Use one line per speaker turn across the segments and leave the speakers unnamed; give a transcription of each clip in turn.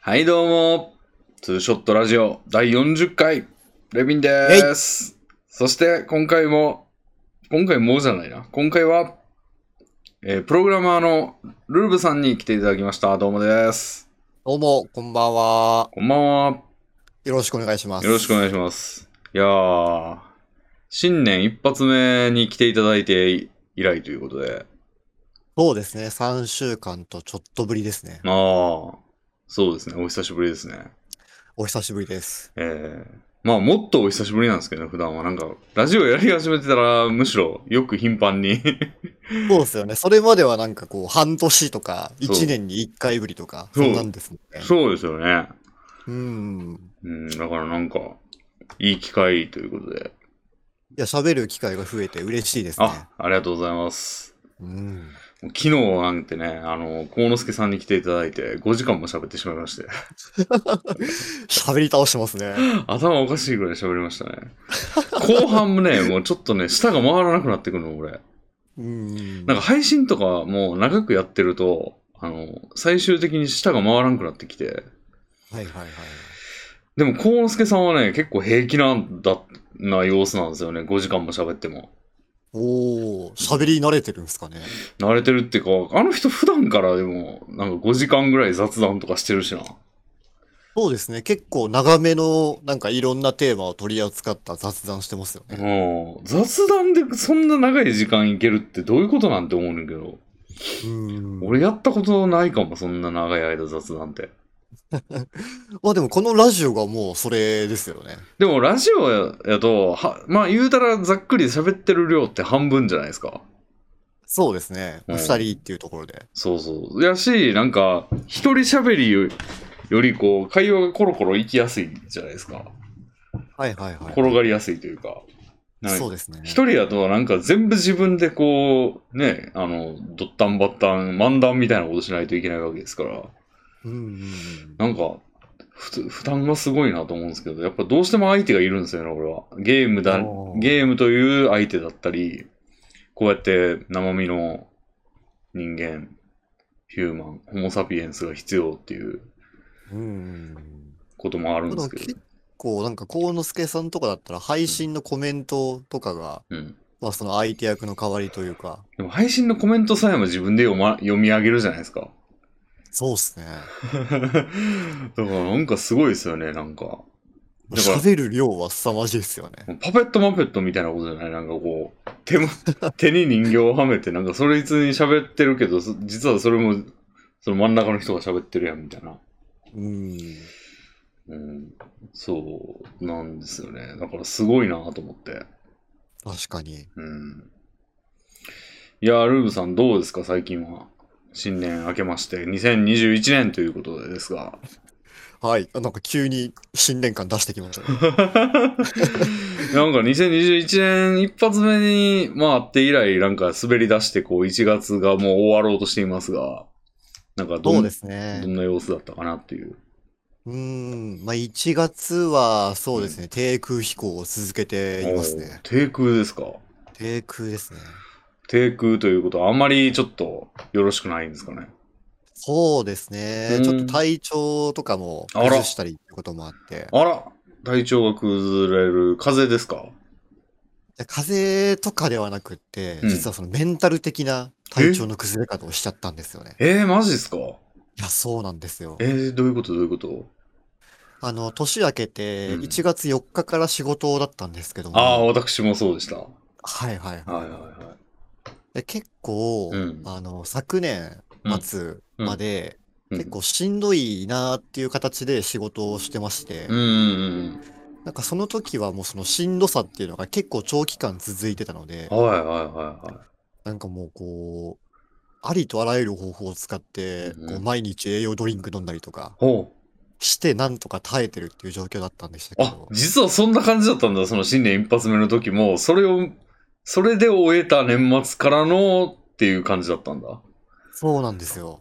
はい、どうも。ツーショットラジオ第40回、レビンです。そして、今回も、今回もじゃないな。今回は、えープログラマーのルルブさんに来ていただきました。どうもです。
どうも、こんばんは。
こんばんは。
よろしくお願いします。
よろしくお願い
し
します。いやー、新年一発目に来ていただいて以来ということで。
ます。そうですね、3週間とちょっとぶりですね。
ああ、そうですね。お久しぶりですね。
お久しぶりです。
えー、まあもっとお久しぶりなんですけどね、普段はなんか、ラジオやり始めてたら、むしろよく頻繁に
そうですよね、それまではなんかこう、半年とか、
そう
1年に1回ぶりとか、
そう
そんなんですもんね。
そうですよね。
うん。
うん、だからなんか、いい機会ということで。
いや、喋る機会が増えて嬉しいですね。
あ、ありがとうございます。
うん。
もう昨日なんてね、あの、幸之助さんに来ていただいて、5時間も喋ってしまいまして、
喋り倒してますね。
頭おかしいぐらい喋りましたね。後半もね、もうちょっとね、舌が回らなくなってくるの、俺。
うん。
なんか配信とかもう長くやってると、あの、最終的に舌が回らなくなってきて、
はいはいはい。
でも、幸之助さんはね、結構平気なんだ、な様子なんですよね。5時間も喋っても。
おー、喋り慣れてるんですかね。
慣れてるっていうか、あの人普段からでも、なんか5時間ぐらい雑談とかしてるしな。
そうですね、結構長めの、なんかいろんなテーマを取り扱った雑談してますよね。
もう、雑談でそんな長い時間いけるってどういうことなんて思うねんだけど、
うん。
俺やったことないかも、そんな長い間雑談って。
まあでもこのラジオがもうそれですよね。
でも、ラジオややと、は、まあ言うたらざっくり喋ってる量って半分じゃないですか。
そうですね。
うん
二人っていうところで。
そうそう。やし、なんか、一人喋りよより、こう、会話がコロコロ行きやすいじゃないですか。
はいはいはい。
転がりやすいというか。なん
そう
か
ですね。
一人だと、なんか全部自分でこう、ね、あの、ドッタンバッタン、漫談みたいなことしないといけないわけですから、
うんうんうん。
なんか、ふつ負担がすごいなと思うんですけど、やっぱどうしても相手がいるんですよね、俺は。ゲームだ
お、ー
ゲームという相手だったり、こうやって生身の人間、ヒューマン、ホモサピエンスが必要っていう
うんうん
こともある
うんん。
で
ですも
けど
結。構なんか、幸之助さんとかだったら配信のコメントとかが、
うん。
まあその相手役の代わりというか、
でも配信のコメントさえも自分で読,、ま、読み上げるじゃないですか。
そうっすね。
だからなんかすごいですよね、なんか。だから
喋る量は凄まじいですよね。
パペットマペットみたいなことじゃないなんかこう、手も手に人形をはめて、なんかそれいつに喋ってるけど、そ実はそれも、その真ん中の人が喋ってるやん、みたいな。
うん。
うん。そうなんですよね。だからすごいなと思って。
確かに。
うん。いやー、ルーブさんどうですか、最近は。新年明けまして、2021年ということでですが。
はい。あなんか急に新年感出してきましたね。
なんか2021年一発目に、まあ、会って以来、なんか滑り出して、こう、1月がもう終わろうとしていますが、なんかど
そうんですね。
どんな様子だったかなっていう。
うーん、まあ1月はそうですね、低空飛行を続けていますね。
おー低空ですか。
低空ですね。
低空ということは、あんまりちょっとよろしくないんですかね。
そうですね
う、ん
ちょっと体調とかも
あら
崩したりってこともあって、
あら、体調が崩れる風邪ですか。
で風邪とかではなくって、
うん
実はそのメンタル的な体調の崩れ方をしちゃったんですよね。
えー、マジですか。
いや、そうなんですよ
え。ー、どういうことどういうこと
あの、年明けて
うん
1月4日から仕事だったんですけど
ああ、
も、
私もそうでした。は
はいはい
いはい
は。
はい
で、結構
うん、
あの、昨年末
うん
まで、
い。
結構しんどいなーっていう形で仕事をしてまして、
うん。うんうん
なんかその時はもうそのしんどさっていうのが結構長期間続いてたので
う、ん。はいはいはいはい。
なんかもうこう、ありとあらゆる方法を使って、
うん
こう毎日栄養ドリンク飲んだりとか
ほう。
してなんとか耐えてるっていう状況だったんでしたけ
あ
ど、、
実はそんな感じだったんだ、その新年一発目の時も、それを、それで終えた年末からのっていう感じだったんだ。ああ、
そうなんですよ。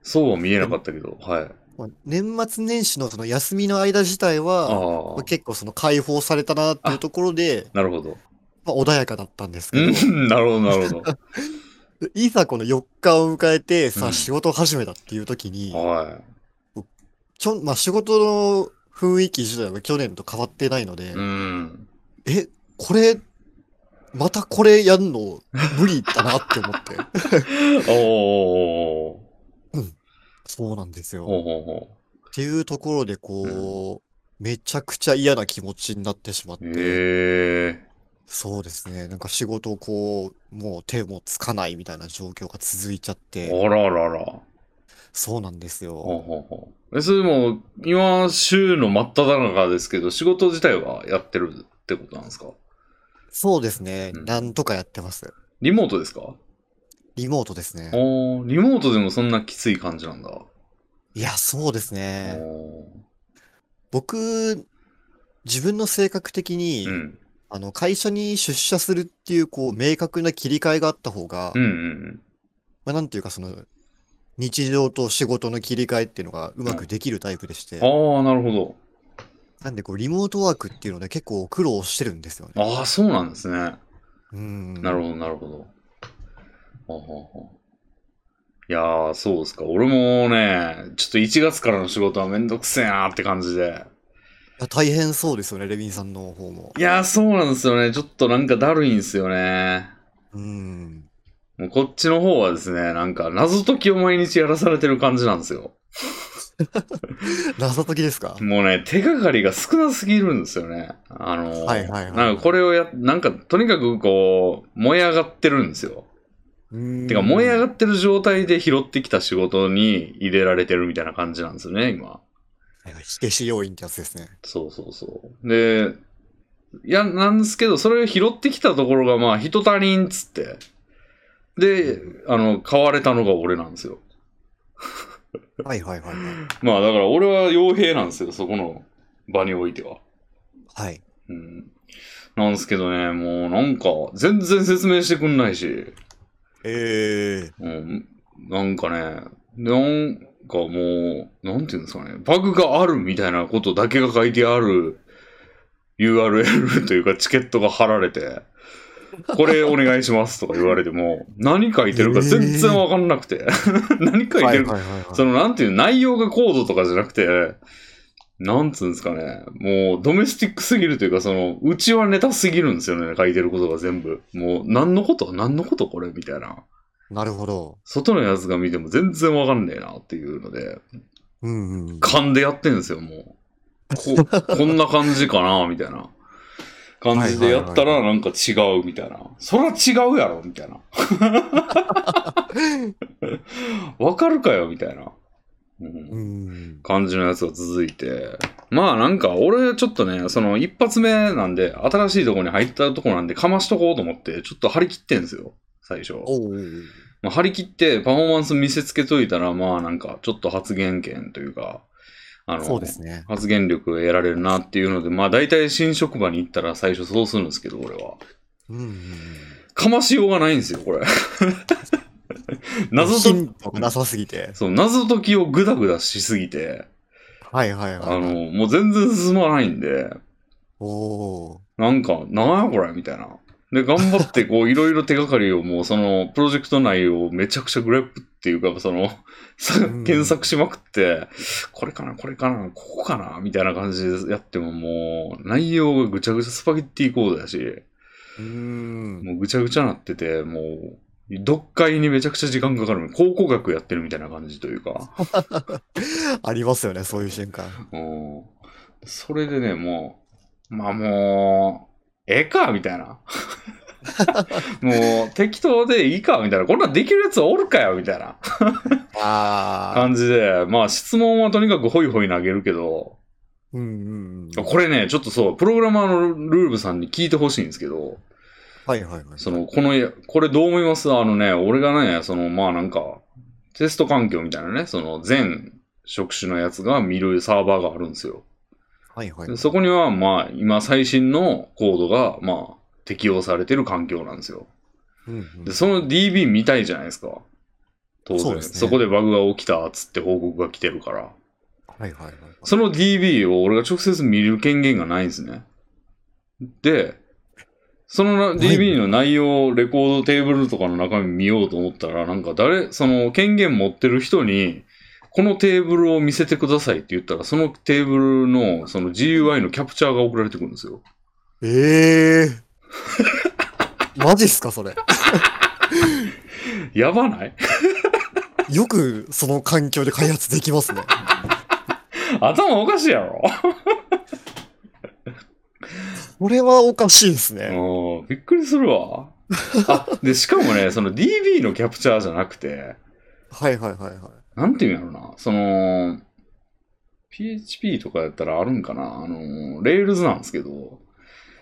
そうは見えなかったけど、はい。
まあ年末年始のその休みの間自体
あ
は、
あ
まあ、結構その解放されたなっていうところで、
なるほど。
まあ、穏やかだったんで
う
すけど、
ん、なるほど、なるほ
いざこの4日を迎えて、
う
さ
ん
あ仕事始めたっていう時に、
ど。は
ちきょ、まあ、仕事の雰囲気自体は去年と変わってないので、
うん。
え、これ、またこれやんの無理だなって思って。
おーお
そうなんです
ーおーおー
よ。
おーお
っていうところで、こう、めちゃくちゃ嫌な気持ちになってしまっ
ー
て、
へえ
そうですね。なんか仕事をこう、もう手もつかないみたいな状況が続いちゃって、
ー。あららら。
そうなんです
ほう
よ。
ほうほう。え、それも、今、週の真っ只中ですけど、仕事自体はやってるってことなんですか
そうですね。
うん
なんとかやってます。
リモートですか
リモートですね。
おーリモートでもそんなきつい感じなんだ。
いや、そうですね。
お
僕、自分の性格的に
ーう、ん。
あの、会社に出社するっていう、こう、明確な切り替えがあった方が
うんう、ん
まあ、なんていうか、その、日常と仕事の切り替えっていうのがうまくできるタイプでして、
うん。ああ、なるほど。
なんで、こう、リモートワークっていうので結構苦労してるんですよね。
ああ、そうなんですね。
うん。
なるほど、なるほど。はははいやー、そうですか。俺もね、ちょっと1月からの仕事はめんどくせえなーって感じで。
いや大変そうですよね、レビンさんの方も。
いやー、そうなんですよね。ちょっとなんかだるいんですよね。
うん。
もうこっちの方はですね、なんか謎解きを毎日やらされてる感じなんですよ。
謎解きですか
もうね、手がかりが少なすぎるんですよね。あのー、
はいはいはい
なんかこれをや、なんかとにかくこう、燃え上がってるんですよ。
うん。
てか燃え上がってる状態で拾ってきた仕事に入れられてるみたいな感じなんですよね、今。
はいはい火消し要因ってやつですね。
そうそうそう。で、いや、なんですけど、それを拾ってきたところが、まあ、人他人っつって。で、あの、買われたのが俺なんですよ。
はいはいはいはい。
まあ、だから俺は傭兵なんですよ、そこの場においては。
はい。
うん。なんですけどね、もうなんか、全然説明してくんないし。
ええ
うん、なんかね、なんかもう、なんていうんですかね、バグがあるみたいなことだけが書いてある URL というかチケットが貼られて、これお願いしますとか言われても、何書いてるか全然わかんなくて、 何書い
は
て
い
る
はいはいはい。
その、なんていう、内容がコードとかじゃなくて、なんつうんですかね、もう、ドメスティックすぎるというか、その、うちはネタすぎるんですよね、書いてることが全部。もう、何のこと何のことこれみたいな。
なるほど。
外のやつが見ても全然わかんねえなっていうので、
うんうん。
勘でやってんですよ、もう。こ こんな感じかな、みたいな感じでやった
は
らなんか違うみたいな。そら違うやろ、み たいな。わかるかよ、みたいな。うん
うん。
感じのやつが続いて。まあなんか俺ちょっとね、その一発目なんで、新しいとこに入ったとこなんでかましとこうと思って、ちょっと張り切ってんですよ、最初。
おうおうおう。
まあ、張り切ってパフォーマンス見せつけといたら、まあなんかちょっと発言権というか、あの、
そうですね。
発言力を得られるなっていうので、まあ大体新職場に行ったら最初そうするんですけど、俺は。
うんうんうん。
かましようがないんですよ、これ。 謎
ヒ
と、
ントがなさすぎて。
そう、謎解きをグダグダしすぎて、
はいはいはい。
あの、もう全然進まないんで、
おお。
なんか、なんやこれみたいな。で、頑張って、 こう、いろいろ手がかりをもう、その、プロジェクト内をめちゃくちゃグレップっていうか、その、さ
うん
検索しまくって、これかな、これかな、ここかな、みたいな感じでやっても、もう、内容がぐちゃぐちゃスパゲッティコードやし、
うーん。
もうぐちゃぐちゃなってて、もう、読解にめちゃくちゃ時間かかる。考古学やってるみたいな感じというか。
ありますよね、そういう瞬間。
うん。それでね、もう、まあもう、ええか、みたい な。もう、適当でいいか、みたいな。こんなんできるやつおるかよ、みたいな
ああ。
感じで、まあ質問はとにかくホイホイ投げるけど、
うんうんうん。
これね、ちょっとそう、プログラマーのルーブさんに聞いてほしいんですけど、
はいはいはい。
その、この、これどう思いますあのね、俺がね、その、まあなんか、テスト環境みたいなね、その、全職種のやつが見るサーバーがあるんですよ。
はいはいは
で
い。
そこには、まあ、今最新のコードが、まあ、適用されてる環境なんですよ。
うんうん
で、その DB 見たいじゃないですか。当
そう
然。
ですね
そこでバグが起きたっつって報告が来てるから。
はいはいはい。
その DB を俺が直接見る権限がないんですね。で、そのな DB の内容をレコードテーブルとかの中身見ようと思ったら、なんか誰、その権限持ってる人に、このテーブルを見せてくださいって言ったら、そのテーブルの、その GUI のキャプチャーが送られてくるんですよ。
ええ ー。マジっすか、それ。
やばない
よくその環境で開発できますね。
頭おかしいやろ
これはおかしいですね。
うんびっくりするわ。あ、で、しかもね、その DB のキャプチャーじゃなくて、
はいはいはいはい。
なんていうんやろな、その、PHP とかやったらあるんかな、あの、Rails なんですけど、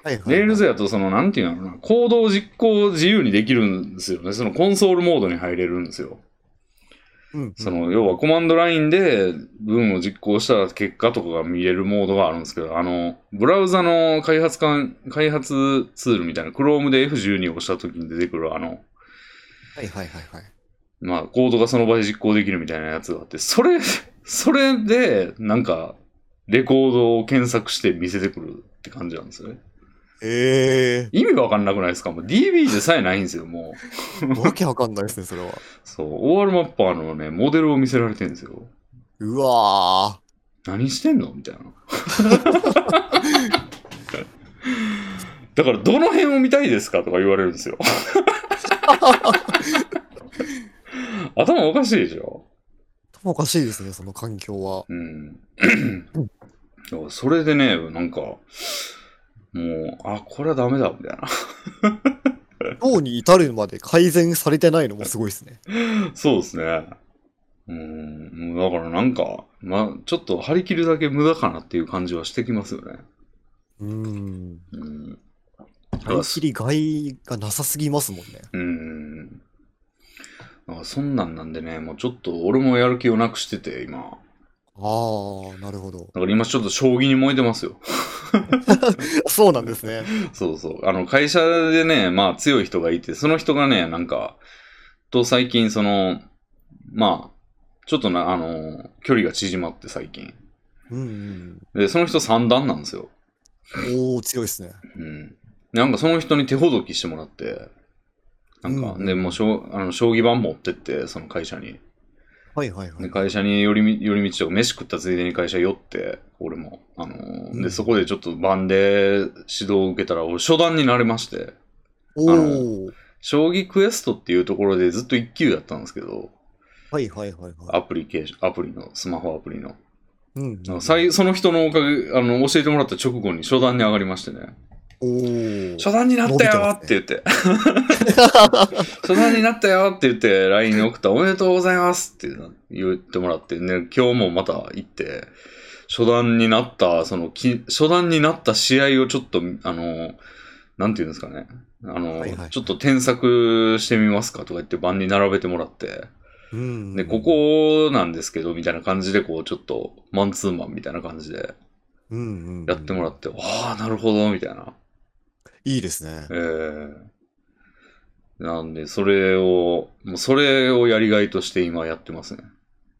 はいはい、はい。
Rails やとその、なんていうんやろな、行動実行自由にできるんですよね。そのコンソールモードに入れるんですよ。
うん、
その、要はコマンドラインで文を実行した結果とかが見れるモードがあるんですけど、あの、ブラウザの開発官、開発ツールみたいな、Chrome で F12 を押した時に出てくるあの、
はいはいはいはい。
まあ、コードがその場で実行できるみたいなやつがあって、それ、それで、なんか、レコードを検索して見せてくるって感じなんですよね。
え
意味わかんなくないですかもう DB でさえないんですよ、もう。
え ー。わけわかんないですね、それは。
そう、OR マッパーのね、モデルを見せられてるんですよ。
うわ
何してんのみたいな。 だから、どの辺を見たいですかとか言われるん ですよ。頭おかしいでしょ
ー。おかしいですね、その環境は。
うん。 だからそれでね、なんか、もう、あ、これはダメだ、みたいな。
今日に至るまで改善されてないのもすごいですね。
そうですね。うん、だからなんか、まあ、ちょっと張り切るだけ無駄かなっていう感じはしてきますよね。
うーん。
うん。
張り切りがいがなさすぎますもんね。
うん。だからそんなんなんでね、もうちょっと俺もやる気をなくしてて、今。
ああ、なるほど。
だから今ちょっと将棋に燃えてますよ。
そうなんですね。
そうそう。あの、会社でね、まあ強い人がいて、その人がね、なんか、と最近その、まあ、ちょっとな、あの、距離が縮まって最近。
うん、
で、その人三段なんですよ。
うん。おお強いですね。
うん。でなんかその人に手ほどきしてもらって、なんか、
うん
で、もうしょうあの将棋盤持ってって、その会社に。
はいはいはい
で。会社に寄りみ寄り道とか飯食ったついでに会社寄って俺も、あのー
うん
でそこでちょっと番で指導を受けたら俺初段になれまして
おお
将棋クエストっていうところでずっと1級だったんですけど
はいはいはいはい。
アプリケーションアプリのスマホアプリの
うん
なんかさいその人のおかげあの教えてもらった直後に初段に上がりましてね
おー
初段になったよーって言って 初段になったよーって言って LINE に送ったらおめでとうございますって言ってもらってね今日もまた行って初段になったそのき初段になった試合をちょっとあのなんていうんですかねあの、
はいはい
ちょっと添削してみますかとか言って盤に並べてもらって
うん
でこ、こなんですけどみたいな感じでこうちょっとマンツーマンみたいな感じで
うんうん、
やってもら
っ
って、ああなるほどみたいな
いいですね。
ええなんで、それを、もうそれをやりがいとして今やってますね。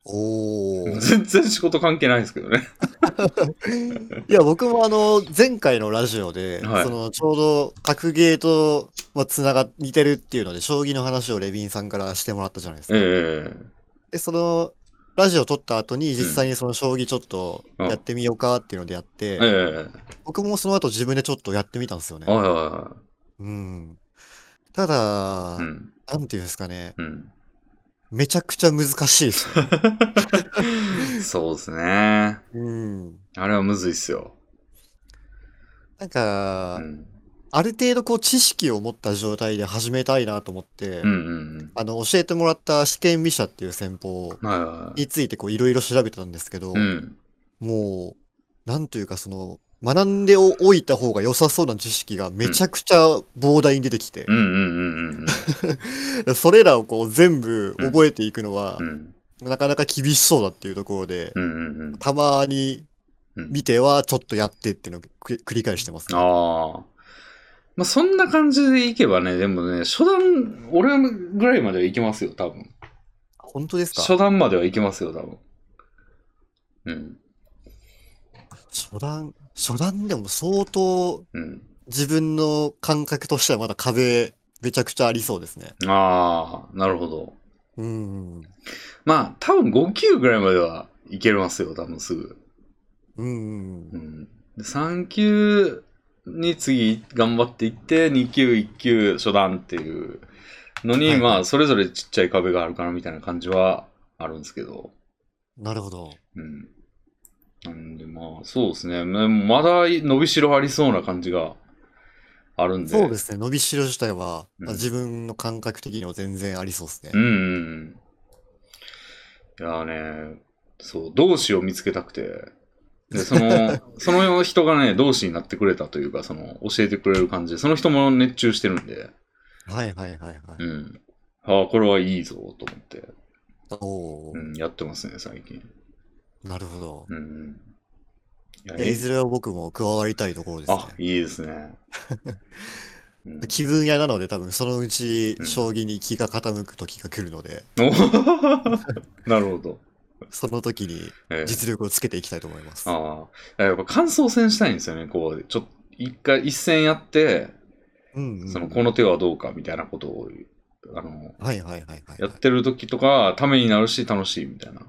おお
全然仕事関係ないんですけどね。
いや、僕もあの、前回のラジオで、
はい
その、ちょうど、格ゲーと、まあ、つなが、似てるっていうので、将棋の話をレビンさんからしてもらったじゃないですか。
え
で、その、ラジオ撮った後に、実際にその、将棋ちょっと、
うん
やってみようかっていうのでやっ
え
て、
え
僕もその後自分でちょっとやってみたんですよね
え。はいは
うん。ただ、
いはい。うん。
なんていうんですかね、
うん。
めちゃくちゃ難しいです ね。
そうですね。
うん。
あれはむずいっすよ。
なん
う
か、
ん。
ある程度こう知識を持った状態で始めたいなと思って、
うんうん
あの、教えてもらった試験飛車っていう戦法
うん。はいはいはい。
についてこういろいろ調べてたんですけど、
うん。
もう、なんというかその、学んでおいた方が良さそうな知識がめちゃくちゃ膨大に出てきて
う、んうんうんうん
それらをこう全部覚えていくのは
う、ん。
なかなか厳しそうだっていうところで、
うんうんうん。
たまに見てはちょっとやってっていうのを繰り繰り返してますね。
ああ。まあ、そんな感じでいけばね、でもね、初段、俺ぐらいまではいけますよ、多分。
本当ですか
初段まではいけますよ、多分。うん。
初段、初段でも相当
うん。
自分の感覚としてはまだ壁めちゃくちゃありそうですね。
ああ、なるほど。
うん。うん
まあ、多分5級ぐらいまではいけますよ、多分すぐ。
うん
う。ん。で3級に次頑張っていって、2級、1級、初段っていうのに、
はい
まあ、それぞれちっちゃい壁があるかなみたいな感じはあるんですけど。
なるほど。
うん。なんでまあ、そうですね。ままだ伸びしろありそうな感じがあるんで。
そうですね。伸びしろ自体は、
うん
自分の感覚的には全然ありそうですね。
うんうんうん。いやーね、そう、同志を見つけたくて。で、そ の、その人がね、同志になってくれたというか、その、教えてくれる感じで、その人も熱中してるんで、
はいはいはいはい。
うん。ああ、これはいいぞ、と思って、
おお、
うん、やってますね、最近。
なるほど。
うんうん。いや
いやいずれは僕も加わりたいところですね
あ、。いいですね。うん
気分屋なので多分そのうち
うん
将棋に気が傾く時が来るので、
お なるほど。
その時に
ええ
実力をつけていきたいと思います。
ああ。やっぱ感想戦したいんですよね。こう、ちょっと、一回、一戦やって、
うんうん
その、この手はどうかみたいなことを、あの、
はいはいはいはいはい。
やってる時とか、ためになるし、楽しいみたいな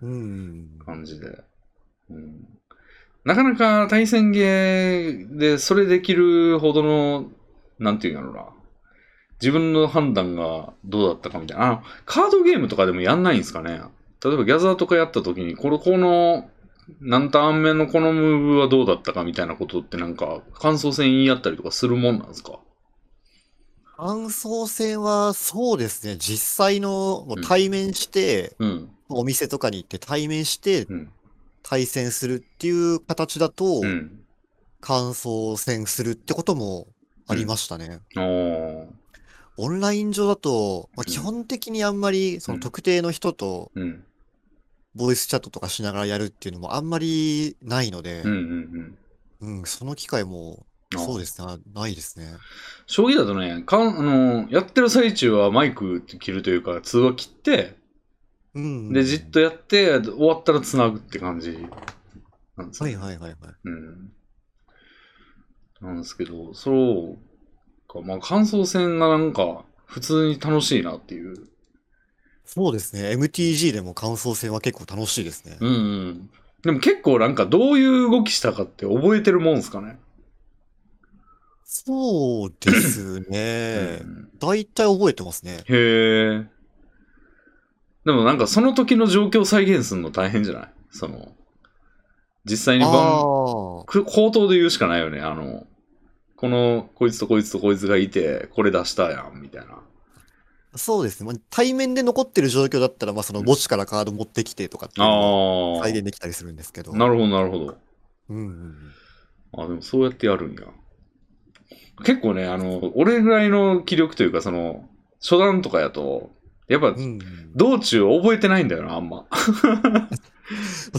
うんうん
感じで。うん。なかなか対戦ゲーで、それできるほどの、なんていうんだろうな。自分の判断がどうだったかみたいな。あの、カードゲームとかでもやんないんですかね。例えばギャザーとかやった時に、これ、この、何ターン目のこのムーブはどうだったかみたいなことってなんか、感想戦言い合ったりとかするもんなんですか
感想戦はそうですね、実際のもう
うん
対面して、
うん。
お店とかに行って対面して
うん。
対戦するっていう形だと、
うん。
感想戦するってこともありましたね。
おー。
オンライン上だと、まあ、
うん
基本的にあんまりその
うん
特定の人と
うん。
ボイスチャットとかしながらやるっていうのもあんまりないので
うんう、ん
うん、その機会も
うん。
そう
す。
ですね、ないですね。
将棋だとね、かんあのやってる最中はマイク切るというか、通話切って、
うん。
で、じっ。とやって、終わったら繋ぐって感じなんですよ
はいはいはいはい。
うん。なんですけど、そうか、まあ、感想戦がなんか、普通に楽しいなっていう。
そうですね、MTG でも感想戦は結構楽しいですね。
うんうん。でも結構なんか、どういう動きしたかって覚えてるもんですかね。
そうですね
う。ん
大体覚えてますね。
へえ。でもなんかその時の状況を再現するの大変じゃないその、実際に
あ
番、
あ、
く口頭で言うしかないよね。あの、この、こいつとこいつとこいつがいて、これ出したやん、みたいな。
そうですね。まあ対面で残ってる状況だったら、まあその墓地からカード持ってきてとかっていうのを
あ
再現できたりするんですけど。
あ。なるほど、なるほど。
うんうんうん。
あ、でもそうやってやるんや。結構ね、あの、俺ぐらいの気力というか、その、初段とかやと、やっぱ
う、ん、
道中覚えてないんだよな、あんま。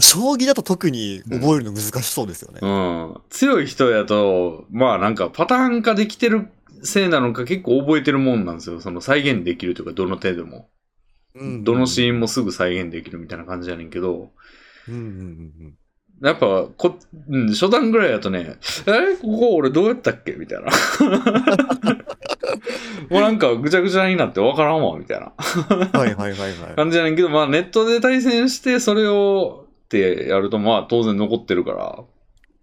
将棋だと特に覚えるの難しそうですよね。
うん、強い人やと、まあなんかパターン化できてるせいなのか結構覚えてるもんなんですよ。その再現できるというか、どの程度も。
うん
どのシーンもすぐ再現できるみたいな感じやねんけど、
うんうんうん
やっぱこ、うん、初段ぐらいだとね、えここ俺どうやったっけみたいな。 もうなんかぐちゃぐちゃになってわからんわ、みたいな
うん。はいはい はいは
感じやねんけど、まあネットで対戦してそれをってやると、まあ当然残ってるから、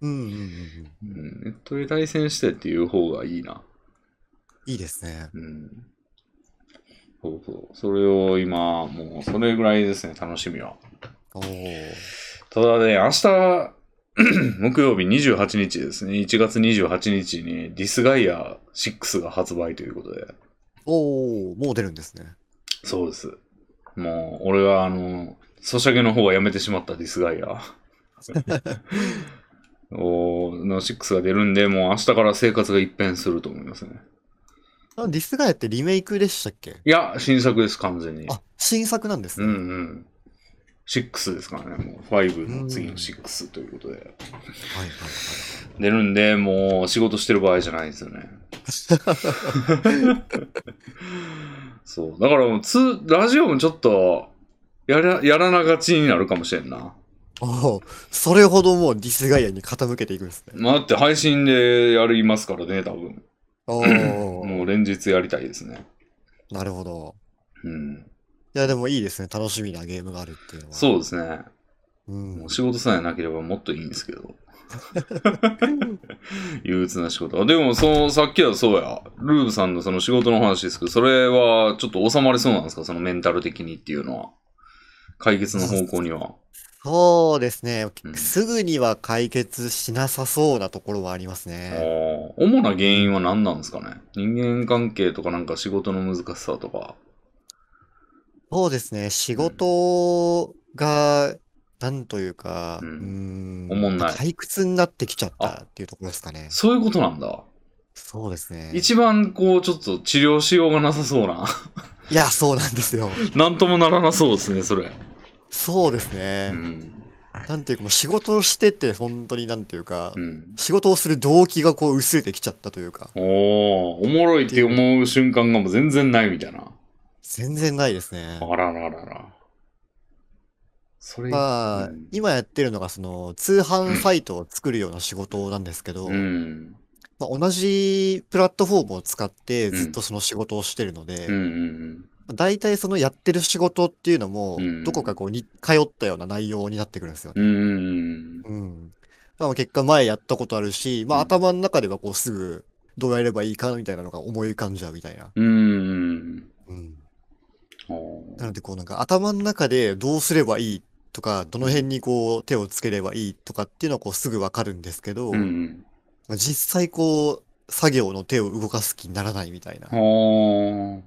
い。うんうんうんうん。
うん、ネットで対戦してっていう方がいいな。
いいですね。
うん。そうそう。それを今、もうそれぐらいですね、楽しみは。
おー
ただね、明日、 木曜日28日ですね、1月28日にディスガイア6が発売ということで。
おーもう出るんですね。
そうです。もう、俺はあの、ソシャゲの方はやめてしまったディスガイ ア。おーの6が出るんで、もう明日から生活が一変すると思いますね。
あディスガイアってリメイクでしたっけ
いや、新作です、完全に。
あ、新作なんです
う
ね。
んうん。6ですからね、もう5の次の6ということで。
はいは
出るんで、もう仕事してる場合じゃないですよね。そう。だからもうつ、ラジオもちょっと、やら、やらながちになるかもしれんな。
いはい。おーそれほどもうディスガイアに傾けていくんですね。
まあ、だって配信でやりますからね、多分。
お ー
もう連日やりたいですね。
なるほど。
うん。
いや、でもいいですね。楽しみなゲームがあるっていうのは。
そうですね。
う。うん
もう。仕事さえなければもっといいんですけど。憂鬱な仕事。あでも、その、さっきはそうや。ルーブさんのその仕事の話ですけど、それはちょっと収まりそうなんですかそのメンタル的にっていうのは。解決の方向には。
そうですね
う。ん
すぐには解決しなさそうなところはあります
あ
ね。
ー主な原因は何なんですかね人間関係とかなんか仕事の難しさとか。
そうですね。仕事が、なんというか、
う
うんーん、
おもんない
退屈になってきちゃったっていうところですかね。
そういうことなんだ。
そうですね。
一番こう、ちょっと治療しようがなさそう な。
いや、そうなんですよ。
なんともならなそうですね、それ。
そうです
う
ね。
ん。
なんていうか、もう仕事をしてて、本当になんていうか、
うん。
仕事をする動機がこう薄れてきちゃったというか、
おー、おもろいって思う瞬間がもう全然ないみたいな。
全然ないですね。
あらららら。それ、
まあ
うん、
今やってるのが、その、通販サイトを作るような仕事なんですけど、
うん。
まあ、同じプラットフォームを使って
うん
ずっとその仕事をしてるので、
うんうん
まあ大体そのやってる仕事っていうのも
うん、
どこかこうに通ったような内容になってくるんですよ
うん。う
ね。
んうん
うん。まあ結果前やったことあるし、まあ
うん
頭の中ではこうすぐどうやればいいかみたいなのが思い浮かんじゃうみたいな。
うん。うん。
うん。
おー
なのでこうなんか頭の中でどうすればいいとか、どの辺にこう手をつければいいとかっていうのはこうすぐわかるんですけど、
う
ま
ん。
あ実際こう作業の手を動かす気にならないみたいな。
おー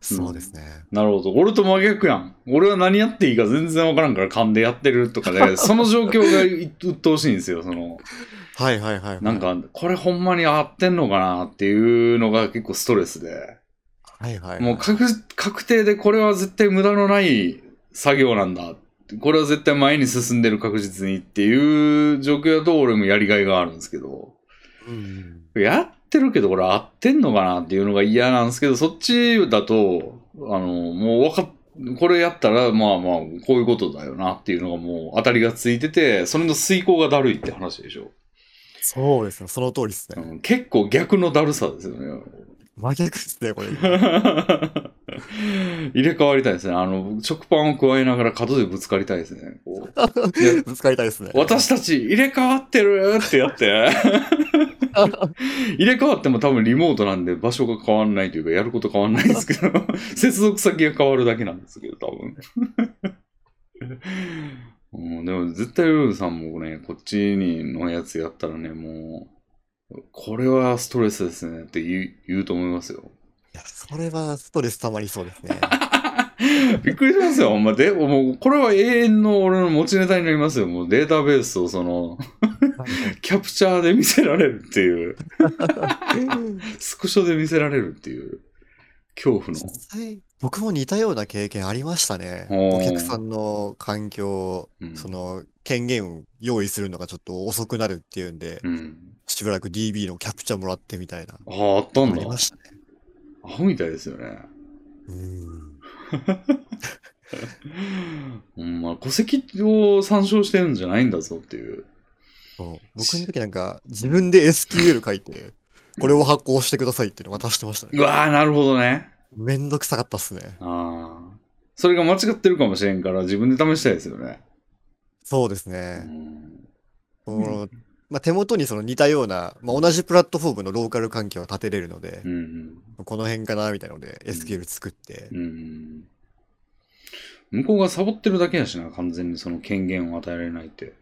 そうですね。
なるほど。俺と真逆やん。俺は何やっていいか全然わからんから勘でやってるとか で、その状況がい鬱陶しいんですよ。その、
はいはいはいはい。
なんか、これほんまに合ってんのかなっていうのが結構ストレスで。
はいはいはい。
もう確確定でこれは絶対無駄のない作業なんだ。これは絶対前に進んでる確実にっていう状況だと俺もやりがいがあるんですけど。
うん。
やってるけどこれ合ってんのかなっていうのが嫌なんですけど、そっちだと、あの、もうわかっこれやったら、まあまあ、こういうことだよなっていうのがもう当たりがついてて、それの遂行がだるいって話でしょ。
そうですね。その通りです
う
ね。
ん、結構逆のだるさですよね。
真逆ですね、これ。
入れ替わりたいですね。あの、食パンを加えながら角でぶつかりたいですね。こういや
ぶつかりたいですね。
私たち入れ替わってるってやって。入れ替わっても多分リモートなんで場所が変わんないというか、やること変わんないですけど、接続先が変わるだけなんですけど、多分。うん、でも絶対ルーさんもね、こっちにのやつやったらね、もう、これはストレスですねって言う言うと思いますよ。
いや、それはストレス溜まりそうです ね。
びっくりしますよ、ほんま。で、もう、これは永遠の俺の持ちネタになりますよ。もうデータベースをその、キャプチャーで見せられるっていう、スクショで見せられるっていう、恐怖の。
実際、僕も似たような経験ありましたね。
おー
お客さんの環境、
うん
その、権限を用意するのがちょっと遅くなるっていうんで、
うん。
しばらく DB のキャプチャーもらってみたいな。
ああ、あったん
あ
だ
り。ましたね。
アホみたいですよね。
うん。
ほんま、戸籍を参照してるんじゃないんだぞっていう。
そう僕の時なんか、自分で SQL 書いて、これを発行してくださいっていうの渡してました
う
ね。
わー、なるほどね。
めんどくさかったっすね。
ああ。それが間違ってるかもしれんから、自分で試したいですよね。
そうです
う
ね。
ん。
このまあ、手元にその似たような、まあ、同じプラットフォームのローカル環境を立てれるので
う、ん。
この辺かなみたいなので
ん
SQL 作って、
うん。向こうがサボってるだけやしな、完全にその権限を与えられないって。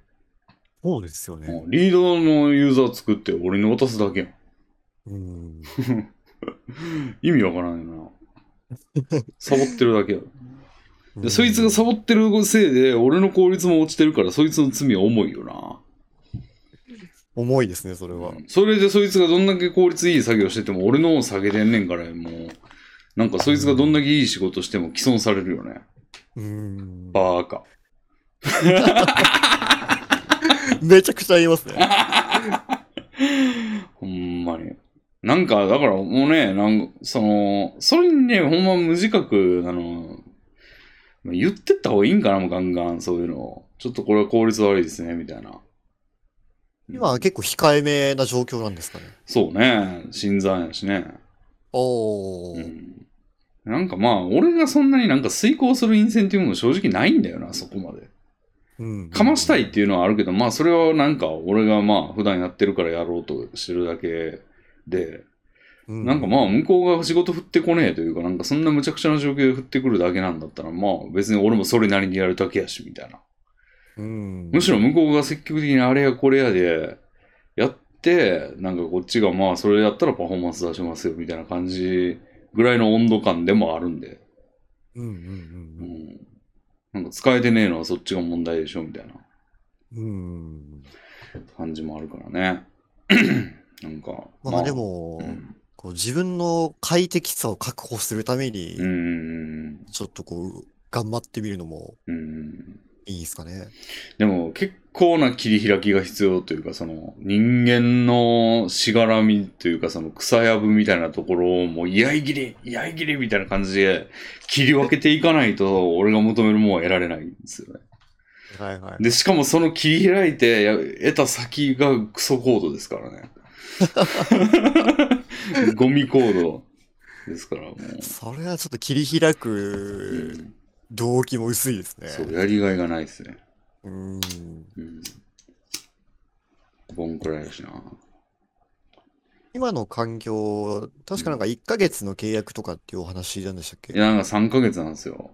そうですよ
も
ね。
うリードのユーザー作って俺に渡すだけやん。
うん。
意味わからんよな。サボってるだけや。
う
で
ん
そいつがサボってるせいで、俺の効率も落ちてるから、そいつの罪は重いよな。
重いですね、それは。
それでそいつがどんだけ効率いい作業してても、俺のを下げてんねんから、もう。なんかそいつがどんだけいい仕事しても既存されるよね。
うん。
バーカ。
めちゃくちゃ言いますね。
ほんまに。なんか、だからもうね、なんか、その、それにね、ほんま無自覚、あの、言ってった方がいいんかな、もうガンガン、そういうのを。ちょっとこれは効率悪いですね、みたいな。
今は結構控えめな状況なんですかね。
そうね、新参やしね。
お
う
ー。
ん。なんかまあ、俺がそんなになんか遂行するインセンティブも正直ないんだよな、そこまで。
うん。
かました
い。
いっていうのはあるけど、まあそれはなんか俺がまあ普段やってるからやろうとしてるだけで、なんかまあ向こうが仕事振ってこねえというか、なんかそんな無茶苦茶な状況で振ってくるだけなんだったら、まあ別に俺もそれなりにやるだけやし、みたいな。
うん、
むしろ向こうが積極的にあれやこれやでやって、なんかこっちがまあそれやったらパフォーマンス出しますよ、みたいな感じぐらいの温度感でもあるんで。
うんうん
う
うん
んなんか使えてねえのはそっちが問題でしょみたいな
うん。うん。
感じもあるからね。 なんか。
まあで、も、
うん
こう自分の快適さを確保するために
う、ん。
ちょっとこう、頑張ってみるのも
うん。
いいですかね。
でも結構な切り開きが必要というか、その人間のしがらみというか、その草やぶみたいなところをもう、やいぎり、やいぎりみたいな感じで切り分けていかないと、俺が求めるものは得られないんですよね。
はいはい。
で、しかもその切り開いてや得た先がクソコードですからね。ゴミコードですから、もう。
それはちょっと切り開
う
く
ん
動機も薄いですね。
そう、やりがいがないですね。
うん。
うん。ボンくらいだしな。
今の環境、確かなんか1ヶ月の契約とかっていうお話なんでしたっ
い
け
や、なんか3ヶ月なんですよ。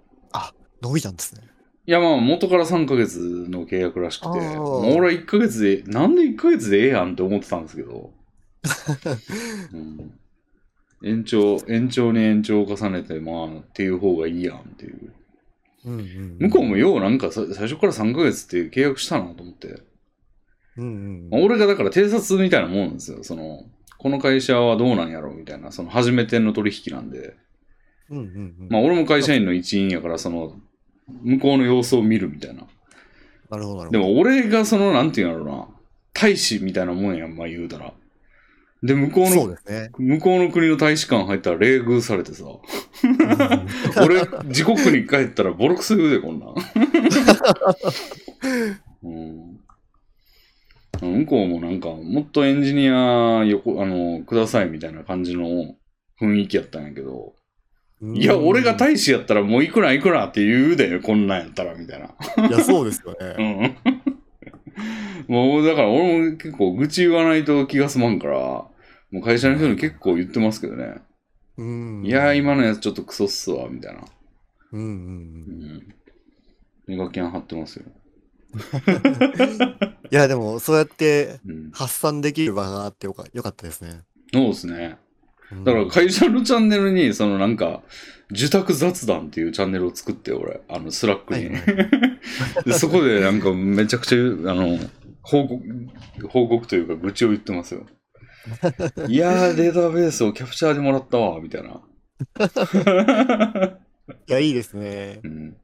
伸びたんですね。
いや、まあ、元から3ヶ月の契約らしくて、
あー
もう俺は1ヶ月で、なんで1ヶ月でええやんって思ってたんですけ ど。うん延長、延長に延長を重ねて、まあ、っていう方がいいやんっていう。
うんうん
向こうもようなんかさ最初から3ヶ月って契約したなと思って。
うんうんうん。
俺がだから偵察みたいなもんなんですよ。その、この会社はどうなんやろうみたいな、その初めての取引なんで。
うんうんうん。
まあ俺も会社員の一員やから、その、向こうの様子を見るみたいな。
なるほどなるほど。
でも俺がその、なんていうんやろうな、大使みたいなもんやん、まあ言うたら。で、向こう
そう
の、
で すね。
向こうの国の大使館入ったら冷遇されてさ、 俺、自国に帰ったらボロクソ言うで、こんなん。うん、向こうもなんか、もっとエンジニアよこあのくださいみたいな感じの雰囲気やったんやけど、
うん
いや、俺が大使やったらもう行くな行くなって言うで、こんなんやったら、みたいな。
いや、そうですよ
う
ね。
ん。もう、だから俺も結構愚痴言わないと気が済まんから、もう会社の人に結構言ってますけどね。
うん。
いやー、今のやつちょっとクソっすわ、みたいな。
うんうん
う
うん。
ん。メガキャン張ってますよ。
いや、でも、そうやって
うん。
発散できる場があってよかよかったですね。
そうですね。
うん
だから会社のチャンネルに、そのなんか、受託雑談っていうチャンネルを作って、俺、あの、スラック
はい
に。
はい
でそこでなんかめちゃくちゃ、あの、報告、報告というか愚痴を言って ますよ。いやー、データベースをキャプチャーでもらったわ、みたい な。
いや、いいですね
う。ん、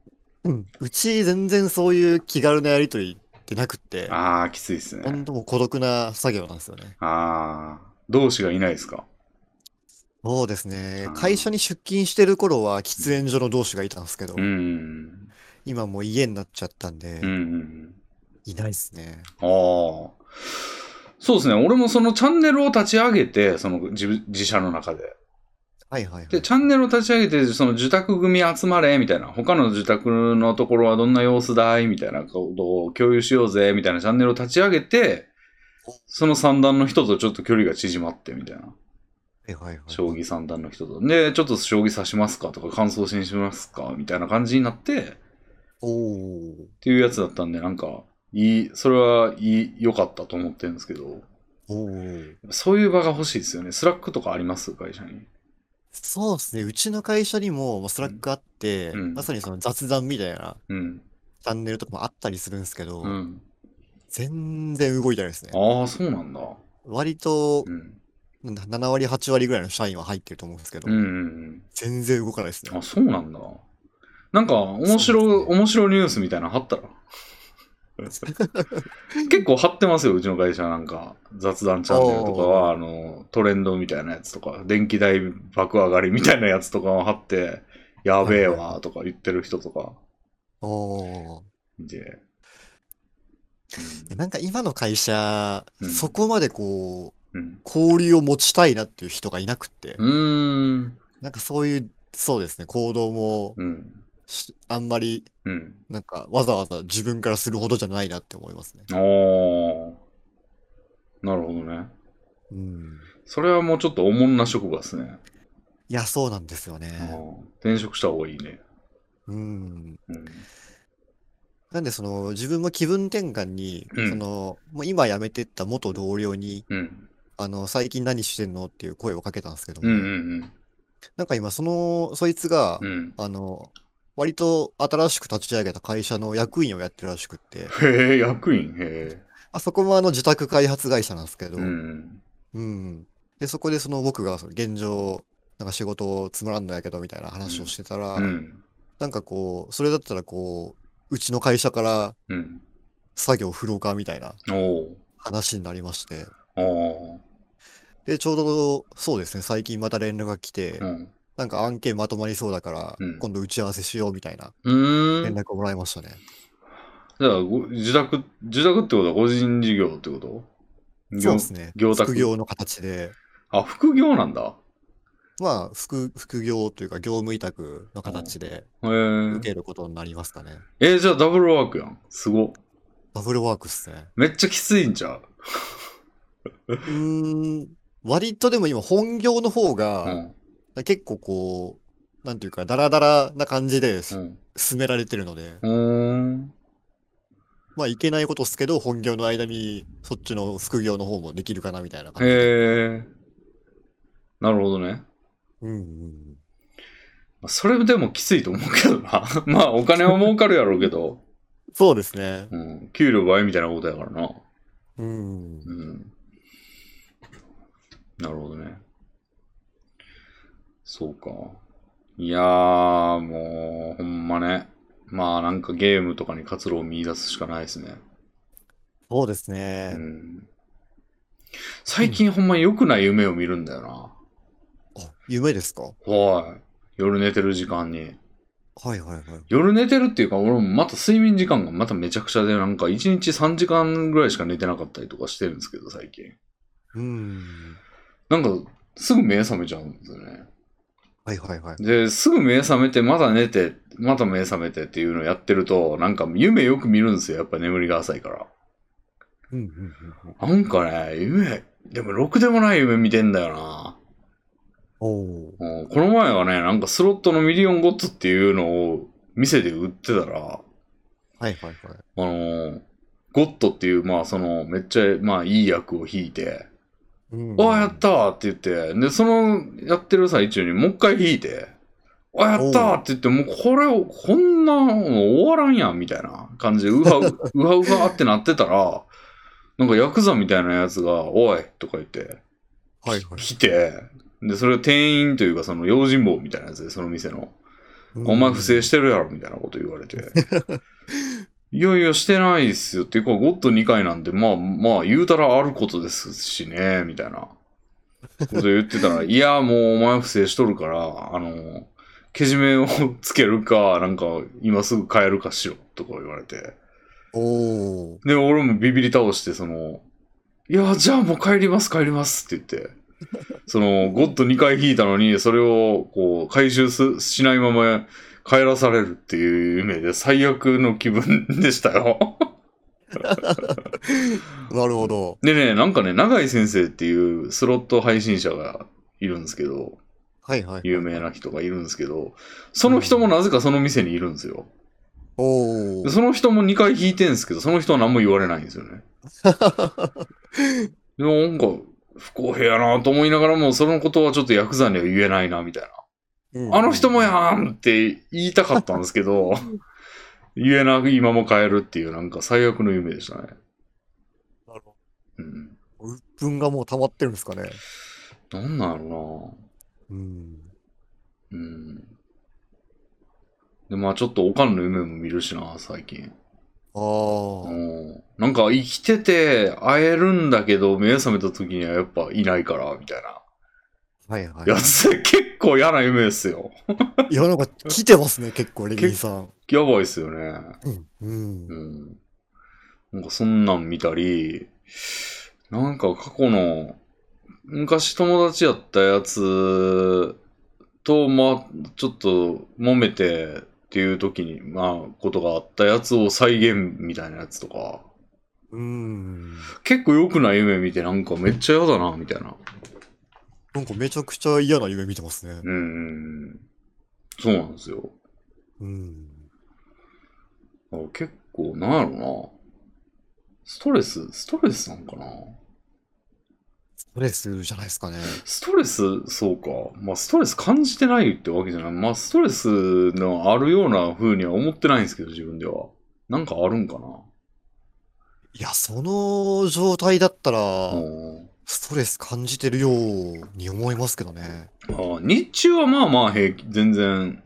うんうち、全然そういう気軽なやりとりってなくって、
あー、きついっす
ほん
ね。
ともう孤独な作業なんですよね。
あー、同志がいないですか。
そうですね
あー。
会社に出勤してる頃は喫煙所の同士がいたんですけど
う、ん。
今もう家になっちゃったんで
うんう、ん。
いないですね。
あー。そうですね。俺もそのチャンネルを立ち上げて、その自自社の中で。
はいはいはい
で、。チャンネルを立ち上げて、その受託組集まれ、みたいな。他の受託のところはどんな様子だいみたいなことを共有しようぜ、みたいなチャンネルを立ち上げて、その三段の人とちょっと距離が縮まって、みたいな。
はいはいはい。
将棋三段の人と。で、ちょっと将棋指しますかとか、感想しにしますかみたいな感じになって、っ
おー。
ていうやつだったんで、なんか、いい、それはいい、良かったと思ってるんですけど、
おー。
そういう場が欲しいですよね。スラックとかあります会社に。
そうですね。うちの会社にも、まあスラックあって、
うん
まさにその雑談みたいな
うん。
チャンネルとかもあったりするんですけど、
うん。
全然動いてないですね。
ああ、そうなんだ。
割と
う、ん。
な7割、8割ぐらいの社員は入ってると思うんですけど
うん、うんうん。
全然動かないですね。
あ、そうなんだ。なんか、面白い、
そうですね
面白いニュースみたいなの貼った ら結構貼ってますよ、うちの会社なんか。雑談チャンネルとかは、あの、トレンドみたいなやつとか、電気代爆上がりみたいなやつとかを貼って、やべえわとか言ってる人とか
おー
いて。
なんか今の会社、
うん
そこまでこう、
うん。
交流を持ちたいなっていう人がいなくって、
うん。うーん。
なんかそういうそうですね、行動も
うん。
しあんまり、
うん。
なんか、わざわざ自分からするほどじゃないなって思いますね。
おー。なるほどね。
うん。
それはもうちょっとおもんな職場ですね。
いや、そうなんですよ
う
ね。
ん転職した方がいいね。
うん。
うん。
なんで、その、自分も気分転換に、
うん
その、もう今辞めてった元同僚に、
うん。
あの、最近何してんのっていう声をかけたんですけども、
うんうん
なんか今、その、そいつが
うん。う、ん。
あの、割と新しく立ち上げた会社の役員をやってるらしくって、
へえ、役員。へえ。
あそこもあの自宅開発会社なんですけど、
うんうん。
うん。で、そこでその僕がその現状、なんか仕事つまらんのやけどみたいな話をしてたら、
うん。
なんかこう、それだったらこう、うちの会社から
うん。
作業不老化みたいな
おー。
話になりまして、
おー。
で、ちょうどそうですね、最近また連絡が来て
う、ん。
なんか案件まとまりそうだから
うん、
今度打ち合わせしようみたいな
うー
連
ん。
絡をもらいましたね。
じゃあ、ご自宅、自宅ってことは個人事業ってこと
そうですね。
業
副
宅
業の形で、
あ、副業なんだ。
まあ、副、副業というか業務委託の形で
へ
受
え。
けることになりますかね。
えじゃあダブルワークやん。すご。
ダブルワークっすね。
めっちゃきついんちゃう
うーん、割とでも今本業の方
う
が
ん。
結構こう、なんていうか、ダラダラな感じで
う
進
ん。
められてるので、
うーん。
まあいけないことっすけど、本業の間にそっちの副業の方もできるかなみたいな感じで。
へえ。なるほどね。
うんうん。
それでもきついと思うけどな。 まあ、お金は儲かるやろうけど、
そうですね。
うん、給料倍みたいなことやからな。
うん。
うん。なるほどね。そうか。いやー、もう、ほんまね。まあ、なんかゲームとかに活路を見出すしかないですね。
そうです
う
ね。
ん。最近ほんま良くない夢を見るんだよな。
あ、夢ですか
はい。夜寝てる時間に。
はいはいはい。
夜寝てるっていうか、俺もまた睡眠時間がまためちゃくちゃで、なんか1日3時間ぐらいしか寝てなかったりとかしてるんですけど、最近。
うん。
なんか、すぐ目覚めちゃうんですよね。
はいはいはい。
で、すぐ目覚めて、まだ寝て、また目覚めてっていうのをやってると、なんか夢よく見るんですよ。やっぱ眠りが浅いから。
うんうんうんうん。
なんかね、夢、でもろくでもない夢見てんだよな。
おー。
うんこの前はね、なんかスロットのミリオンゴッツっていうのを店で売ってたら、
はいはいはい。
あのーゴッドっていう、まあ、その、めっちゃ、まあ、いい役を引いて、
うん
ああ、やったーって言って、で、その、やってる最中にもう一回引いて、ああ、やったーって言って、もうこれを、こんなの終わらんやん、みたいな感じで、う はう、うはうはってなってたら、なんかヤクザみたいなやつが、おいとか言って、
はいはい。
来て、で、それを店員というか、その用心棒みたいなやつで、その店の。お前不正
し、
してるやろみたいなこと言われて。いやいや、してないですよ。っていうか、ゴッド2回なんで、まあまあ、言うたらあることですしね、みたいなこと言ってたら、いや、もうお前不正しとるから、あの、けじめをつけるか、なんか、今すぐ変えるかしろ、とか言われて。
おー。
で、俺もビビり倒して、その、いや、じゃあもう帰ります、帰りますって言って、その、ゴッド2回引いたのに、それを、こう、回収すしないまま帰らされるっていう夢で、最悪の気分でしたよ。
なるほど。
でね、なんかね、永井先生っていうスロット配信者がいるんですけど、
はいはい。
有名な人がいるんですけど、その人もなぜかその店にいるんですよ。
お
で
ー。
その人も2回引いてんですけど、その人は何も言われないんですよ ね。でもなんか、不公平やなと思いながらも、そのことはちょっとヤクザには言えないな、みたい
うん
な。あの人もや。んって言いたかったんですけ ど、言えないまま変えるっていう、なんか最悪の夢でしたね。
なるほ
うん。
ど鬱憤がもう溜まってるんですかね。
なんなんやろ
うん。
なうん。で、まあちょっとおかんの夢も見るしな、最近。
あー。
うん。なんか生きてて会えるんだけど、目覚めた時にはやっぱいないから、みたいな。
はいはい
や。つ、結構嫌な夢ですよ。
いや、なんか来てますね、結構、レミーさん。
やばいっすよね。
うん。
うん。なんかそんなん見たり、なんか過去の、昔友達やったやつと、まあ、ちょっと揉めてっていう時に、まあ、ことがあったやつを再現みたいなやつとか、
うーん。
結構良くない夢見てなんかめっちゃ嫌だな、みたいな。
なんかめちゃくちゃ嫌な夢見てますね。
うんうんうん。そうなんですよ。
うん。
だから結構、なんやろな。ストレス、ストレスなんかな。
ストレスじゃないですかね。
ストレス、そうか。まあ、ストレス感じてないってわけじゃない。まあ、ストレスのあるような風には思ってないんですけど、自分では。なんかあるんかな。
いや、その状態だったら、
うん
ストレス感じてるように思いますけどね。
ああ日中はまあまあ平気、全然。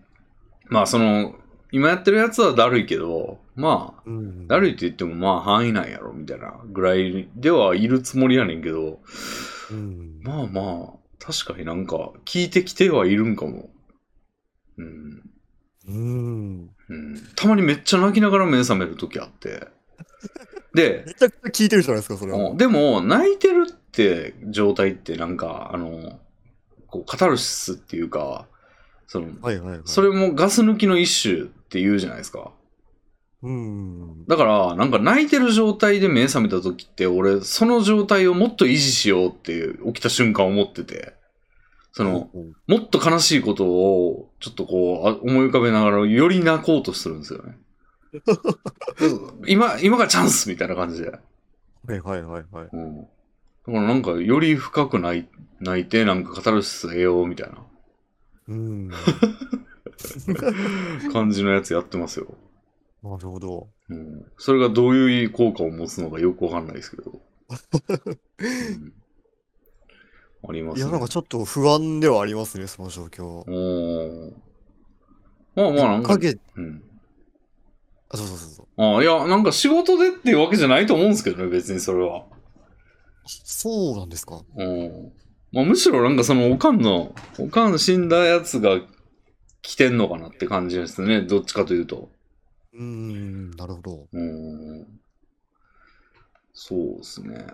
まあ、その、今やってるやつはだるいけど、まあ、
うん。
だるいって言ってもまあ範囲内やろ、みたいなぐらいではいるつもりやねんけど、
うん。
まあまあ、確かになんか、聞いてきてはいるんかも。うん。
うん。
うん。たまにめっちゃ泣きながら目覚める時あって。で、
めちゃくちゃ聞いてるじゃないですか、それは。
うんでも、泣いてるって状態ってなんか、あの、こう、カタルシスっていうか、その、
はいはいはい。
それもガス抜きの一種って言うじゃないですか。
うん。
だから、なんか泣いてる状態で目覚めた時って、俺、その状態をもっと維持しようっていう起きた瞬間思ってて、その、もっと悲しいことを、ちょっとこう、あ思い浮かべながら、より泣こうとするんですよね。うん今、今がチャンスみたいな感じで。
はいはいはいはい。
うん。だからなんか、より深く泣い泣いて、なんかカタルシス得ようみたいな
うん。な
感じのやつやってますよ。
るほど。
うん。それがどういう効果を持つのかよくわかんないですけど。うんありま
い
す
や、
ね。
なんかちょっと不安ではありますね、その状況。
おーまあまあなんか、
影、
うん。
あ、そうそうそうそう。
ああ、いや、なんか仕事でっていうわけじゃないと思うんですけどね、別にそれは。
そうなんですか。
うん。まあ、むしろなんかそのおかんの、おかん死んだやつが来てんのかなって感じですね。どっちかというと。
うん、なるほど。
うん。そうですね。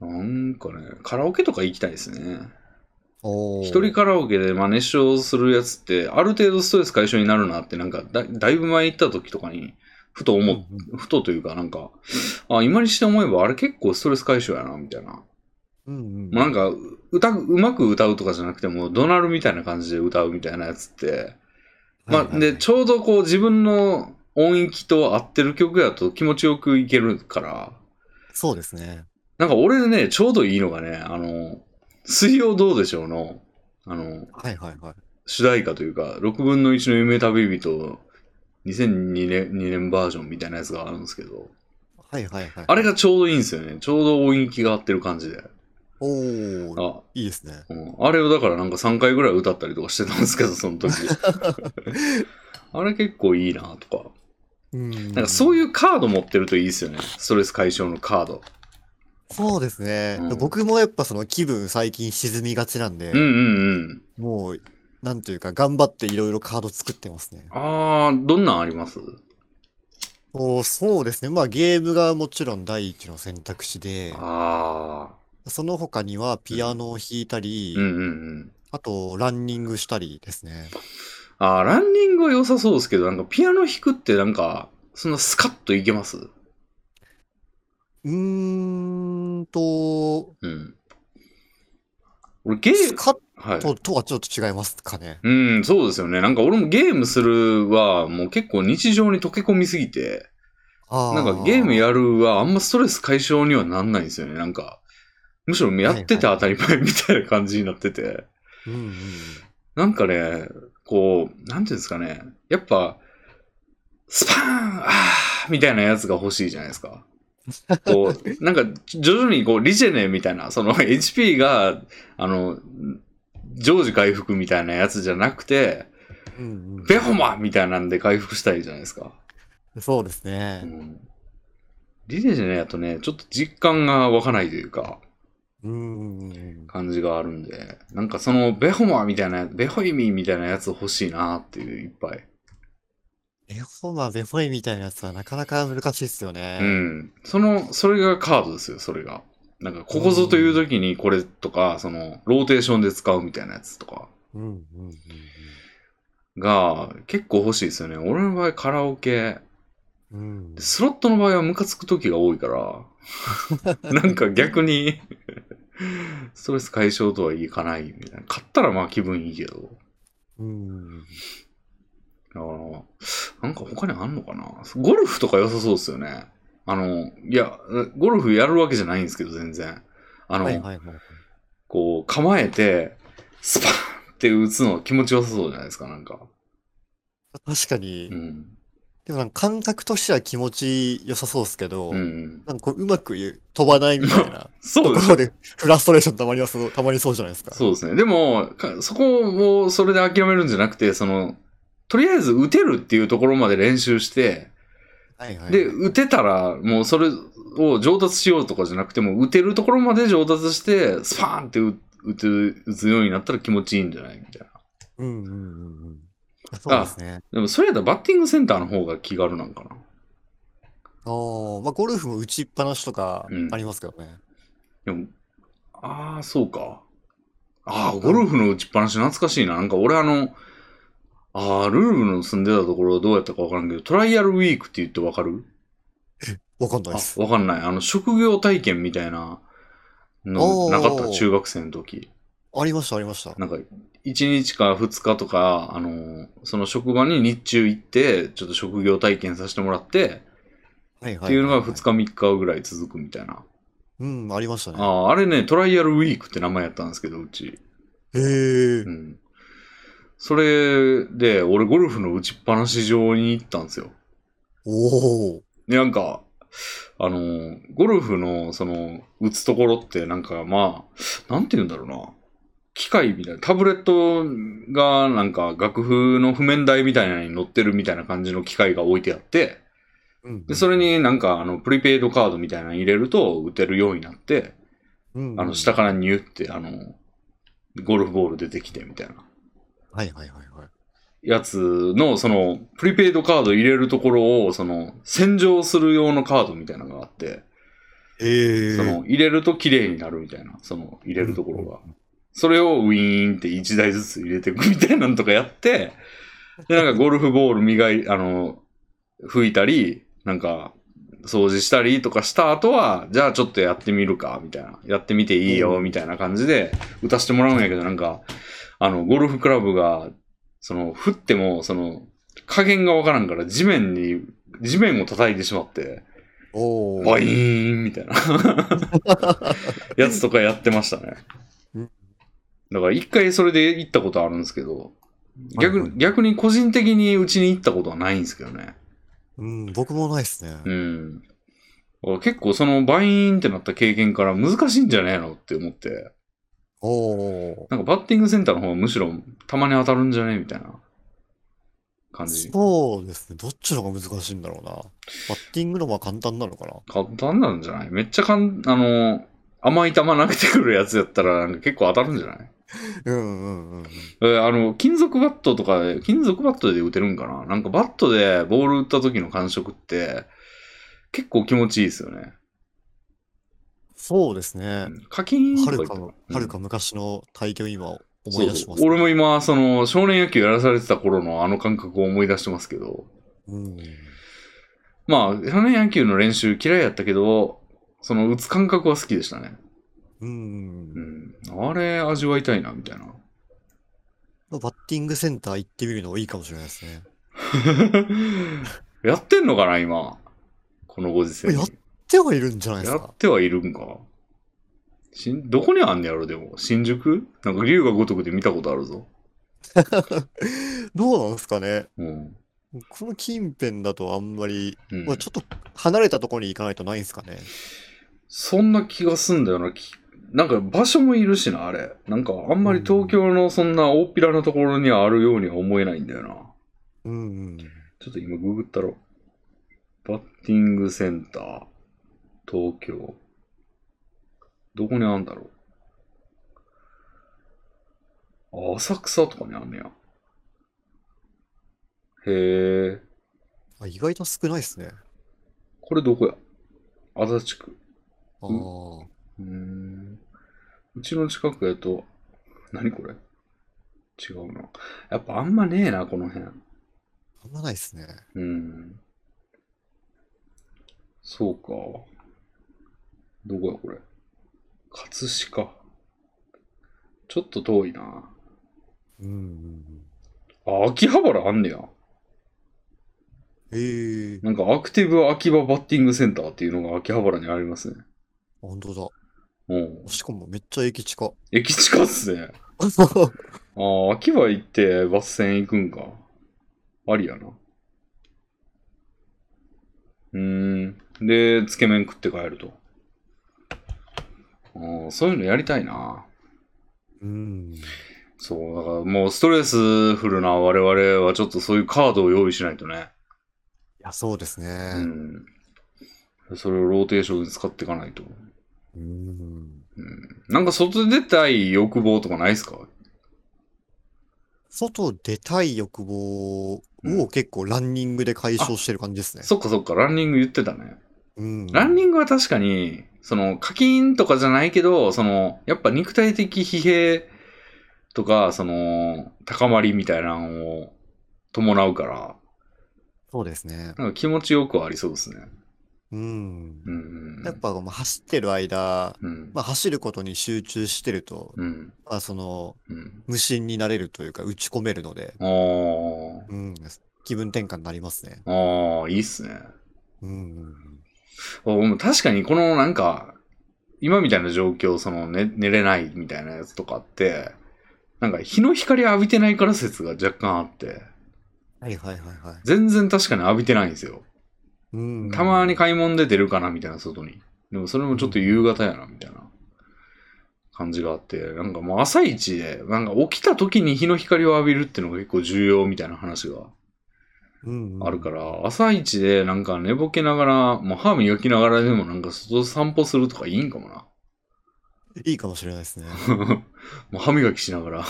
なんかね、カラオケとか行きたいですね。
おー
一人カラオケで真似しをするやつって、ある程度ストレス解消になるなって、なんかだ、だいぶ前行った時とかに、ふと思っ
うん
ふとというか、なんか、あ、今にして思えば、あれ結構ストレス解消やな、みたいな。
うん。うん
もうなんか、歌う、うまく歌うとかじゃなくて、もう、ドナルみたいな感じで歌うみたいなやつって、まあ、で、ちょうどこう、自分の音域と合ってる曲やと気持ちよくいけるから、
そうですね。
なんか俺ね、ちょうどいいのがね、あの、水曜どうでしょうの、あの、
はいはいはい。
主題歌というか、6分の1の夢旅人、2002年、2年バージョンみたいなやつがあるんですけど、
はいはいはい。
あれがちょうどいいんですよね。ちょうど音域が合ってる感じで。
おー、
あ、
いいですね。
うん、あれをだからなんか3回ぐらい歌ったりとかしてたんですけど、その 時。あれ結構いいなとか。
うん。
なんかそう
う。
いうカード持ってるといいですよね。ストレス解消のカード。
そうですね
うん。
僕もやっぱその気分最近沈みがちなんで
うん、うんうん。
もう、なんというか頑張っていろいろカード作ってますね。
あー、どんなんあります
おそうですね。まあゲームがもちろん第一の選択肢で、
あ
その他にはピアノを弾いたり
ー。う、んうんうん。
あとランニングしたりですね。
あー、ランニングは良さそうですけど、なんかピアノ弾くってなんか、そんなスカッといけます
うーんと、
うん。俺ゲー
ス
ム、
カッ
はい。
トとはちょっと違いますかね。
うん、そうですよね。なんか俺もゲームするは、もう結構日常に溶け込みすぎて、
あ
なんかゲーム
や、
やるはあんまストレス解消にはなんないんですよね。なんか、むしろやってて当たり前みたいな感じになってて。
うんうん、
なんかね、こう、なんていうんですかね。やっぱ、スパーンあーみたいなやつが欲しいじゃないですか。こう、なんか徐々にこう、リジェネみたいな、その HP が、あの、常時回復みたいなやつじゃなくて、
うんうん
ベホマみたいなんで回復したいじゃないですか。
そうです
う
ね。
ん。リレーじゃねやとね、ちょっと実感が湧かないというか、
うんうんうん。
感じがあるんで、なんかそのベホマみたいな、ベホイミみたいなやつ欲しいなっていう、いっぱい。
エホマ、ベフォイみたいなやつはなかなか難しいですよね。
うん。その、それがカードですよ、それが。なんか、ここぞという時にこれとか、その、ローテーションで使うみたいなやつとか。
うんうんうんうん。
が結構欲しいですよね。俺の場合カラオケ。
うん
で、スロットの場合はムカつく時が多い から、なんか逆に、ストレス解消とはいかないみたいな。買ったらまあ気分いいけど。
うん、
だから、なんか他にあんのかなゴルフとか良さそうですよね。あの、いや、ゴルフやるわけじゃないんですけど、全然。あの、
はいはいはい。
こう、構えて、スパーンって打つの気持ちよさそうじゃないですか、なんか。
確かに、
うん。
でもなんか感覚としては気持ち良さそうですけど、
うんうん。
なんかこううまく言う飛ばないみたいな
そうで
とこ
す
ろでフラストレーションたまりはそう、たまりそうじゃないですか。
そうですね。でも、かそこをそれで諦めるんじゃなくて、その、とりあえず打てるっていうところまで練習して、
はいはい。
で、打てたら、もうそれを上達しようとかじゃなくても、打てるところまで上達して、スパーンって打打て打つようになったら気持ちいいんじゃないみたいな。
うんうんうんうん。そうですね。
でも、それやったらバッティングセンターの方が気軽なんかな。
おーまあ、ゴルフも打ちっぱなしとか
うん
ありますけどね。
でも、ああ、そうか。ああ、ゴルフの打ちっぱなし懐かしいな。なんか俺あの、ああ、ルーブの住んでたところはどうやったかわからんけど、トライアルウィークって言ってわかる
わかんないです。
あわかんない。あの、職業体験みたいなの
おー
なかった中学生の時。
ありました、ありました。
なんか、1日か2日とか、あの、その職場に日中行って、ちょっと職業体験させてもらって、
はいは
っ
い。
ていうのが2日3日ぐらい続くみたいな。
うん、ありましたね。
ああ、あれね、トライアルウィークって名前やったんですけど、うち。
へえ
う。ん。それで、俺ゴルフの打ちっぱなし場に行ったんですよ。
おお。
で、なんか、あの、ゴルフの、その、打つところって、なんか、まあ、なんて言うんだろうな。機械みたいな、タブレットが、なんか、楽譜の譜面台みたいなのに載ってるみたいな感じの機械が置いてあって、で、それ、になんか、あの、プリペイドカードみたいなの入れると、打てるようになって、
うん、
あの、下。からニュって、あの、ゴルフボール出てきて、みたいな。
はいはいはいはい。
やつの、その、プリペイドカード入れるところを、その、洗浄する用のカードみたいなのがあって、
へえ。
その、入れると綺麗になるみたいな、その、入れるところが。それをウィーンって1台ずつ入れていくみたいなのとかやって、で、なんかゴルフボール磨い、 あの、拭いたり、なんか、掃除したりとかした後は、じゃあちょっとやってみるか、みたいな。やってみていいよ、みたいな感じで、打たせてもらうんやけど、なんか、あの、ゴルフクラブが、その、振っても、その、加減がわからんから、地面に、地面を叩いてしまって、
おお。
バイーンみた いなやつとかやってましたね
うん。
だから一回それで行ったことあるんですけど、逆,、
はいはい
逆に個人的にうちに行ったことはないんですけどね。
うん、僕もないですね。
うん。だから結構そのバイーンってなった経験から難しいんじゃねえのって思って、
おお。
なんかバッティングセンターの方はむしろたまに当たるんじゃねえみたいな感じ。
そうですね。どっちの方が難しいんだろうな。バッティングの方が簡単なのかな。
簡単なんじゃないめっちゃかん、あの、甘い球投げてくるやつやったらなんか結構当たるんじゃない
うんうんうんうん。
えーあの、金属バットとかで、金属バットで打てるんかななんかバットでボール打った時の感触って、結構気持ちいいですよね。
そうですね。
課金
は
とか言
るか
って
の、はるか昔の体験を今
うん
思い出し
そうそう
ますね。
俺も今、その、少年野球やらされてた頃のあの感覚を思い出してますけど、
うん。
まあ、少年野球の練習嫌いやったけど、その、打つ感覚は好きでしたね。
うん
う。ん。あれ、味わいたいな、みたいな。
バッティングセンター行ってみるのもいいかもしれないですね。
やってんのかな、今。このご時世に。
やってはいるんじゃないです
や
か
っ。てはいるんか。しんどこにあんねやろ、でも。新宿なんか竜が如くで見たことあるぞ。
どうなんですかね。
うん。
この近辺だとあんまり、
うん
まあ、ちょっと離れたところに行かないとないんですかね。
そんな気がすんだよな。きなんか場所もいるしな、あれ。なんかあんまり東京のそんな大っぴらなところにはあるようには思えないんだよな。
うん、うん。
ちょっと今ググったろ。バッティングセンター、東京。どこにあんだろう。あ、浅草とかにあんねや。へえ。
あ、意外と少ないですね。
これどこや足立区。
ああ、
うーん。うちの近くやと、何これ違うな。やっぱあんまねえな、この辺。
あんまないですね。
うん。そうか。どこや、これ。葛飾。ちょっと遠いな。
うんうんうん。
あ、秋葉原あんねや。
ええ
なんかアクティブ秋葉バッティングセンターっていうのが秋葉原にありますね。
本当だ。
うん。
しかもめっちゃ駅近。
駅近っすね。ああ、秋葉行ってバス線行くんか。ありやな。うーん。で、つけ麺食って帰ると。ああ、そういうのやりたいな。
うん。
そう、だからもうストレスフルな我々はちょっとそういうカードを用意しないとね。
いや、そうですね
う。ん。それをローテーションで使っていかないと。
うん。
うん。なんか外出たい欲望とかないっすか
外出たい欲望を
うん
結構ランニングで解消してる感じですね。
そっかそっか、ランニング言ってたね。
うん。
ランニ
ン
ングは確かに、その課金とかじゃないけど、そのやっぱ肉体的疲弊とか、その高まりみたいなのを伴うから、
そうですね。
なんか気持ちよくはありそうですね。
うん
う。ん。
やっぱ、まあ、走ってる間、
うん。
まあ、走ることに集中してると、
うん。
まあ、その、
うん。
無心になれるというか、打ち込めるので、
あー
うん。気分転換になりますね。
あー、いいっすね。
うんうんうん。
おでも確かにこのなんか、今みたいな状況、その寝寝れないみたいなやつとかって、なんか日の光浴びてないから説が若干あって、
はいはいはいはい。
全然確かに浴びてないんですよ。
うん。
たまに買い物で出るかなみたいな外に。でもそれもちょっと夕方やなみたいな感じがあって、なんかもう朝一で、なんか起きた時に日の光を浴びるっていうのが結構重要みたいな話が
うんうん
あるから、朝一でなんか寝ぼけながら、もう歯磨きながらでもなんか外散歩するとかいいんかもな。
いいかもしれないですね。
もう歯磨きしながら。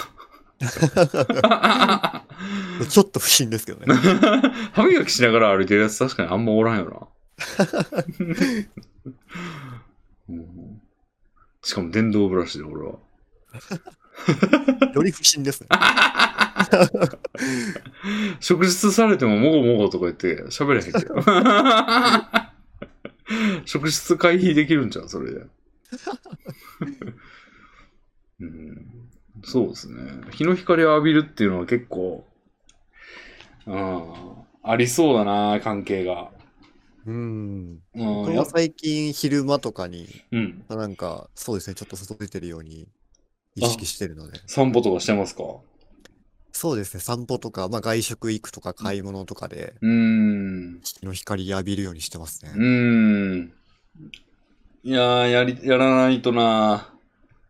歯
ちょっと不審ですけどね。
磨きしながら歩いてるやつ確かにあんまおらんよな。うんしかも電動ブラシで俺は。
より不審です ね。
食事されてももごもごとか言って喋れへんけど。食室回避できるんじゃん、それで。うん、そうですね。日の光を浴びるっていうのは結構、うん、ありそうだな、関係が。
うん。
うん、
僕
や
も最近昼間とかに、
うん、
なんか、そうですね、ちょっと外出てるように意識してるので。
散歩とかしてますか
そうですね、散歩とか、まあ外食行くとか買い物とかで、
うーん。
日の光浴びるようにしてます
う
ね。
ーん。いやーやり、やらないとな。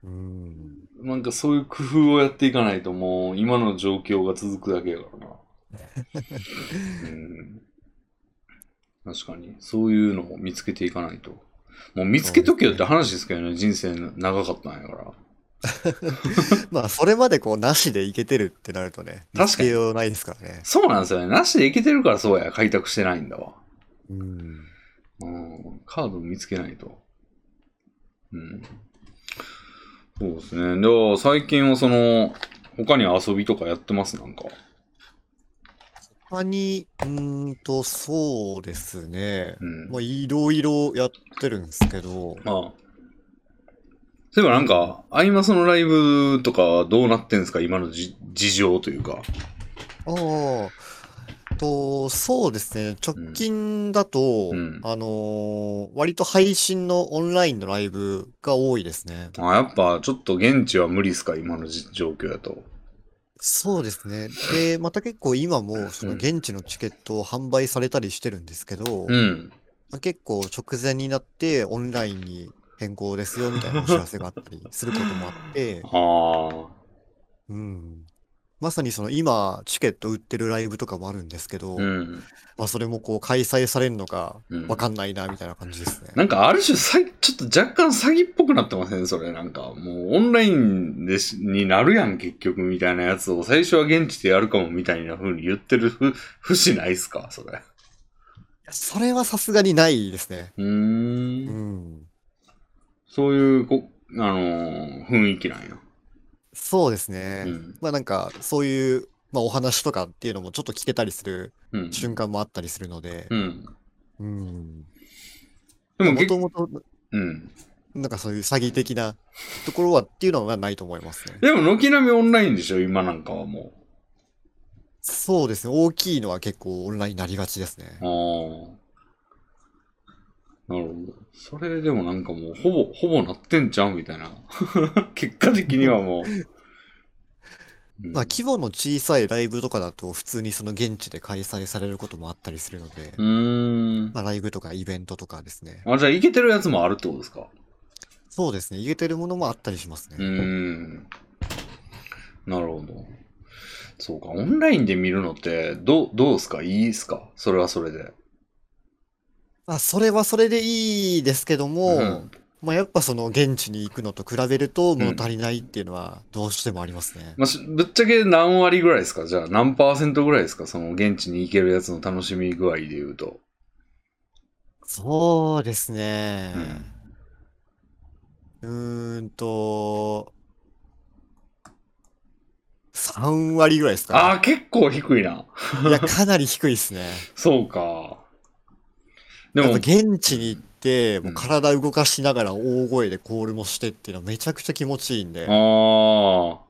うん。
なんかそういう工夫をやっていかないともう今の状況が続くだけやからな。うん、確かに、そういうのを見つけていかないと。もう見つけとけよって話ですけどね、人生長かったんやから。
まあ、それまでこう、なしで行けてるってなるとね、
確かに
見つけようないですからね。
そうなんですよね。なしでいけてるからそうや、開拓してないんだわ。
うん。
うん、カードを見つけないと。うん。そうですね。では、最近はその、他に遊びとかやってますなんか。
他に、うーんと、そうですね。
うん。
まあ、いろいろやってるんですけど、
ああ。そういえばなんか、アイマスのライブとかはどうなってんですか今のじ事情というか。
ああ、と、そうですね。直近だと、
うん
あのー割と配信のオンラインのライブが多いですね。
あやっぱちょっと現地は無理っすか今のじ状況やと。
そうですね。で、また結構今も、その
うん
現地のチケットを販売されたりしてるんですけど、
うん。
まあ結構直前になってオンラインに変更ですよみたいなお知らせがあったりすることもあって、
あ
うん。まさにその今、チケット売ってるライブとかもあるんですけど、
あ。うん。
まあそれもこう開催されるのか
うん
わかんないなみたいな感じですね。
なんかある種さい、ちょっと若干詐欺っぽくなってませんそれ。なんか、もうオンラインでし、になるやん、結局、みたいなやつを最初は現地でやるかも、みたいな風に言ってるふ、節ないっすかそれ。
それはさすがにないですね。
うー。
うんん。
そういう、こ、あのー雰囲気なんや。
そうですね。
うん
まあなんか、そういう、まあお話とかっていうのもちょっと聞けたりする
うん。
瞬間もあったりするので、
うん。
うん。
でも
も
結
と
構、
もと、
うん。
なんかそういう詐欺的なところはっていうのはないと思いますね。
でも、軒並みオンラインでしょ、今なんかはも
そうですね。大きいのは結構オンラインになりがちですね。
う。ああ。なるほど。それでもなんかもう、ほぼ、ほぼなってんじゃんみたいな。 結果的にはもう。
まあ規模の小さいライブとかだと普通にその現地で開催されることもあったりするので、
うん、うーん。
まあライブとかイベントとかですね。
あ、じゃあ、いけてるやつもあるってことですか
そうですね。言えてるものもあったりします
うー
ね。
ん。なるほど。そうか、オンラインで見るのって、どう、どうですかいいですかそれはそれで。
まあそれはそれでいいですけども、
うん
まあやっぱその現地に行くのと比べると
ん
物足りないっていうのはどうしてもありますね。
まあ、しぶっちゃけ何割ぐらいですかじゃあ何パーセントぐらいですかその現地に行けるやつの楽しみ具合で言うと。
そうですね
う。
うーんと、3割ぐらいです
ああ、
か
結構低いな。
ね。いや、かなり低いですね。
そうか。で
や
も
っぱ、現地に行って、
ん
もう体動かしながら大声でコールもしてっていうのはめちゃくちゃ気持ちいいんで。
あ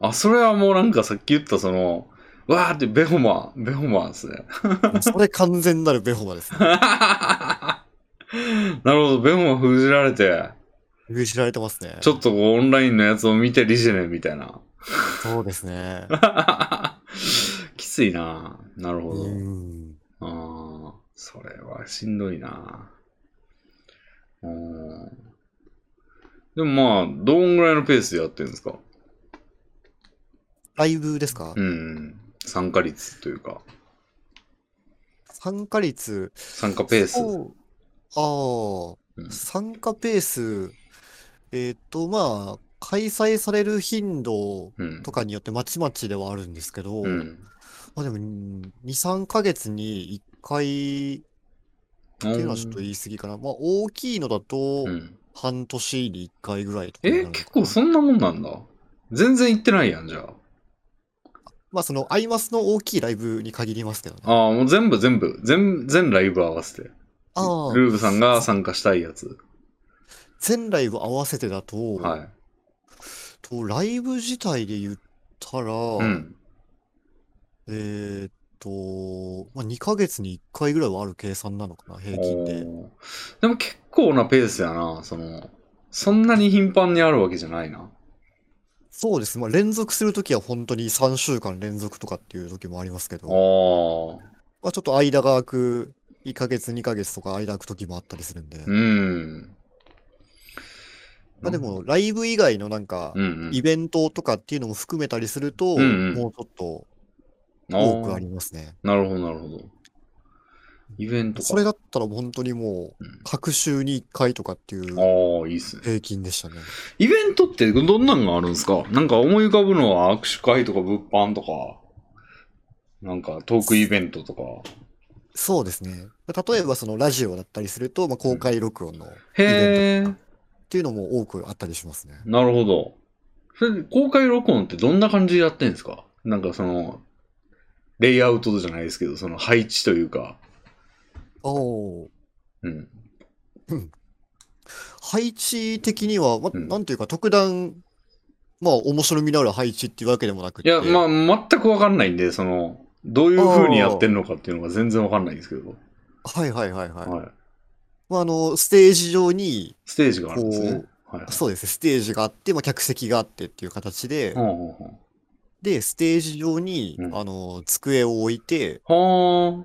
あ、あ、それはもうなんかさっき言ったその、わーってベホマン、ベホマンですね。
それ完全なるベホマですね。
なるほど、ベホマン封じられて、
封じられてますね。
ちょっとこうオンラインのやつを見てリジェネみたいな。
そうですね。
きついな。なるほど。
うん。
ああ、それはしんどいな。うん。でもまあ、どんぐらいのペースでやってるんですか
ライブですか
うん。参加率というか、
参加率。
参加ペース。う
そうあ
うん
あ、参加ペース。えっと、まあ、開催される頻度
ん
と。かによってまちまちではあるんですけど、
うん。
まあでも、2、3ヶ月に1回っていうのはちょっと言い過ぎかな。まあ、大きいのだと
う、ん
半年に1回ぐらいとかにな
え、
るのか
結構そんなもんなんだ。全然行ってないやん、じゃあ。
まあ、その、アイマスの大きいライブに限りますけどね。
ああ、もう全部全部、全、全ライブ合わせて。
ああ、
ルーブさんが参加したいやつ。
全ライブ合わせてだと、
はい。
とライブ自体で言ったら、
うん。
えーっと、まあ、2ヶ月に1回ぐらいはある計算なのかな、平均で。
おーでも結構なペースやな、その、そんなに頻繁にあるわけじゃないな。
そうですね。まあ、連続するときは本当に3週間連続とかっていう時もありますけど、
ああ、
まあ、ちょっと間が空く、1ヶ月、2ヶ月とか間空く時もあったりするんで、
うん。
まあ、で、も、ライブ以外のなんか、
うんうん、
イベントとかっていうのも含めたりすると、
うんうん
もうちょっと
あー
多くありますね。
なるほど、なるほど。イベントか。
それだったら本当にもう、各週に1回とかっていう
ああ、いいっすね。
平均でしたね。
イベントってどんなんがあるんですかなんか思い浮かぶのは握手会とか物販とか、なんかトークイベントとか。
そうですね。例えばそのラジオだったりすると、まあ、公開録音のイベント
へえ、
っていうのも多くあったりしますね。
なるほど。それで公開録音ってどんな感じでやってんですかなんかその、レイアウトじゃないですけど、その配置というか。
おー
うん。
配置的には、まあ、
うん
なんていうか特段、まあ面白みのある配置っていうわけでもなく
い
って、
や、まあ、全くわかんないんで、その、どういう風にやってんのかっていうのが全然わかんないんですけど、
はいはいはいはい。
はい。
まあ、あの、ステージ上に、
ステージがあるんですね。はい。
そうですね、ステージがあって、まあ、客席があってっていう形で、
ほうほうほう
で、ステージ上に、
うん
あの、机を置いて、
は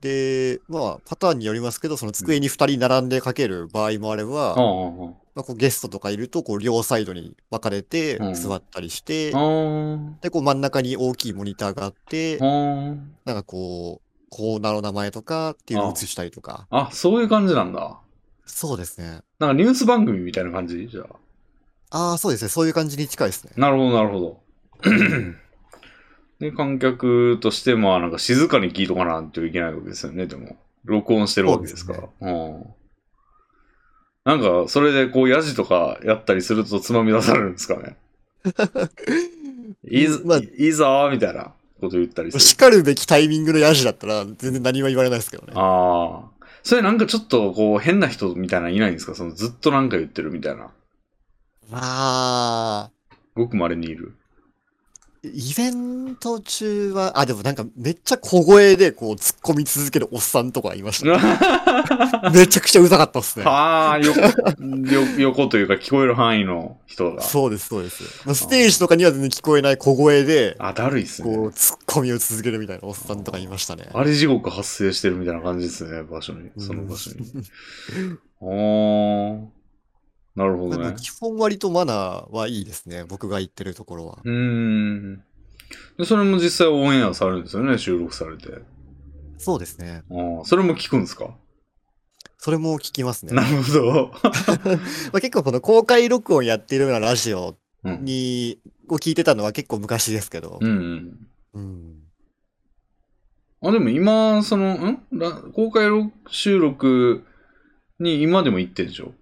で、まあ、パターンによりますけど、その机に2人並んでかける場合もあれば、
あ。はあは
まあ、こうゲストとかいると、こう両サイドに分かれて
うん
座ったりして、
あは
で、こう真ん中に大きいモニターがあって
あ。、は
なんかこう、コーナーの名前とかっていうのを映したりとか。
あ。あ、そういう感じなんだ。
そうですね。
なんかニュース番組みたいな感じじゃあ。
ああ、そうですね。そういう感じに近いですね。
なるほど、なるほど。で、観客として、まあ、なんか静かに聞いとかなんといけないわけですよね、でも。録音してるわけですから。うん。なんか、それで、こう、ヤジとかやったりするとつまみ出されるんですかね。いいぞ、
まあ
いいぞーみたいなこと言ったりする。
叱るべきタイミングのヤジだったら、全然何も言われないですけ どね。
ああ。それなんかちょっとこう変な人みたいなのいないんですかそのずっとなんか言ってるみたいな。
まあ、
ごく稀にいる。
イベント中は、あ、でもなんかめっちゃ小声でこう突っ込み続けるおっさんとかいました。めちゃくちゃうざかったっすね。
ああ、よ、よ、横というか聞こえる範囲の人が。
そうです、そうです。まあ、ステージとかには全然聞こえない小声で、
あ、だるいっす
こう
ね。
突っ込みを続けるみたいなおっさんとかいましたね。
あれ地獄発生してるみたいな感じですね、場所に。その場 所に。あー。なるほど
なん
ね
か。基本割とマナーはいいですね。僕が行ってるところは。
うーん。で、それも実際オンエアされるんですよね、収録されて。
そうですね。
ああ、それも聞くんですか
それも聞きますね。
なるほ ど。
まあ、結構この公開録音やっているようなラジオ
うん。
に、を聞いてたのは結構昔ですけど
う。んうん。
うん。
あ、でも今、その、んら公開録収録に今でも行ってんでしょ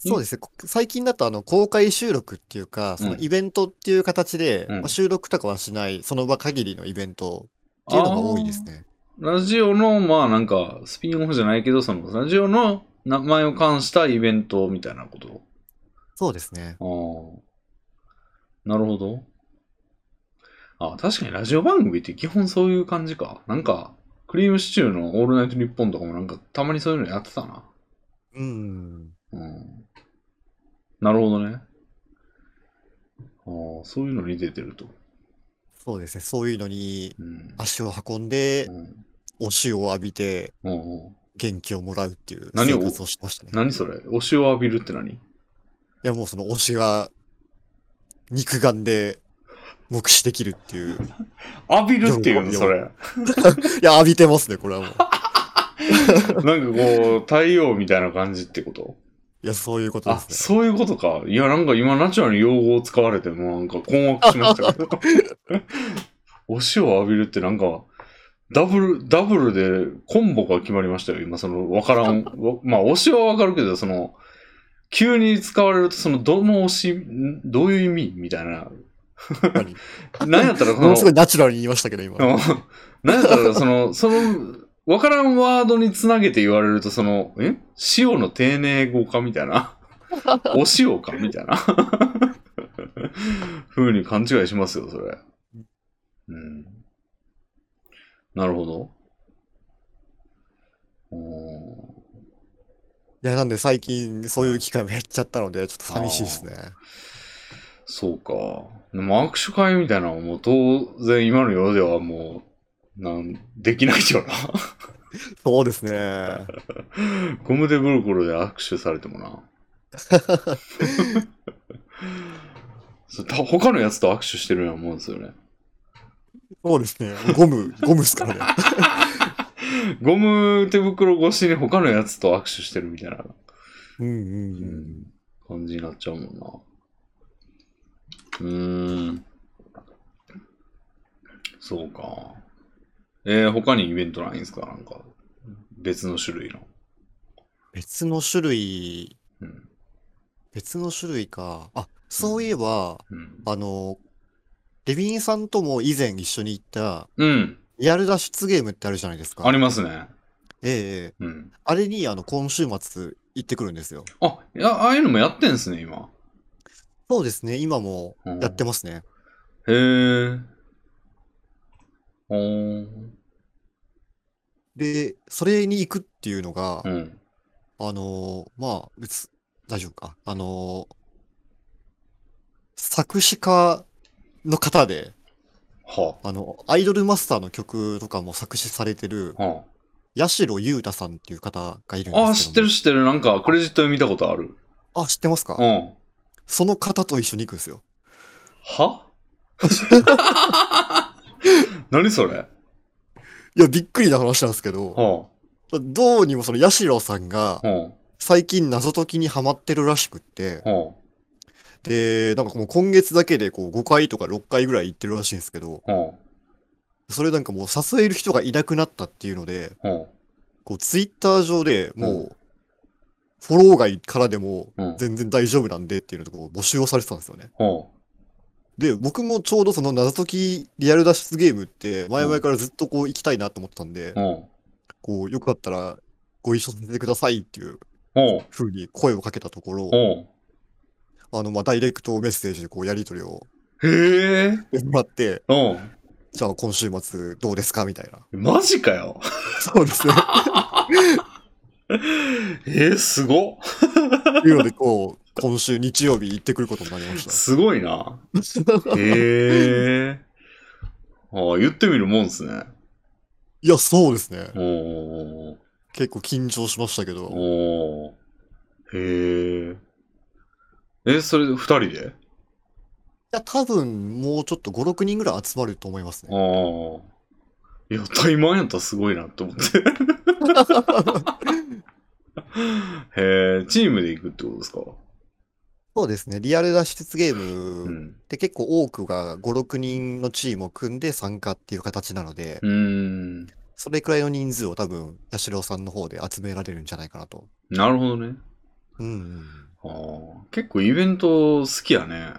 そうですね。こ最近だとあの公開収録っていうか、そのイベントっていう形で、
うん
まあ収録とかはしない、その場限りのイベントっていうのが多いですね。
あーラジオの、まあなんか、スピンオフじゃないけど、その、ラジオの名前を冠したイベントみたいなこと。
そうですね。
ああ。なるほど。あ、確かにラジオ番組って基本そういう感じか。なんか、クリームシチューのオールナイトニッポンとかもなんか、たまにそういうのやってたな。
うん。
うん。なるほどね。ああ、そういうのに出てると。
そうですね。そういうのに
うん。
足を運んで
う、ん。
お塩を浴びて、
うんうん、
元気をもらうっていう
何
生
を
活をしてましたね。
何それお塩を浴びるって何
いや、もうその推しが、肉眼で目視できるっていう。
浴びるっていうの
いや
それ。
いや、浴びてますね、これはもう。
なんかこう、太陽みたいな感じってこと
いや、そういうことで
あ、
すね。
そういうことか。いや、なんか今ナチュラルに用語を使われてもうなんか困惑しま したけど。お塩を浴びるってなんか、ダブル、ダブルでコンボが決まりましたよ。今、その、わから ん。わまあ、お塩はわかるけど、その、急に使われると、その、どのおし、んどういう意味みたいな。
やっぱり
なんやったら、そ
もの
の
すごいナチュラルに言いましたけど、今。
うんなんやったら、その、その、わからんワードにつなげて言われると、その、え塩の丁寧語かみたいな。お塩かみたいな。 ふうに勘違いしますよ、それ。うん。なるほど。おー
いや、なんで最近そういう機会も減っちゃったので、ちょっと寂しいですね。
そうか。でも握手会みたいなのはもう当然今の世ではもう、なん、できないよな。
そうですね。
ゴムでブルコロで握手されてもな。 そうた他のやつと握手してるようなもんですよね。
そうですね。ゴム、ゴムっすか らね。
ゴム手袋越しに他のやつと握手してるみたいな、
うんう
う
んうん。
ん、感じになっちゃうもんな。うーん。そうか。えー、他にイベントないんですかなんか、別の種類の。
別の種類、
うん。
別の種類か。あ、そういえば、
うん。
あの、レビンさんとも以前一緒に行った、
うん。
リアル脱出ゲームってあるじゃないですか。
ありますね。
ええええ
うん。
あれに、あの、今週末行ってくるんですよ。
あ、いや、ああいうのもやってんすね、今。
そうですね。今もやってますね。
へえ。おー
で、それに行くっていうのが
う、ん。
あのーまあ、別、大丈夫か。あのー作詞家の方で、
は
あの、アイドルマスターの曲とかも作詞されてる、
あ。は
八代優太さんっていう方がいるんですけど
あ。
も
あ、知ってる知ってる。なんか、クレジットで見たことある。
あ、知ってますか
うん。
その方と一緒に行くんですよ。
は何それ
いや、びっくりな話なんですけど、
は
どうにもその八代さんが
あ。は
最近謎解きにハマってるらしくって、
あ。は
で、なんかもう今月だけでこう5回とか6回ぐらい行ってるらしいんですけど、
あ。は
それなんかもう誘える人がいなくなったっていうので、
あ。は
こう、ツイッター上でもう、フォロー外からでも
うん
全然大丈夫なんでっていうのとこ募集をされてたんですよね。
ほ
で、僕もちょうどその謎解きリアル脱出ゲームって前々からずっとこう行きたいなと思ってたんで
う、、ほ
こうよかったらご一緒させてくださいっていう
う、ほ
風に声をかけたとこ
う、
ろ、
ほ
あの、まあ、ダイレクトメッセージでこうやり取りを
う。へえ。
もらって、
うん。
じゃあ今週末どうですかみたいな。
マジかよ。
そうですね。
えー、すごっ。
いうので、こう、今週日曜日行ってくることになりまし
すごいな。
た。
へえ。ああ、言ってみるもんですね。
いや、そうですね。
おー
結構緊張しましたけど。
おーへえ。え、それで二人で
いや、多分、もうちょっと5、6人ぐらい集まると思います
あ
ね。
あ。いや、怠慢やったらすごいなと思って。へえ、チームで行くってことですか
そうですね。リアル脱出ゲー
う
ムっ
ん。
て結構多くが5、6人のチームを組んで参加っていう形なので、
うーん。
それくらいの人数を多分、八代さんの方で集められるんじゃないかなと。
なるほどね。
うんうん。
ああ。結構イベント好きやね。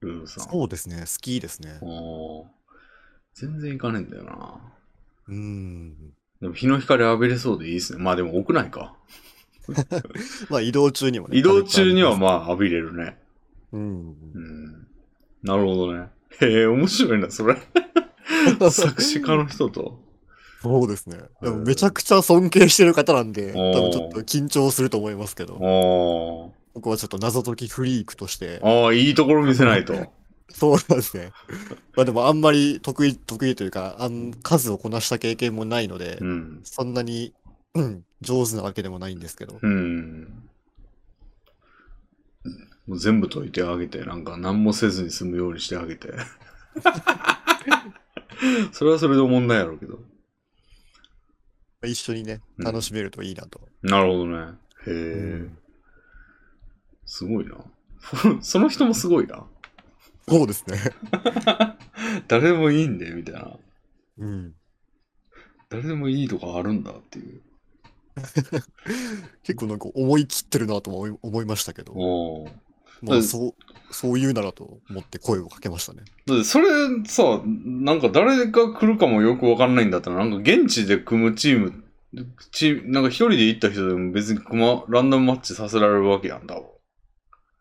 ルーさん。あ
そうですね。好きですね。
あ。全然行かねえんだよな。
うん。
でも日の光浴びれそうでいいですね。まあでも屋内か。
まあ、移動中にもね。
移動中には
あ。
まあ浴びれるね。
うん
う。ん。なるほどね。へえ、面白いな、 それ。作詞家の人と。
そうですね。でも
うん
めちゃくちゃ尊敬してる方なんで、
おー
多分ちょっと緊張すると思いますけど、
あ
僕はちょっと謎解きフリークとして、
あ。ああ、いいところ見せないと。
そうなんですね。まあでもあんまり得意、得意というか、あん数をこなした経験もないので
う、ん。
そんなに、うん、上手なわけでもないんですけど。
うん。もう全部解いてあげて、なんか何もせずに済むようにしてあげて。 それはそれで問題やろうけど。
一緒にね、
うん
楽しめるといいなと。
なるほどね。へえ、
うん
すごいな。 その人もすごいな。
そうですね。
誰でもいいんで、みたいな。
うん。
誰でもいいとかあるんだっていう。
結構なんか思い切ってるなとも思い思いましたけど、
おー
ま
う
あ
ん
そう、そう言うならと思って声をかけましたね。
だってそれさ、なんか誰が来るかもよくわかんないんだったら、なんか現地で組むチーム、チームなんか一人で行った人でも別に組ま、ランダムマッチさせられるわけやんだ。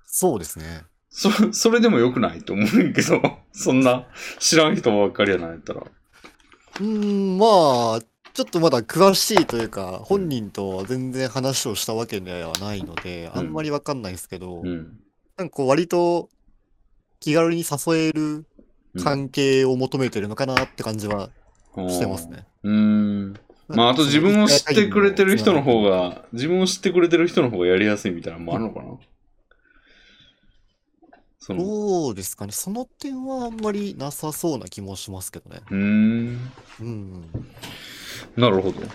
そうですね。
そ、それでもよくないと思うんやけど、 そんな知らん人ばっかりやないやったら。
うーん、まあ、ちょっとまだ詳しいというか、本人とは全然話をしたわけではないので、
うん
あんまりわかんないですけど、
う
なん
ん。
かこう割と気軽に誘える
うん
関係を求めてるのかなって感じはしてますね。
うーん。まあ、あと自分を知ってくれてる人の方。が、自分を知ってくれてる人の方がやりやすいみたいなのもあるのかなその、う
どうですかね。その点はあんまりなさそうな気もしますけどね。
ーん。
うん。
なるほど。へ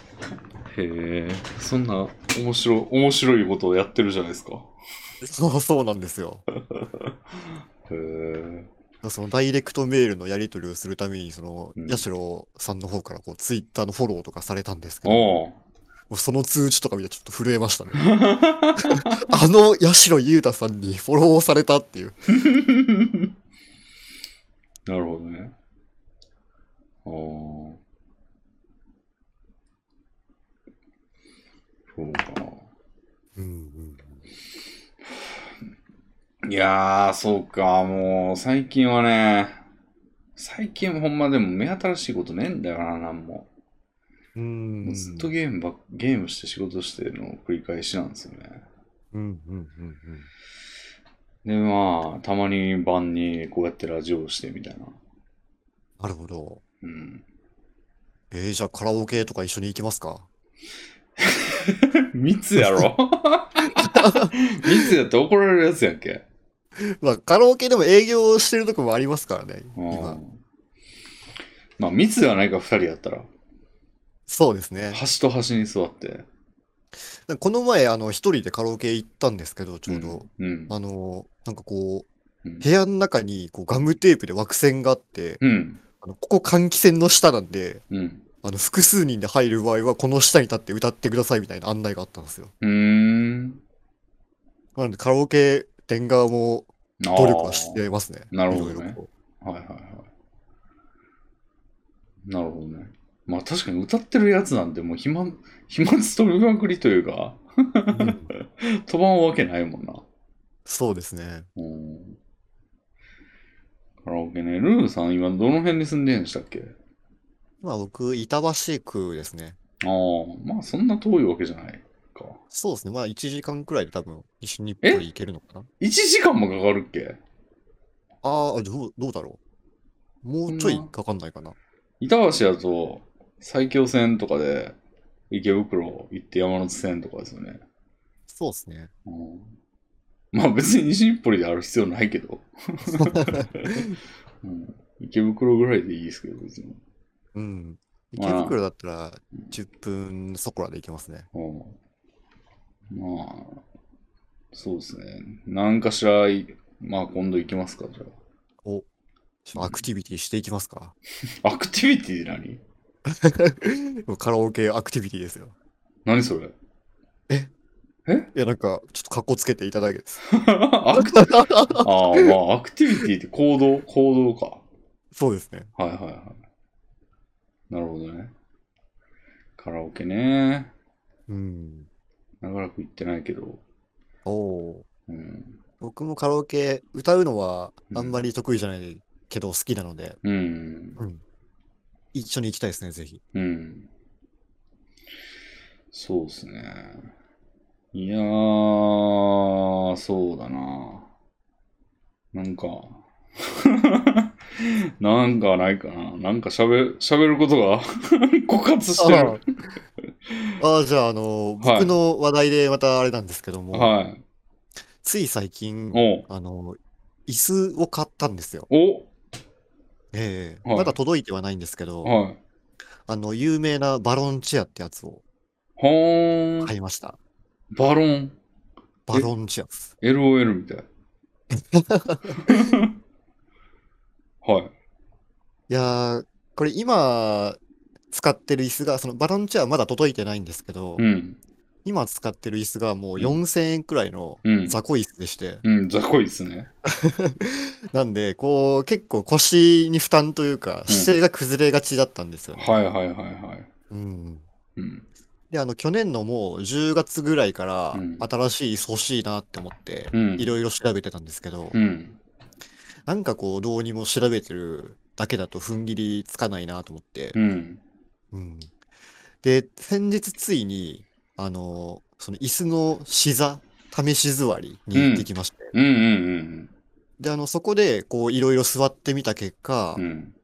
え、そんな面白い、面白いことをやってるじゃないですか。
そうそうなんですよ。
へえ。
そのダイレクトメールのやり取りをするために、その、
うん
八代さんの方からこう、ツイッターのフォローとかされたんですけど、
おう
もうその通知とか見てちょっと震えま したね。あの、八代裕太さんにフォローされたっていう。
なるほどね。ああ。そうか。
うん
いやー、そうか、もう、最近はね、最近はほんまでも目新しいことねえんだよな、なんも。
うん。うん
もうずっとゲームばっ、ゲームして仕事しての繰り返しなんですよね。
うんうんうんうん。
で、まあ、たまに晩にこうやってラジオをしてみたいな。
なるほど。
うん。
えー、じゃあカラオケとか一緒に行きますか
密や ろ密やって怒られるやつやんけ。
まあ、カラオケでも営業してるとこもありますからね、
うん
今。
まあ、密ではないか、二人やったら。
そうですね。
端と端に座って。
なんかこの前、あの、一人でカラオケ行ったんですけど、ちょうど。
うん。
あの、なんかこ
う
う、
ん
部屋の中にこうガムテープで枠線があって、
うん。
あのここ換気扇の下なんで、
うん。
あの、複数人で入る場合は、この下に立って歌ってくださいみたいな案内があったんですよ。
うーん。
なのでカラオケ店側も
あー
努力はしてますね。
なるほどね
いろいろこ
はいはいはい。なるほどね。まあ確かに歌ってるやつなんてもう暇、暇つと見まくりというか、
ううん
飛ばんわけないもんな。
そうですね。
うん。カラオケね。ルーさん今どの辺に住んでんでしたっけ
まあ僕、板橋区ですね。
ああ、まあそんな遠いわけじゃないか。
そうですね。まあ1時間くらいで多分、西日
え
暮里行けるのかな。
1時間もかかるっけ
ああ、どう、どうだろう。もうちょいかかんないかな。
板橋だと埼京線とかで池袋行って山手線とかですよね。
そうですね。
うんまあ別に西日暮里である必要ないけど。うん、池袋ぐらいでいいですけど、別に。
うん。
ま
池
あ
袋だったら10分そこらで行けますね。
うん、まあ、そうですね。何かしらい、まあ今度行きますか、じゃ
ちょっとアクティビティしていきますか。
あ。アクティビティって何
カラオケアクティビティですよ。
何それ
いや、なんか、ちょっと格好つけていただけです。
アクティああ、まあアクティビティって行動、行動か。
そうですね。
はいはいはい。なるほどね。カラオケね。
うん。
長らく行ってないけど。
おお。
うん。
僕もカラオケ歌うのは
うん
あんまり得意じゃないけど好きなので、
うん。
一緒に行きたいですね、ぜひ。
うん。そうですね。いやー、そうだな。なんか、なんかないかな。なんか喋喋ることが 枯渇して る。
ああ、じゃあ、あの、
はい
僕の話題でまたあれなんですけども、
はい。
つい最近、
お
あの、椅子を買ったんですよ。
お
ええ
はい
まだ届いてはないんですけど、
はい。
あの、有名なバロンチェアってやつを
ほーん。
買いました。
バロン。
バロンチェアです。
LOL みた い。はい。
いやー、これ今使ってる椅子が、そのバロンチェアはまだ届いてないんですけど、
うん。
今使ってる椅子がもう
うん
4000円くらいの
うん。
雑魚椅子でして、
うん、雑魚いですね。
なんで、こう、結構腰に負担というか、
うん
姿勢が崩れがちだったんですよね。
はいはいはいはい。
うん。
うん。
で、あの、去年のもう10月ぐらいから
うん、
新しい椅子欲しいなって思って、
うん。
いろいろ調べてたんですけど
う、ん。
なんかこう、どうにも調べてるだけだと踏ん切りつかないなと思って
う、ん。
うん。で、先日ついに、あの、その椅子の膝試し座りに行ってきまして、
うんうん
で、あの、そこで、こう、いろいろ座ってみた結果
うんう、ん。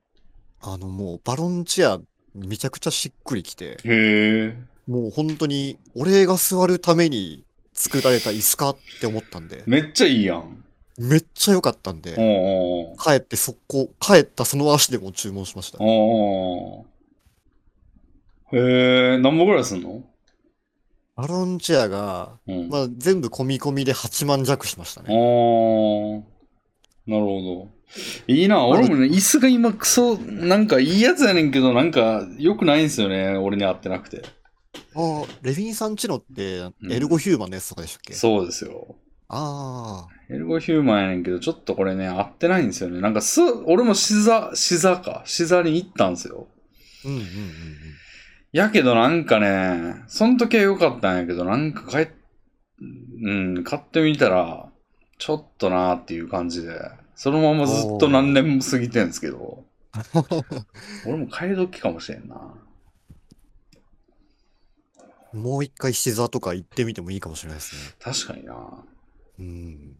あの、もう、バロンチェア、めちゃくちゃしっくりきて、
へえ。
もう本当に、俺が座るために作られた椅子かって思ったんで、
めっちゃいいやん。
めっちゃ良かったん
お
で、
うおう
帰って速攻、帰ったその足でも注文しました。
おうおうへえ、何本ぐらいすんの
バロンチェアが、
うん。
まあ、全部込み込みで8万弱しましたね。
おーなるほど。いいな、俺もね、椅子が今クソ、なんかいいやつやねんけど、なんか良くないんですよね、俺に合ってなくて。
ああ、レヴィンさんちのって、
ん
エルゴヒューマンのやつとかでしたっけ
そうですよ。
あ
エルゴヒューマンやねんけど、ちょっとこれね、合ってないんですよね。なんかす、俺もシザ、シザか、シザに行ったんですよ。
あ、うんうんうんうん。
やけどなんかね、その時は良かったんやけど、なんか買え、うん、買ってみたら、ちょっとなーっていう感じで、そのままずっと何年も過ぎてんですけど、俺も買い時かもしれんな。
もう一回シ座とか行ってみてもいいかもしれないですね。
確かにな。
うん。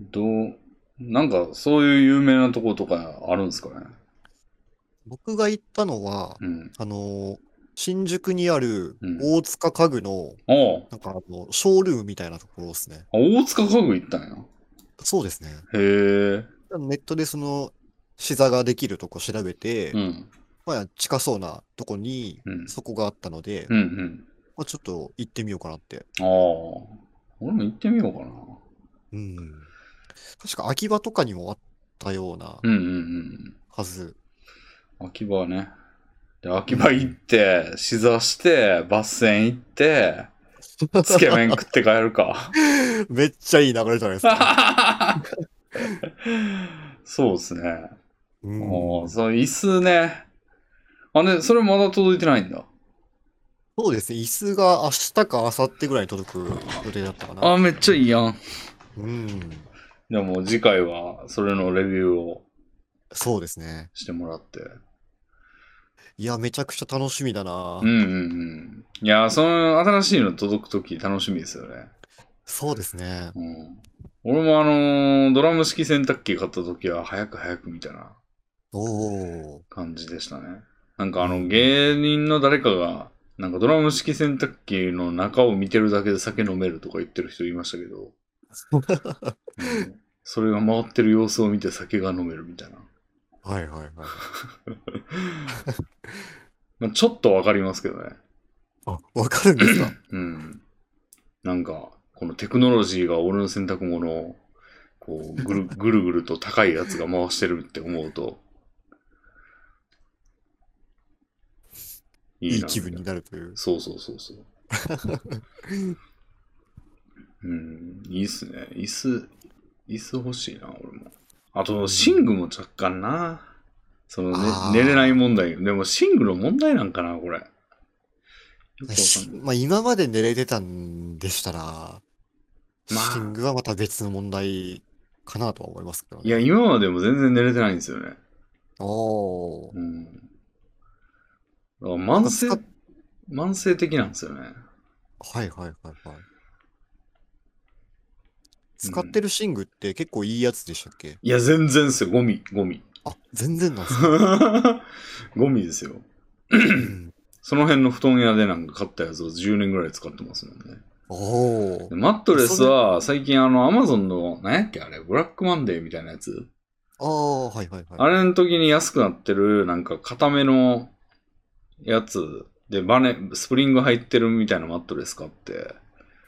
どう、なんかそういう有名なとことかあるんですかね。
僕が行ったのは、
うん。
あのー新宿にある
うん
大塚家具の、
おう
なんかあの、ショールームみたいなところですね。
あ大塚家具行ったんや。
そうですね。
へえ。
ネットでその、視座ができるとこ調べて、
うん。
まあ、近そうなとこに、
うん。
そこがあったので、
うんうん。
まあ、ちょっと行ってみようかなって。
ああ。俺も行ってみようかな。
うん。確か秋葉とかにもあったような
うんうんうん。
はず。
秋葉 ね。で、秋葉行って、しざして、バス線行って、つけ麺食って帰る か。
めっちゃいい流れじゃないで すか。
そうですね。
うん
もう、その椅子ね。あ、ね、それまだ届いてないんだ。
そうですね、椅子が明日か明後日ぐらいに届く予定だったかな。
あ、めっちゃいいやん。
うん。
じゃあもう次回は、それのレビューを
そうですね。
してもらって。
いや、めちゃくちゃ楽しみだな。
うんうんうん。いや、その新しいの届くとき楽しみですよね。
そうですね。
うん。俺もあのードラム式洗濯機買ったときは、早く早くみたいな
おー。
感じでしたね。なんかあの、芸人の誰かが、なんかドラム式洗濯機の中を見てるだけで酒飲めるとか言ってる人いましたけど、うんそれが回ってる様子を見て酒が飲めるみたいな。
はいはいはい。
まあ、ちょっとわかりますけどね。
あ、わかるんですか
うん。なんか、このテクノロジーが俺の洗濯物を、こう、ぐる ぐるぐると高いやつが回してるって思うと、い
い
ない
気分になるという。
そうそうそう そう。うん、いいっすね。椅子、椅子欲しいな、俺も。あと、寝具も若干な。その、ね
あー、
寝れない問題。でも、寝具の問題なんかな、これ。よくわかんない
まあ、今まで寝れてたんでしたら、
まあ
シングはまた別の問題かなとは思いますけど
い
ね。
や、今までも全然寝れてないんですよね。
おー。
うん。だから慢性
なんか、
慢性的なんですよね。
はいはいはいはい。使ってるシングって結構いいやつでしたっけ、
いや、全然っすよ。ゴミ、ゴミ。
あ、全然なんですか、
ゴミですよ。
うん
その辺の布団屋でなんか買ったやつを10年ぐらい使ってますもんね。
おー
で。マットレスは最近あのアマゾンの何やっけあれブラックマンデーみたいなやつ
ああ、はいはいはい。
あれの時に安くなってるなんか固めのやつでバネ、スプリング入ってるみたいなマットレス買って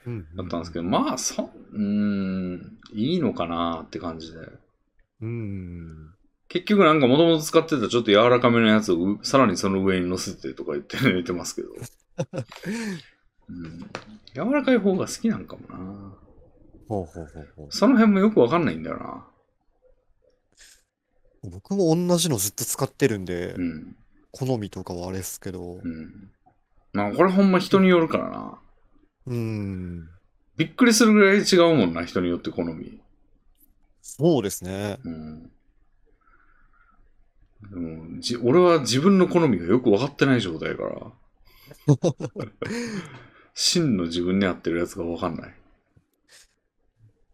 うん
だったんですけど、まあそ、うーん、いいのかなって感じで。
うん。
結局なんか元々使ってたちょっと柔らかめのやつをうさらにその上に乗せてとか言って寝てますけど。うん、柔らかい方が好きなんかもな。
ほうほうほうほ
その辺もよくわかんないんだよな。
う。僕も同じのずっと使ってるんで、
うん。
好みとかはあれですけど。
うん。まあこれほんま人によるからな。
うん。
びっくりするぐらい違うもんな、人によって好み。
そうですね。
うん。でもじ俺は自分の好みがよく分かってない状態やから。真の自分に合ってるやつが分かんない。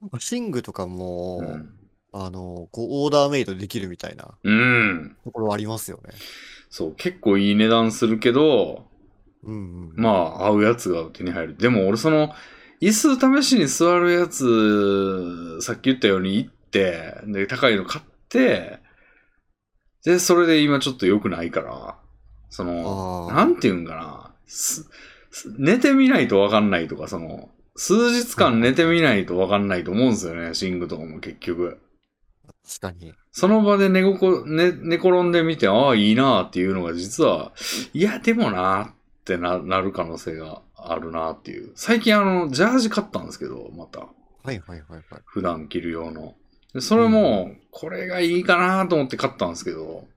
なんかシングとかも、
うん。
あの、こう、オーダーメイドできるみたいな
うん。
ところありますよね。
そう、結構いい値段するけど、
うんうん。
まあ、合うやつが手に入る。でも俺その、椅子試しに座るやつ、さっき言ったように行って、で、高いの買って、で、それで今ちょっと良くないから、その、
あ
な
ー
んて言うんかな、すす寝てみないとわかんないとか、その、数日間寝てみないとわかんないと思うんですよね、寝具とかも結局。
確かに。
その場で寝心、寝、寝転んでみて、ああ、いいなっていうのが実は、いや、でもなってな、なる可能性があるなっていう。最近あの、ジャージ買ったんですけど、また。
はいはいはいはい。
普段着る用の。でそれも、これがいいかなと思って買ったんですけど、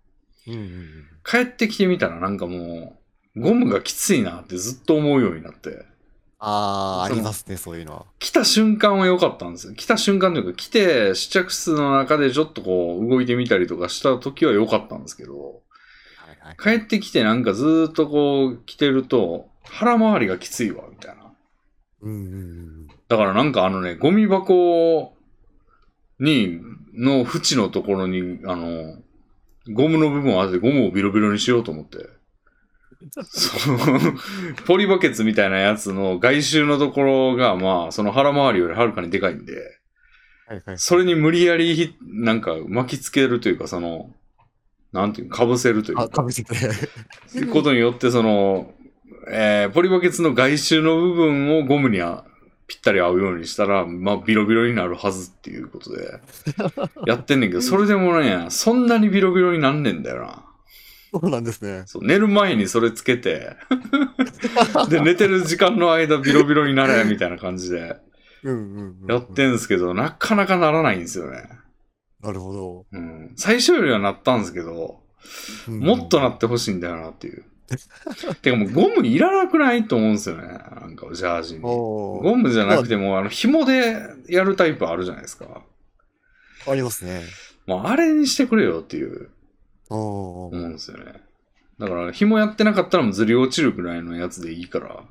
うんうんうん。
帰ってきてみたらなんかもう、ゴムがきついなってずっと思うようになって。
ああ、あ
その
りますね、そういうのは。
来た瞬間は良かったんですよ。来た瞬間というか、来て試着室の中でちょっとこう、動いてみたりとかした時は良かったんですけど、
はいはい。
帰ってきてなんかずーっとこう着てると腹回りがきついわみたいな
うんうんうんうん。
だからなんかあのねゴミ箱にの縁のところにあのゴムの部分を当ててゴムをビロビロにしようと思ってそのポリバケツみたいなやつの外周のところがまあその腹回りよりはるかにでかいんで
はいはい。
それに無理やりひなんか巻きつけるというかそのなんていうかぶせるという
あ、
か
かぶせて。
ってことによって、その、えーポリバケツの外周の部分をゴムにあぴったり合うようにしたら、まあ、ビロビロになるはずっていうことで、やってんねんけど、それでもね、そんなにビロビロになんねんだよな。
そうなんですね。
そう寝る前にそれつけて、で、寝てる時間の間、ビロビロになれ、みたいな感じで、
うんうんうん。
やってんすけど、なかなかならないんですよね。
なるほど。
うん。最初よりはなったんですけど、
うん
もっとなってほしいんだよなっていう。てかもうゴムいらなくないと思うんですよね。なんかジャージに。ゴ
おー
ムじゃなくても、あの、紐でやるタイプあるじゃないですか。
ありますね。
もうあれにしてくれよっていう、
お
思
ー
うんですよね。だから、紐やってなかったらもうずり落ちるぐらいのやつでいいから。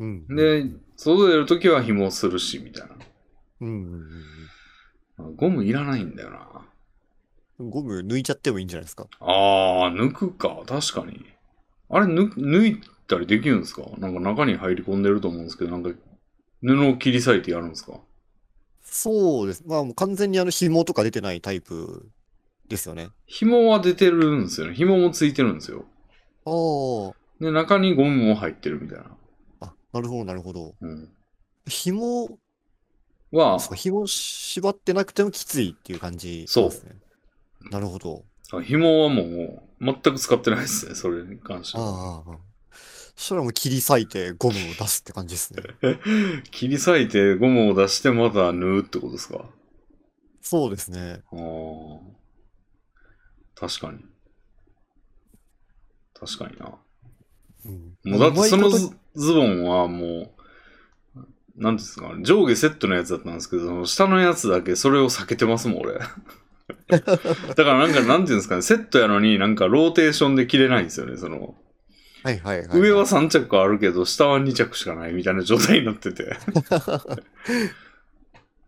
うん。
で、外出るときは紐をするし、みたい
うんうん
な。ゴムいらないんだよな。
うん。ゴム抜いちゃってもいいんじゃないですか。
あー、抜くか。確かに。あれ、抜抜いたりできるんですかなんか中に入り込んでると思うんですけど、なんか、布を切り裂いてやるんですか
そうです。まあもう完全にあの紐とか出てないタイプですよね。
紐は出てるんですよね。紐もついてるんですよ。
あー
で、中にゴムも入ってるみたいな。
あ、なるほどなるほど。
うん。
紐、
は
そう、紐縛ってなくてもきついっていう感じ
そう
ですね。なるほど。
あ紐はもう、全く使ってないですね、それに関しては。
ああ。そしたらもう切り裂いてゴムを出すって感じで すね。
切り裂いてゴムを出してまた縫うってことですか
そうですね。
あー確かに。確かにな。
うん。
もうだってその
うまい
ズ
こと
ズボンはもう、なんていうんですか、上下セットのやつだったんですけど、その下のやつだけそれを避けてますもん、 俺。だからなんか、なんていうんですかね、セットやのになんかローテーションで切れないんですよね、その。
はいはいはいい。
上は3着あるけど、下は2着しかないみたいな状態になって て。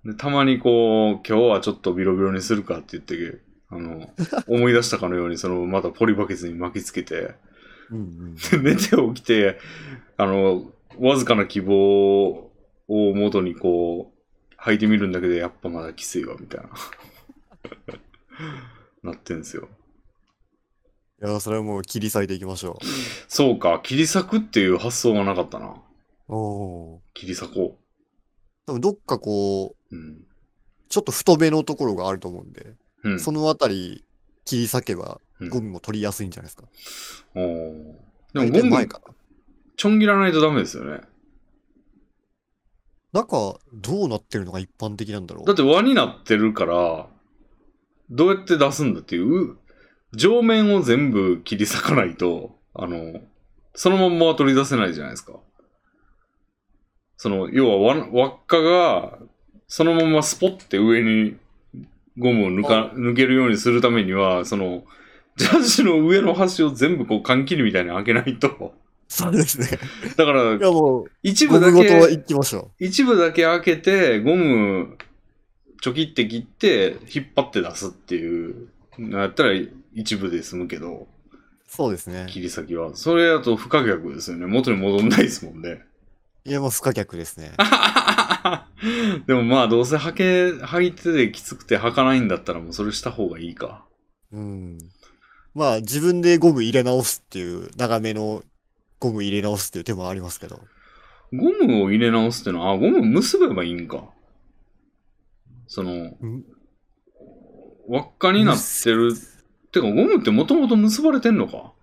でたまにこう、今日はちょっとビロビロにするかって言って、あの、思い出したかのように、その、またポリバケツに巻きつけて、
うんうん。
で寝て起きて、あの、わずかな希望を元にこう、履いてみるんだけど、やっぱまだきついわ、みたいな。 なってんですよ。
いや、それはもう切り裂いていきましょ
そうか、切り裂くっていう発想はなかったな。
う。おお。
切り裂こ
多分どっかこう、
う。うん。
ちょっと太めのところがあると思うんで、
うん。
そのあたり切り裂けば
うん
ゴムも取りやすいんじゃないですか。
おーでも
大体
ゴム
前、かな。
ちょん切らないとダメですよね。
中、どうなってるのが一般的なんだろう。
だって輪になってるから、どうやって出すんだっていう、上面を全部切り裂かないと、あの、そのまんまは取り出せないじゃないですか。その、要は輪輪っかが、そのままスポッて上にゴムを抜か、抜けるようにするためには、その、ジャージの上の端を全部こう缶切りみたいに開けないと。
そうですね。
だか
い
ら、
やもう、
一
ゴ
部だ
ムごと
け
い、きましょ
一部だけ開けて、ゴム、ちょきって切って、引っ張って出すっていう、なったら一部で済むけど、
う。そうですね。
切り裂きは。それだと不可逆ですよね。元に戻んないですもん ね。
いやもう不可逆ですね。
でもまあ、どうせ履け、履いててきつくて履かないんだったらもうそれした方がいいか。
うん。まあ自分でゴム入れ直すっていう、長めのゴム入れ直すっていう手もありますけど。
ゴムを入れ直すってのは、あ、ゴム結べばいいんか。その
うん、
輪っかになってる。てか、ゴムってもともと結ばれてんのか。
こ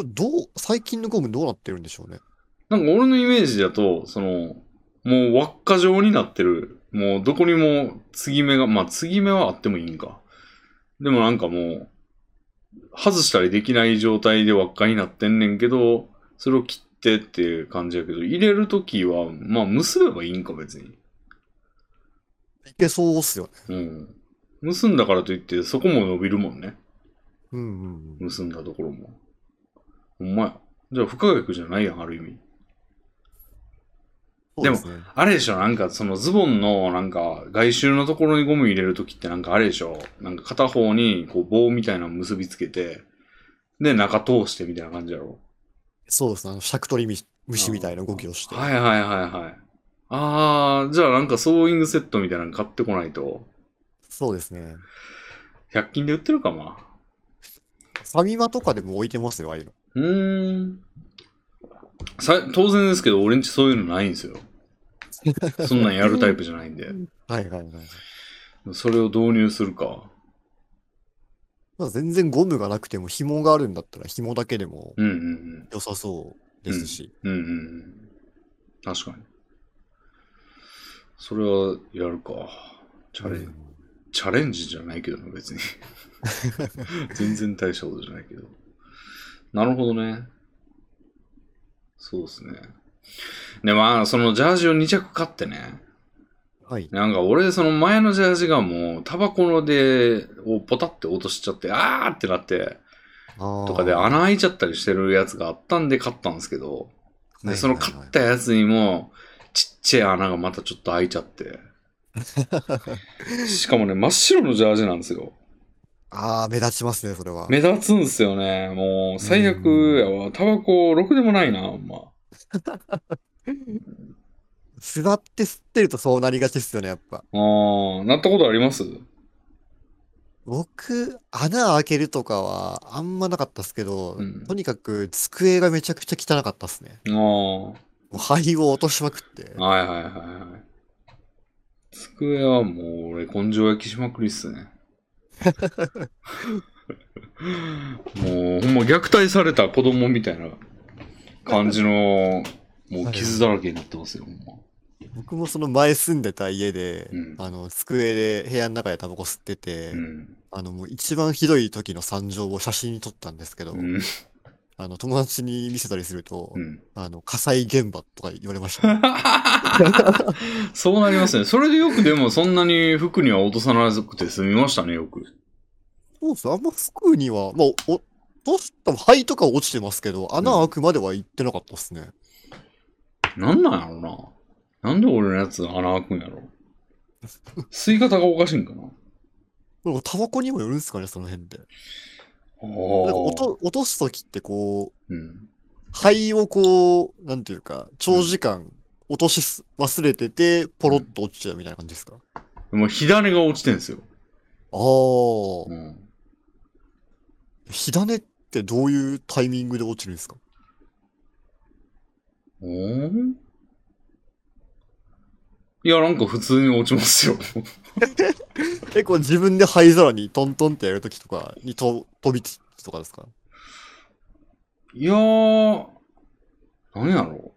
れどう、最近のゴムどうなってるんでしょうね。
なんか俺のイメージだと、その、もう輪っか状になってる。もうどこにも継ぎ目が、まあ継ぎ目はあってもいいんか。でもなんかもう、外したりできない状態で輪っかになってんねんけど、それを切ってっていう感じやけど、入れるときは、まあ結べばいいんか別に。
いけそうっすよ
う
ね。
ん。結んだからといって、そこも伸びるもんね。
うんうんうん。
結んだところも。ほんまや。じゃあ不可逆じゃないやん、ある意味。
そうすね、
あれでしょなんかそのズボンのなんか外周のところにゴム入れるときってなんかあれでしょなんか片方にこう棒みたいなの結びつけて、で中通してみたいな感じやろ
そうですね。あの、尺取りみ虫みたいな動きをして。
はいはいはいはい。あー、じゃあなんかソーイングセットみたいなの買ってこないと、
そうですね。
100均で売ってるかまあ。
ファミマとかでも置いてますよ、ああいうの。
うーん。さ当然ですけど、俺んちそういうのないんですよ。そんなんやるタイプじゃないんで。
はいはいはい。
それを導入するか。
まあ、全然ゴムがなくても紐があるんだったら紐だけでも
うんうんうん。
良さそう。ですし。
うんうん。確かに。それはやるか。チャレン、
うん
チャレンジじゃないけどな、別に。 全然大したことじゃないけど。なるほどね。そうですね。で、まあ、そのジャージを2着買ってね。
はい。
なんか俺、その前のジャージがもう、タバコので、をポタって落としちゃって、あーってなって、と
と
かで穴開いちゃったりしてるやつがあったんで買ったんですけど、で、その買
はい
ったやつにも、ちっちゃい穴がまたちょっと開いちゃって。しかもね、真っ白のジャージなんですよ。
ああ、目立ちますね、それは。
目立つんですよね。もう、最悪やわ。タバコ、ろくでもないな、ほんま。
座って吸ってるとそうなりがちですよね、やっぱ。
あー、なったことあります
僕、穴開けるとかはあんまなかったっすけど、
うん
とにかく机がめちゃくちゃ汚かったっすね。
あー。
もう灰を落としまくって。
はいはいはいはい。机はもう俺根性焼きしまくりっすね。もうほんま虐待された子供みたいな感じのもう傷だらけになってますよ、ほんま。
僕もその前住んでた家で、
うん
あの、机で部屋の中でタバコ吸ってて、
うん。
あの、もう一番ひどい時の惨状を写真に撮ったんですけど、
うん。
あの、友達に見せたりすると、
うん、
あの、火災現場とか言われました ね。
そうなりますね。それでよくでもそんなに服には落とさなくて済みましたね、よく。
そうですねあんま服には、まあ、お、どうしても灰とか落ちてますけど、穴開くまでは行ってなかったっすね。
なんなんやろな。なんで俺のやつ穴開くんや ろ。吸い方がおかしいんかな。
これタバコにもよるんすかね、その辺で。
あ
なんか
ー
落と落とすときってこう、
うん。
肺をこう、なんていうか、長時間落としす忘れてて、ポロッと落ちちゃうみたいな感じですか、
もう火種が落ちてんですよ。
あ
う
あ、
ん、
火種ってどういうタイミングで落ちるんですか
おーいや、なんか普通に落ちますよ。
え、こう自分で灰皿にトントンってやるときとかにと飛び散るとかですか
いやー、なんやろう。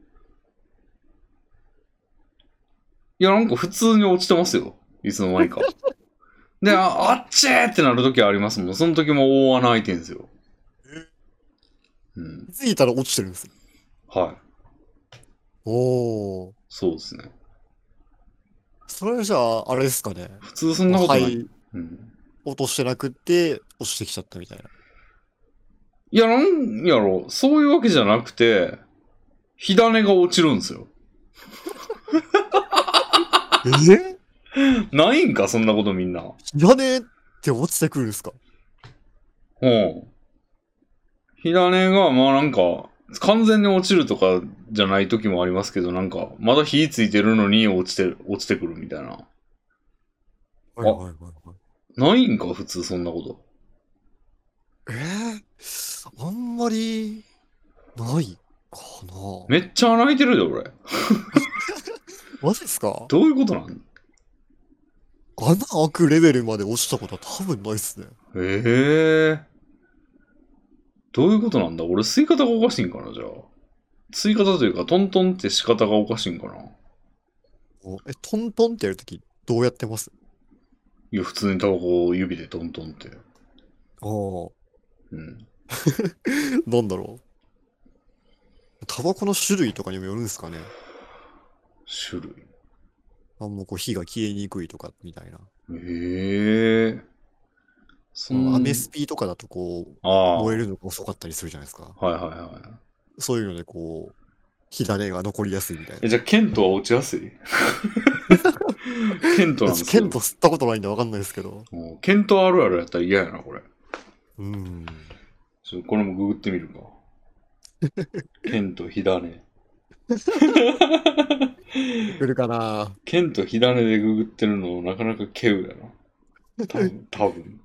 いや、なんか普通に落ちてますよ。いつの間にか。 で、ああっちーってなるときありますもん。その時も大穴開いてんですよ。うん。
気づいたら落ちてるんですよ。
はい。
おー。
そうですね。
それじゃあ、あれですかね。
普通そんなことない。
灰
うん
落としてなくって、落ちてきちゃったみたいな。
いや、なんやろ、そういうわけじゃなくて、火種が落ちるんですよ。
え
ないんか、そんなことみんな。
火種って落ちてくるんですか
うん。火種が、まあなんか、完全に落ちるとかじゃない時もありますけど、なんか、まだ火ついてるのに落ちてる、落ちてくるみたいな。
はいはいはいはい。
ないんか、普通そんなこと。
えー、あんまりないかな。
めっちゃ穴開いてるで、俺。
マジっすか
どういうことなん
穴開くレベルまで落ちたことは多分ないっすね。
ええどういうことなんだ俺、吸い方がおかしいんかな、じゃあ。吸い方というか、トントンって仕方がおかしいんかな。
おえ、トントンってやるときどうやってます
いや、普通にタバコを指でトントンって。
ああ、
うん。
なんだろう。タバコの種類とかにもよるんですかね。
種類。
あもうこう火が消えにくいとかみたいな。
へえー。そ
その
ん
アメスピとかだとこう、
ああ。は
燃
い
えるのが遅かったりするじゃないですか。
はいは
そういうのでこう、火種が残りやすいみたい
い。え、
な。
じゃあ、ケントは落ちやすい ケントなんです
ケント吸ったことないんでわかんないですけど。
もうケントあるあるやったら嫌やな、これ。
うん。
ちょっとこれもググってみるか。 ケント火種。
来るかな
ケント火種でググってるのなかなかケウやな。多 分、多分。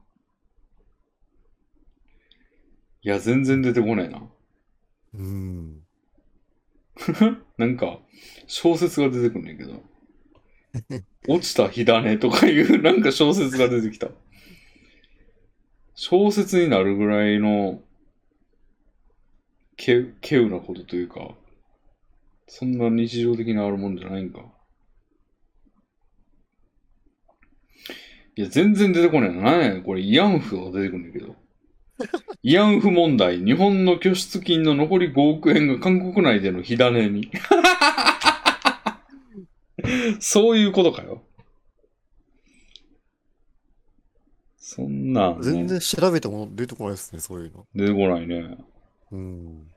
いや、全然出てこないな。
うん。
なんか、小説が出てくんねんけど。落ちた火種とかいうなんか小説が出てきた。小説になるぐらいのけう、けうなことというか、そんな日常的にあるもんじゃないんか。いや、全然出てこないな。なんやねんこれ、慰安婦が出てくるんだけど。慰安婦問題、日本の拠出金の残り5億円が韓国内での火種に。 そういうことかよ。そんなん、ね、
全然調べても出てこないですね、そういうの。
出てこないね。
うん。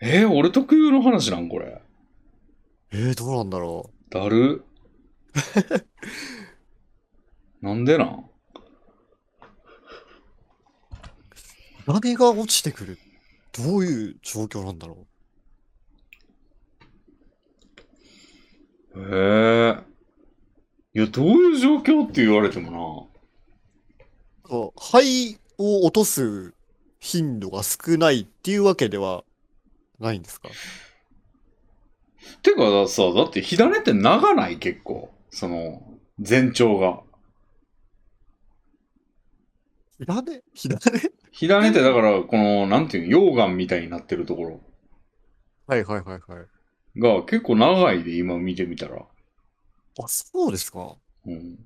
えー俺特有の話なんこれ。
えー、どうなんだろ
だる。なんでなん
う。何が落ちてくるどういう状況なんだろ
へえ。いや、どういう状況って言われても
うこう肺を落とす頻度が少ないっていうわけではないんですか
な。てかさ、だって火種って長ない結構。その、前兆が。
火種火種
火種ってだから、この、なんていうの、溶岩みたいになってるとこ
はいはいはいはい。
ろが結構長いで、今見てみたら。
あ、そうですか
うん。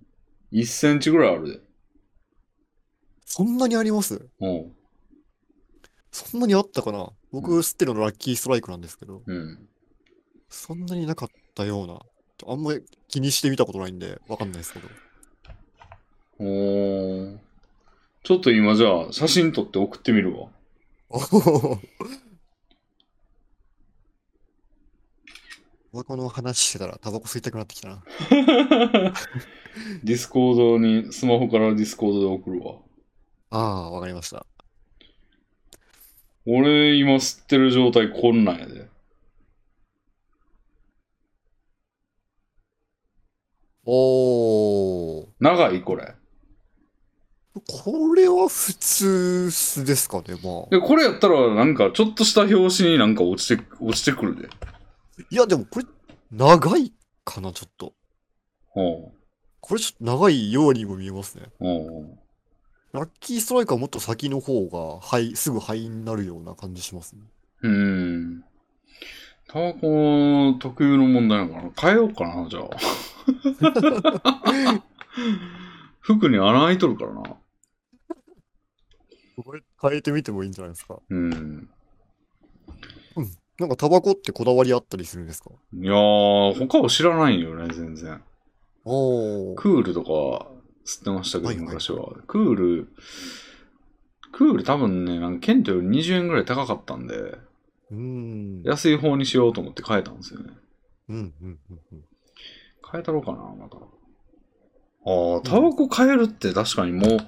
1センチぐらいあるで。
そんなにあります
うん。
そんなにあったかな僕、
う
吸ってるのラッキーストライクなんですけど、
うん。
そんなになかったような。あんまり気にしてみたことないんで、わかんないですけ ど。
おー。ちょっと今じゃあ、写真撮って送ってみるわ。
お お。タバコの話してたら、タバコ吸いたくなってきたな。
ディスコードに、スマホからディスコードで送るわ。
ああ、わかりました。
俺、今吸ってる状態こんなんやで。
おお。
長いこれ。
これは普通すですかね、まあ。
で、これやったら、なんか、ちょっとした拍子になんか落ちて、落ちてくるで。
いや、でもこれ、長いかな、ちょっと。
うん。
これちょっと長いようにも見えますね。
うん。
ラッキーストライクはもっと先の方が、肺、すぐ肺になるような感じしますね。
うん。タバコ特有の問題なのかな変えようかな、じゃあ。服に穴開いとるからな。
これ変えてみてもいいんじゃないですか。
うん。
なんかタバコってこだわりあったりするんですか
いやー、他を知らないよね、全然。
おー。
クールとか吸ってましたけど、
はいはい
昔は。クール、クール多分ね、なんかケントより20円ぐらい高かったんで、
うーん。
安い方にしようと思って変えたんですよね。
うんうんうんうん。
変えたろうかな、また。ああ、タバコ変えるって確かにもう、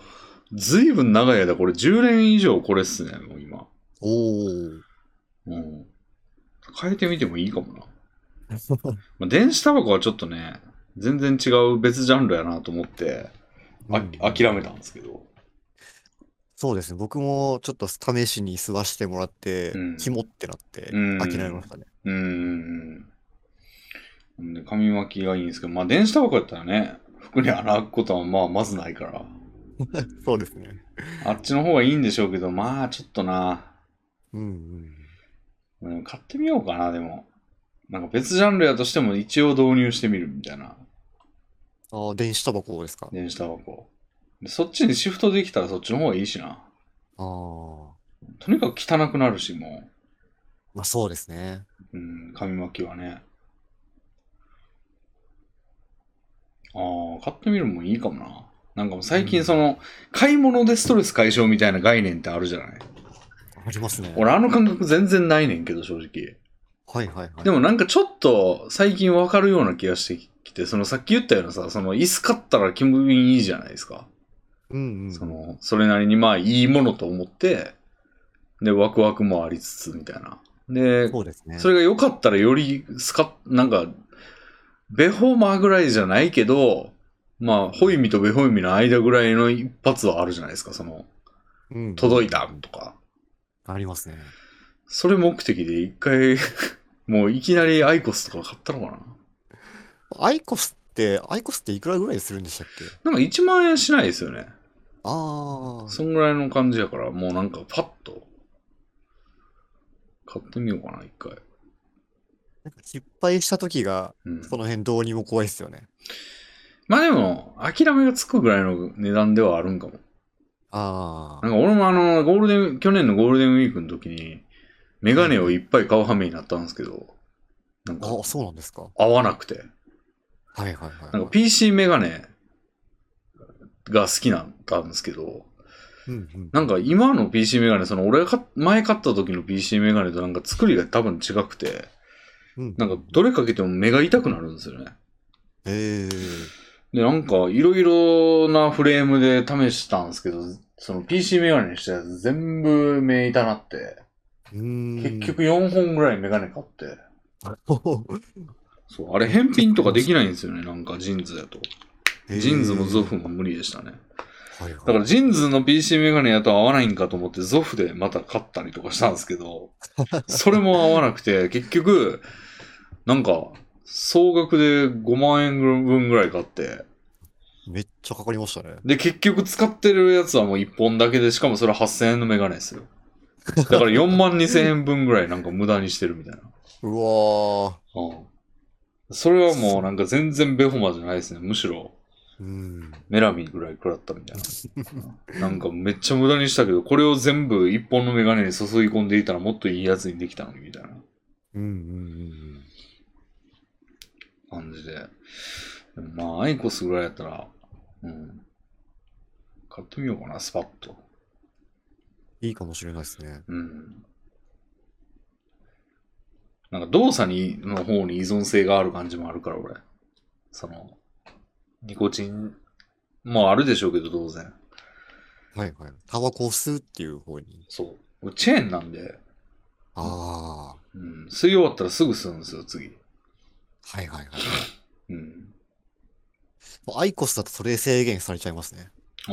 ずいぶん長い間、これ10年以上これっすね、もう今。
おー。
うん。変えてみてもいいかも な。まあ、電子タバコはちょっとね、全然違う別ジャンルやなと思って、あ
うん
諦めたんですけど。
そうですね。僕もちょっと試しに吸わしてもらって
うん、
肝ってなって、
うん
諦めましたね。
うーん。んで、紙巻きがいいんですけど、まあ、電子タバコやったらね、服に洗うことはまあ、まずないから、
そうですね。
あっちの方がいいんでしょうけど、まあ、ちょっとな、
うんうん。
うん、買ってみようかな、でも。なんか別ジャンルやとしても一応導入してみるみたいな、
ああ、電子タバコです か。
電子タバコ。でそっちにシフトできたらそっちの方がいいしな。
ああ。
とにかく汚くなるし、も
まあそうですね。
う、うん、紙巻きはね。ああ、買ってみるのもいいかもな。なんかもう最近その、買い物でストレス解消みたいな概念ってあるじゃない
ありますね。
俺あの感覚全然ないねんけど、正直。
はいはいはい。
でもなんかちょっと最近わかるような気がしてきて、そのさっき言ったようなさ、その椅子買ったら気分いいじゃないですか。
うんうん。
その、それなりにまあいいものと思って、で、ワクワクもありつつみたいな。で、
そうですね。
それが良かったらよりスカッ、なんか、ベホーマーぐらいじゃないけど、まあ、ホイミとベホイミの間ぐらいの一発はあるじゃないですか、その、
うん。
届いたとか。
ありますね。
それ目的で一回、 もういきなりアイコスとか買ったのかな。
アイコスって、アイコスっていくらぐらいするんでしたっけ
なんか1万円しないですよね。
ああ。
そんぐらいの感じやから、もうなんかパッと買ってみようかな、一回。
なんか失敗した時が、
うん、
その辺どうにも怖いっすよね。
まあでも、諦めがつくぐらいの値段ではあるんかも。
あ
なんか俺もあの、ゴールデン、去年のゴールデンウィークの時に、メガネをいっぱい買う羽目になったんですけど、なん
あ。
か
あ、そうなんですか。
合わなくて。
はいはいはい。
なんか PC メガネが好きなんだんですけど、
うんうん、
なんか今の PC メガネ、その俺が買っ前買った時の PC メガネとなんか作りが多分違くて、
うん
なんかどれかけても目が痛くなるんですよね。
ええ
で、なんかいろいろなフレームで試したんですけど、その PC メガネにしたやつ全部目痛なって、
うーん。
結局4本ぐらいメガネ買って、
局。
そう、あれ返品とかできないんですよね、なんかジーンズだと。ジーンズもゾフも無理でしたね。
はいはい、
だからジンズの PC メガネやと合わないんかと思ってゾフでまた買ったりとかしたんですけ ど、それも合わなくて、結局、なんか、総額で5万円分ぐらい買って、
めっちゃかかりましたね。
で、結局使ってるやつはもう1本だけで、しかもそれ8000円のメガネですよ。だから4万2000円分ぐらいなんか無駄にしてるみたいな。
うわー。
うん。それはもうなんか全然ベホマじゃないですね。むしろ、
うん。
メラミンぐらい食らったみたい な。なんかめっちゃ無駄にしたけど、これを全部一本のメガネに注ぎ込んでいたらもっといいやつにできたのにみたいな
うんうんうん
感じで。でもまあ、アイコスぐらいやったら、うん。買ってみようかな、スパッと。
うん。いいかもしれないですね。
うん。なんか動作にの方に依存性がある感じもあるから、俺。その、ニコチンもあるでしょうけど、当然。
はいはい。タバコを吸うっていう方に。
そう。俺チェーンなんで、
ああ。
うん、吸い終わったらすぐ吸うんですよ、次。
はいはいはい。
うん。
もうアイコスだとそれ制限されちゃいますね。
ああ。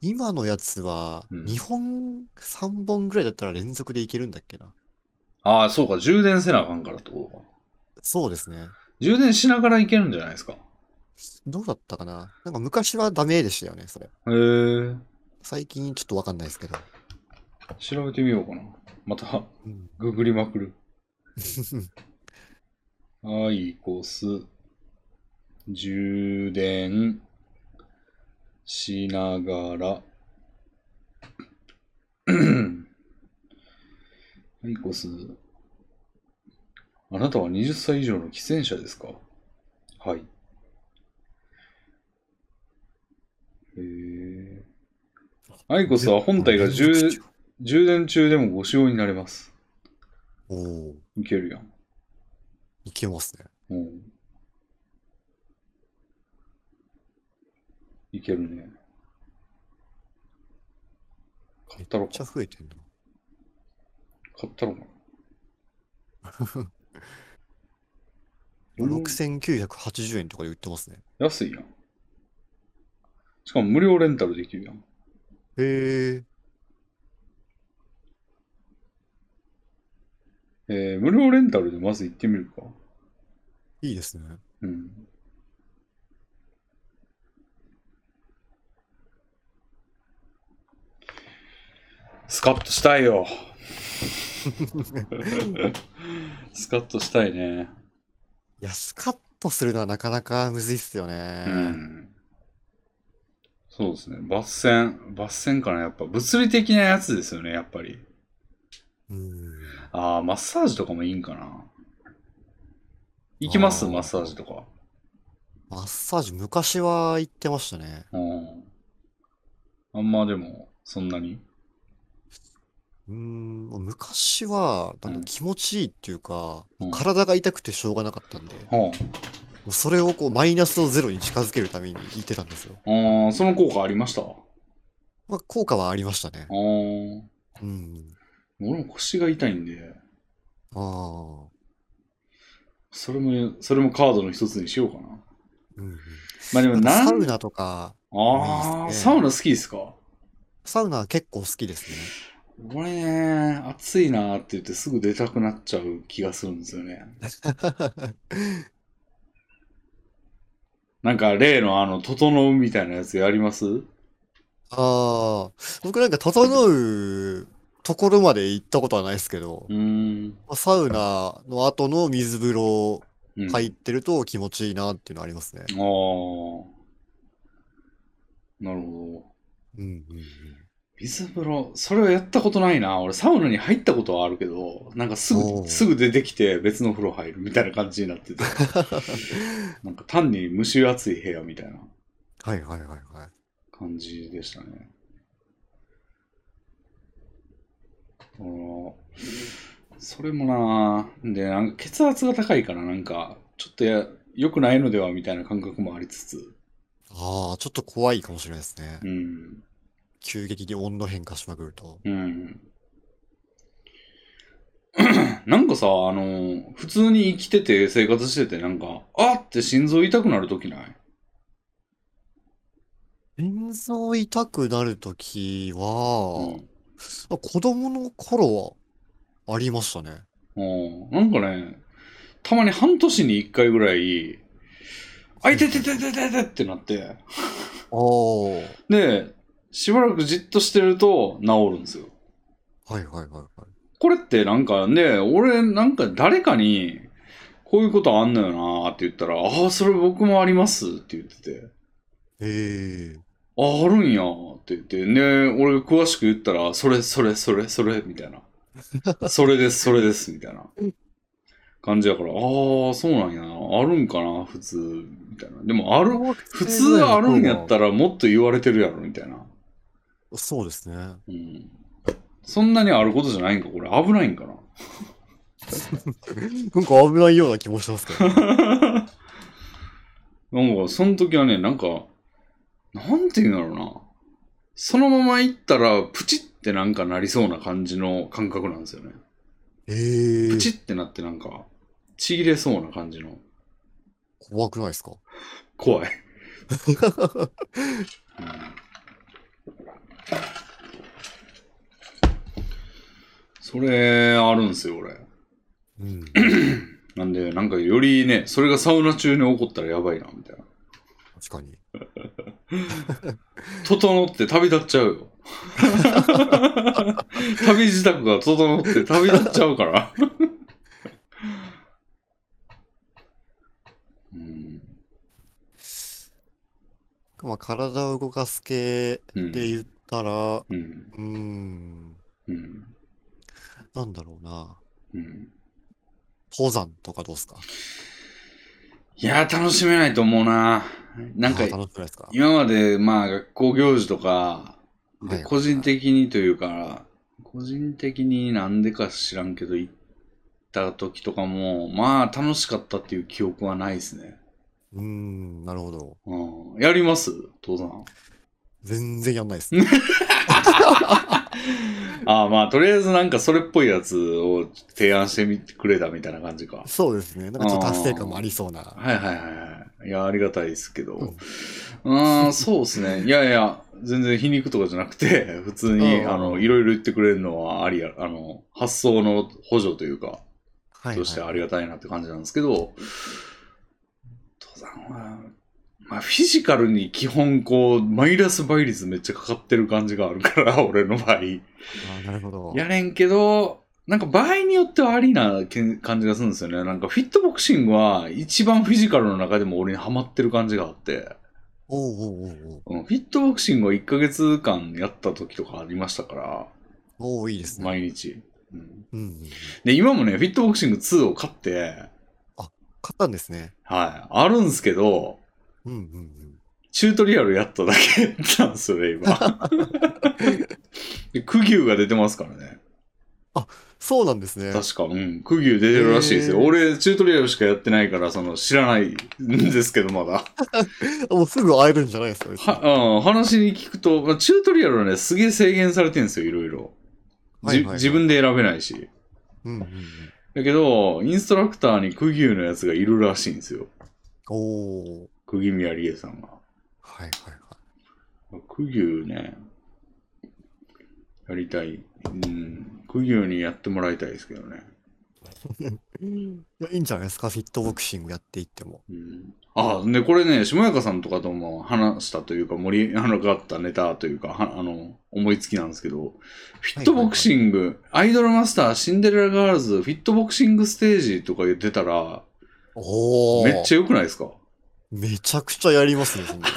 今のやつは、
うん
2本、3本ぐらいだったら連続でいけるんだっけな。
ああ、そうか、充電せなあかんからってことか。
そうですね。
充電しながらいけるんじゃないですか。へ
どうだったかななんか昔はダメでしたよね、それ。
え。
最近ちょっとわかんないですけど。
調べてみようかな。また、
うん。
ググりまくる。アイコス、充電、しながら、 アイコス、あなたは20歳以上の喫煙者ですかはい。へえ。アイコスは本体が充充電中でもご使用になれます。
おお、
いけるやん。
いけますね。
うん。いけるね。買ったろ
めっちゃ
か。
増えてんの。
買った ろかな。無料
6980円とかで売ってますね。
安いやん。しかも無料レンタルできるやん。
へえ。
えー、無料レンタルでまず行ってみるか。
いいですね。
うん。スカッとしたいよ。スカッとしたいね。
いや、スカッとするのはなかなかむずいっすよね。
うんそうですね。抜線、抜線かな、やっぱ。物理的なやつですよね、やっぱり。
うん。
ああ、マッサージとかもいいんかな。行きます
あー
マッサージとか。
マッサージ、昔は行ってましたね。
うん。あんまでも、そんなに。
うーん、昔は、なん
う
か
ん
気持ちいいっていうか、
うん
体が痛くてしょうがなかったんで、も
は
うそれをこう、マイナスをゼロに近づけるために行ってたんですよ。
あ、あーその効果ありましたあ
まあ、効果はありましたね
あ。。俺
うん。
も腰が痛いんで、
ああ。
それも、それもカードの一つにしようかな。
うんうん。
まあでも、
なんか
な
サウ
ん、
ナとか、
あ
いい
あ、
っすね
サウナ好きですか
サウナは結構好きですね。
俺ね、暑いなーって言ってすぐ出たくなっちゃう気がするんですよ ね。なんか例のあの、整うみたいなやつやります
ああ、僕なんか、整うところまで行ったことはないですけど、
うーん。
サウナの後の水風呂
うん
入ってると気持ちいいなっていうのはありますね。
ああ。なるほど。
うんうんうん
水風呂、それはやったことないな。俺、サウナに入ったことはあるけど、なんかす
お
ぐ、
う
すぐ出てきて別の風呂入るみたいな感じになって て。なんか単に蒸し暑い部屋みたいな
はいはいはいはい。
感じでしたね。あの、それもなで、なんか血圧が高いから、なんか、ちょっとや良くないのではみたいな感覚もありつつ、
ああ、ちょっと怖いかもしれないですね
う。ん。
急激に温度変化しまくると。
うん。なんかさ、あの、普通に生きてて、生活してて、なんか、あって心臓痛くなるときない
心臓痛くなるときは、
う
あ子供の頃はありましたね。
ん。なんかね、たまに半年に一回ぐらい、あ、痛いててててててってなって、
ああ、はい
で、しばらくじっとしてると治るんですよ。
はいはいはい。
これってなんかね、俺なんか誰かに、こういうことあんのよなーって言ったら、ああ、それ僕もありますって言ってて。
ええ
あ、あるんやって言って、ね、俺詳しく言ったら、それ、それ、それ、それ、み たいな。それです、それです、みたいな感じやから、ああ、そうなんやな。あるんかな、普通、みたいな。でも、ある、普通あるんやったらもっと言われてるやろ、みたいな。
そうですね。
うん。そんなにあることじゃないんか、これ。危ないんかな。
なんか危ないような気もします けど。
なんか、その時はね、なんか、なんて言うんだろうな。そのまま行ったら、プチってなんかなりそうな感じの感覚なんですよね。
ええ
プチってなってなんか、ちぎれそうな感じの、
怖くないですか
怖い。うんそれ、あるんですよ、俺。
うん。
なんで、なんかよりね、それがサウナ中に起こったらやばいな、みたいな。
確かに。
整って旅立っちゃうよ。 旅自宅が整って旅立っちゃうから。 うん。
まあ、体を動かす系
う
で
ん。
言ったら、う
うん。
ー
う
ん、
ん。
なんだろうな。
うん
登山とかどうですか
いやー、楽しめないと思うな。なんか
あ、ー楽しくないですか
今まで、まあ、学校行事とか、
はい
で個人的にというか、個人的になんでか知らんけど、行った時とかも、まあ、楽しかったっていう記憶はないですね。
うーん、なるほど。
うん。やります登山。
全然やんないですね。
ああ、まあ、とりあえずなんかそれっぽいやつを提案してみてくれたみたいな感じか。
そうですね。なんかちょっと達成感もありそうな。
はいはいはいはい。いや、ありがたいですけど。
うん
うん、そうですね。 いやいや、全然皮肉とかじゃなくて、 普通に、
うん
あの、いろいろ言ってくれるのはありや、あの、発想の補助というか、
はい、
として
は
あ
い。
りがたいなって感じなんですけど、登山は、まあ、フィジカルに基本、こう、マイナス倍率めっちゃかかってる感じがあるから、 俺の場合。
あーなるほど。
やれんけど、なんか場合によってはありなけん感じがするんですよね。なんかフィットボクシングは一番フィジカルの中でも俺にハマってる感じがあって、
おうおうおうおう。
うん、フィットボクシングを1ヶ月間やった時とかありましたから、
おういいですね。
毎日。うん、
うんうんうん。
で、今もね、フィットボクシング2を買って、
買ったんですね。
はい、あるんですけど、
うんうんうん。
チュートリアルやっただけなんですよね、今。で、クギュウが出てますからね。
そうなんですね。
確か、うん。クギュウ出てるらしいですよ。
へー
俺、チュートリアルしかやってないから、その、知らないんですけど、まだ。
もうすぐ会えるんじゃないですか。別に
は、うん、話に聞くと、まあチュートリアルはね、すげえ制限されてるんですよ、いろいろ。
はい
じ
はいはい
自分で選べないし。
うんうんうん。
だけど、インストラクターにクギュウのやつがいるらしいんですよ。
おお。
釘宮理恵さんが。
はいはいはい。
クギュウね、やりたい。うん。クギュウにやってもらいたいですけどね。
いやいいんじゃないですか、フィットボクシングやっていっても。
うんあ、で、これね、下中さんとかとも話したというか、盛り上がったネタというか、はあの、思いつきなんですけど、フィットボクシング、アイドルマスター、シンデレラガールズ、フィットボクシングステージとか言ってたら、
おお。
めっち
ゃ。
ゃ良くないですか
めちゃくちゃやりますね、そんな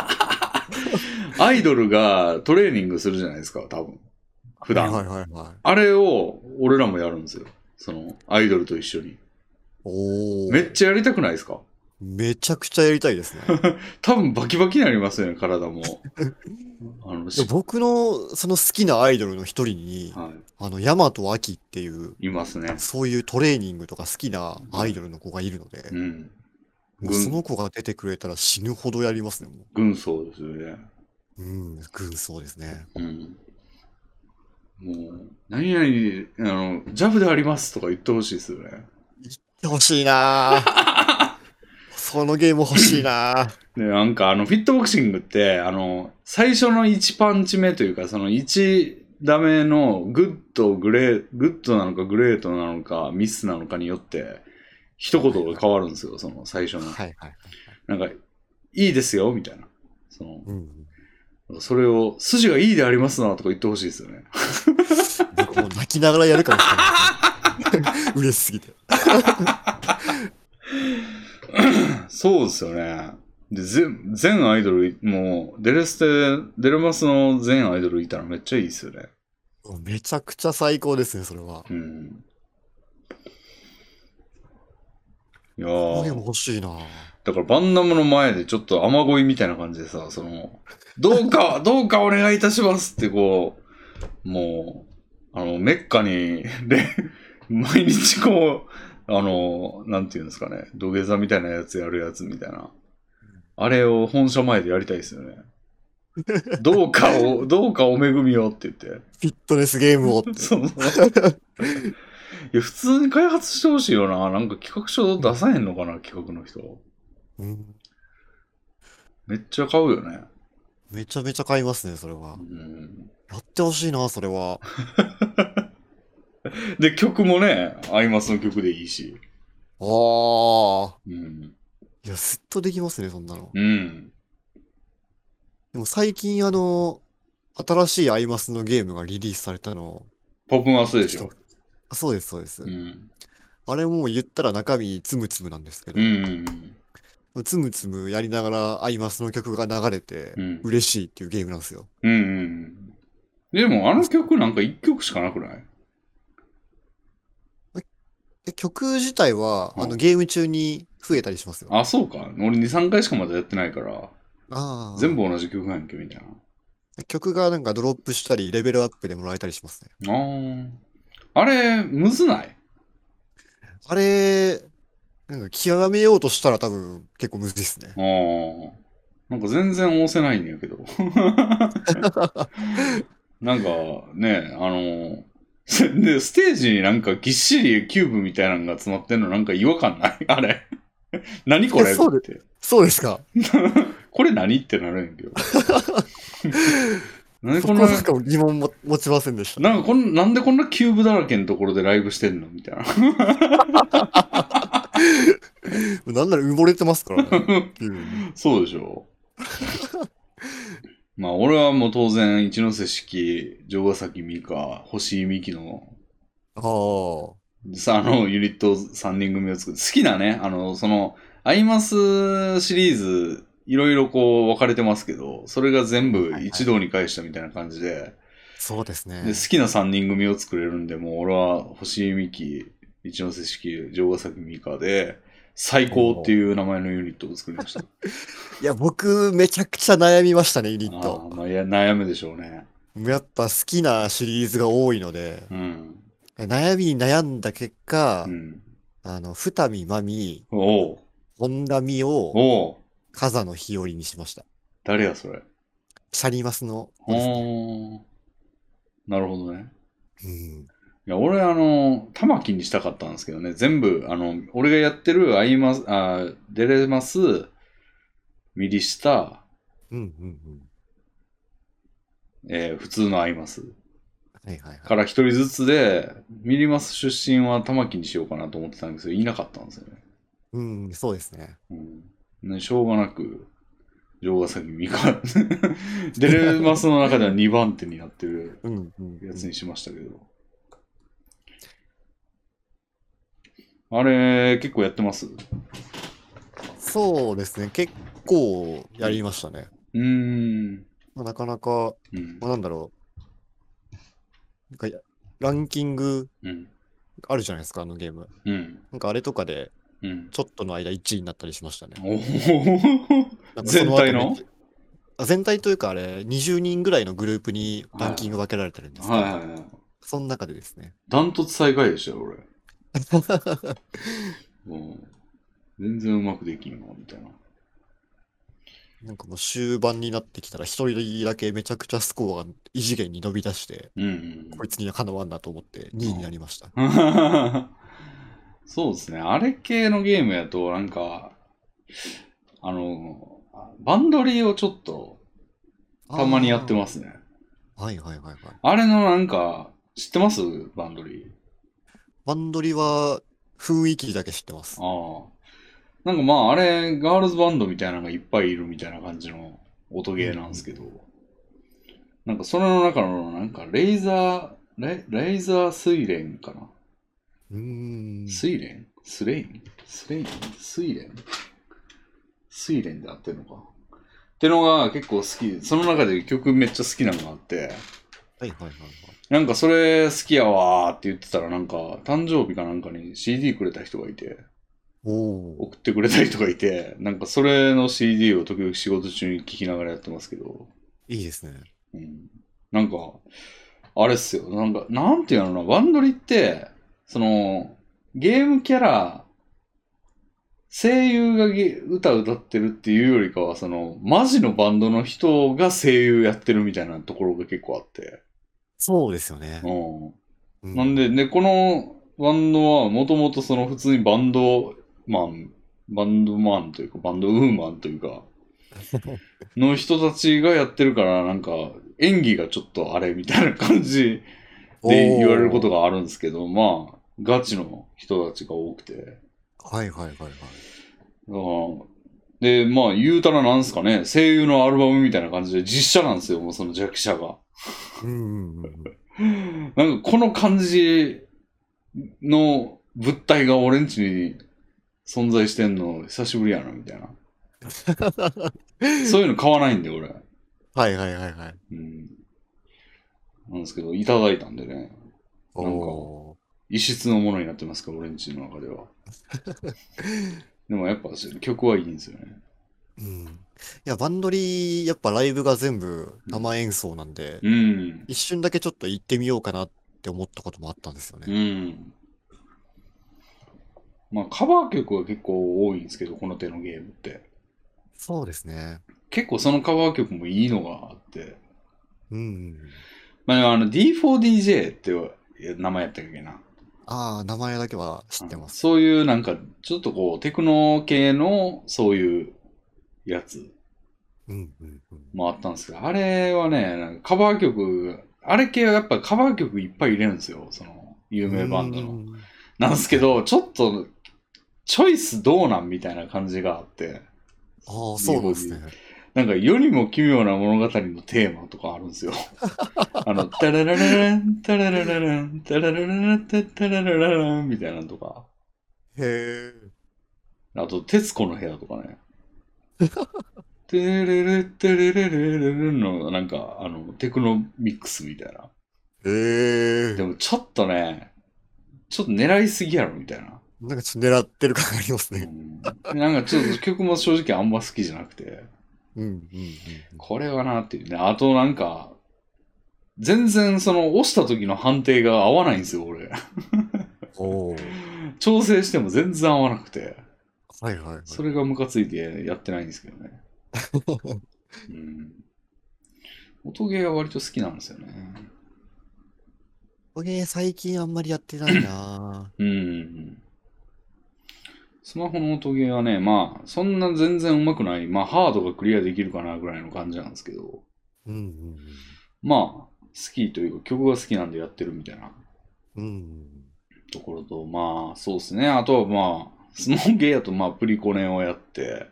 アイドルがトレーニングするじゃないですか、多分。 普段。
はいはいはいはい。
あれを、俺らもやるんですよ。その、アイドルと一緒に。
おお。
めっちゃやりたくないですか
めちゃくちゃやりたいです ね。
多分バキバキになりますよね、体 も。あの、し
で僕のその好きなアイドルの一人に、
は
あの、ヤマトアキっていう、
い、いますね。
そういうトレーニングとか好きなアイドルの子がいるので、
うん。
もうその子が出てくれたら死ぬほどやりますね、も
軍曹ですよね。
う。うん、軍曹ですね。
うん。もう、何々、あの、ジャブでありますとか言ってほしいですよね。
欲しいなぁ。 そのゲーム欲しいなぁ。
で、なんか、あの、フィットボクシングって、あの、最初の1パンチ目というか、その1ダメのグッド、グレー、グッドなのかグレートなのか、ミスなのかによって、一言が変わるんですよ、その最初の。
はいはい。
なんか、いいですよ、みたいな。その、
うん。
それを、筋がいいでありますな、とか言ってほしいですよね。
僕も泣きながらやるかもしれない ですね。嬉しすぎて。
そうですよね。で、全、全アイドルい、もう、デレステ、デレマスの全アイドルいたらめっちゃいいですよね。
めちゃくちゃ最高ですね、それは。
うん。いや
このゲーム
ー、
欲しいなぁ。
だからバンダムの前でちょっと雨乞いみたいな感じでさ、その、どうか、どうかお願いいたしますってこう、もう、あの、メッカに、れ毎日こう、あの、なんていうんですかね、土下座みたいなやつやるやつみたいな。あれを本社前でやりたいですよね。どうかを、どうかお恵みをって言って。
フィットネスゲームを。
そうそう。いや、普通に開発してほしいよな。なんか企画書出さへんのかな、企画の人。
うん
めっちゃ買うよね。
めちゃめちゃ買いますね、それは
う。ん。
やってほしいな、それは。
で、曲もね、アイマスの曲でいいし。
ああ。
うん。
いや、すっとできますね、そんなの。
うん。
でも最近、あの、新しいアイマスのゲームがリリースされたの。
ポップマスでしょ。
あそうです、そうです
う。ん。
あれもう言ったら中身つむつむなんですけ
う
ど、
ん。
つむつむやりながらアイマスの曲が流れて
う、ん。
嬉しいっていうゲームなんですよ。
うん。うん。でも、あの曲なんか一曲しかなくない
え曲自体は、
うん
あのゲーム中に増えたりしますよ。
あ、そうか。俺2、3回しかまだやってないから、
ああ。
全部同じ曲なんけ、みたいな。
曲がなんかドロップしたり、レベルアップでもらえたりしますね。
あーあれ、むずない
あれ、なんか極めようとしたら多分結構難しいですね。
ああ。なんか全然押せないんやけど。 なんかね、あの、 で、ステージになんかぎっしりキューブみたいなのが詰まってんのなんか違和感ない あれ。何これ
えそう
って。
そうですか。
これ何ってなるんやけ ど。何
そ
こ
こ
ん
なん
な、
か疑問も持ちませんでした。
なんかこんなんでこんなキューブだらけのところでライブしてんのみたいな。
なんなら埋もれてます からね。ゲームに
そうでしょ まあ、俺はもう当然、一ノ瀬式、城ヶ崎美香、星井美紀の、
ああ。
さ、あの、ユニット3人組を作る。好きなね、あの、その、アイマスシリーズ、いろいろこう分かれてますけど、それが全部一堂に会したみたいな感じで、
そうですね
で。好きな3人組を作れるんで、もう俺は星井美紀、一ノ瀬式、城ヶ崎美香で、最高っていう名前のユニットを作りました。
いや、僕、めちゃくちゃ悩みましたね、ユニッ
ああ
ト。
まあ、いや悩むでしょうね。
やっぱ好きなシリーズが多いので、
うん。
悩みに悩んだ結果、
うん。
あの、二見まみ、
おう
本田美を、
おう
風の日和にしました。
誰やそれ。
シャリマスの子ですね。
おーなるほどね。
うん。
いや、俺、あの、玉木にしたかったんですけどね、全部、あの、俺がやってる、アイマス、あデレマス、右下、
うんうんうん。
えー普通のアイマス。
はいはいは
から一人ずつで、ミリマス出身は玉木にしようかなと思ってたんですけど、いなかったんですよね。
い。うん、そうですね。
うん、ねしょうがなく、城ヶ崎美 香、デルマスの中では2番手になってる
うん、うん。
やつにしましたけど。あれ、結構やってます
そうですね。結構やりましたね。
うーん。
まあ、なかなか、
うん
ま。あ、なんだろう。なんかやランキング
うん。
あるじゃないですか、あのゲーム。
うん。
なんかあれとかで、
うん。
ちょっとの間1位になったりしましたね。
おお
なんかそ後
全体の
めっちゃあ全体というか、あれ、20人ぐらいのグループにランキング分けられてるんですけど、
はいはいはい。
その中でですね。
ダントツ最下位でしたよ、 俺。うん。全然うまくできんわ、みたいな。
なんかもう終盤になってきたら、一人だけめちゃくちゃスコアが異次元に伸び出して、
うん、うん。
こいつにはかなわんなと思って2位になりました。
そうですね。あれ系のゲームやと、なんか、あの、バンドリーをちょっと、たまにやってますね。
す。はいはいはいはい。
あれのなんか、知ってますバンドリー。
バンドリは雰囲気だけ知ってます。
ああ。なんかまあ、あれ、ガールズバンドみたいなのがいっぱいいるみたいな感じの音ゲーなんですけど、なんかそれの中の、なんかレイザー、レレイザー睡蓮かな。
うーん。
睡蓮スレインスレイン睡蓮睡蓮で合ってるのか。ってのが結構好き。その中で曲めっちゃ好きなのがあって、
はいはいはいはい。
なんかそれ好きやわーって言ってたらなんか誕生日かなんかに CD くれた人がいて、
おお。
送ってくれた人がいて、なんかそれの CD を時々仕事中に聴きながらやってますけど、
いいですね。
うん、なんか、あれっすよ、なんか、なんていうのかな、ワンドリって、その、ゲームキャラ、声優がゲ歌歌ってるっていうよりかは、その、マジのバンドの人が声優やってるみたいなところが結構あって、
そうですよね。
うん。
う
なんで、ね、このバンドはもともとその普通にバンドマン、バンドマンというか、バンドウーマンというか、の人たちがやってるから、なんか演技がちょっとあれみたいな感じで言われること
が。
があるんですけど、まあ、ガチの人たちが多くて。だか
はいはいはいはい。
らで、まあ、言うたらなんですかね、声優のアルバムみたいな感じで実写なんですよ、もうその弱者が。
うんうんうん。
なんかこの感じの物体が俺んちに存在してんの久しぶりやな、みたいな。そういうの買わないんで、俺。
はいはいはいはい。
うん。なんですけど、いただいたんでね。
おお
異質のものになってますから、俺んちの中では。でもやっぱ曲はいいんですよね。
ー。うん。いや、バンドリやっぱライブが全部生演奏なんで、
うん。
一瞬だけちょっと行ってみようかなって思ったこともあったんですよ
う
ね。
ん。まあ、カバー曲は結構多いんですけど、この手のゲームって。
そうですね。
結構そのカバー曲もいいのがあって。
うん。
まあ、でもあの D4DJ って名前やったっけな。
ああ、名前だけは知ってます。
そういうなんか、ちょっとこう、テクノ系のそういうやつ
うんうんうん。
もあったんですけど、あれはね、なんかカバー曲、あれ系はやっぱカバー曲いっぱい入れるんですよ。その、有名バンド
う
の。
ん
なんですけど、ちょっと、チョイスどうなんみたいな感じがあって、
ああ、そうなんですね。
なんか世にも奇妙な物語のテーマとかあるんですよ。あの、タララララン、タララララン、タララララタタラララランみたいなのとか。
へえ。
あと、徹子の部屋とかね。てれれてれれれれれの、なんか、あの、テクノミックスみたいな。
へ
で
え。
も、ちょっとね、ちょっと狙いすぎやろ、みたいな。
なんかちょっと狙ってる感あります
う
ね。
ん、なんか、ちょっと曲も正直あんま好きじゃなくて、
うんうんうんうん。
これはなっていうね。あと、なんか、全然、その、押した時の判定が合わないんですよ、 俺。
おお。はい
調整しても全然合わなくて。
はいはい。
そ れがムカついてやってないんですけどね。うん。音ゲーは割と好きなんですよね。
おげー最近あんまりやってないな
うんうんうん。スマホの音ゲーはね、まあ、そんな全然上手くない、まあ、ハードがクリアできるかなぐらいの感じなんですけど、
ぁ。うんうんうん。
まあ、好きというか、曲が好きなんでやってるみたいな
うん。
ところと、まあ、そうですね。あとはまあ、スモンゲーやと、まあ、プリコネをやって、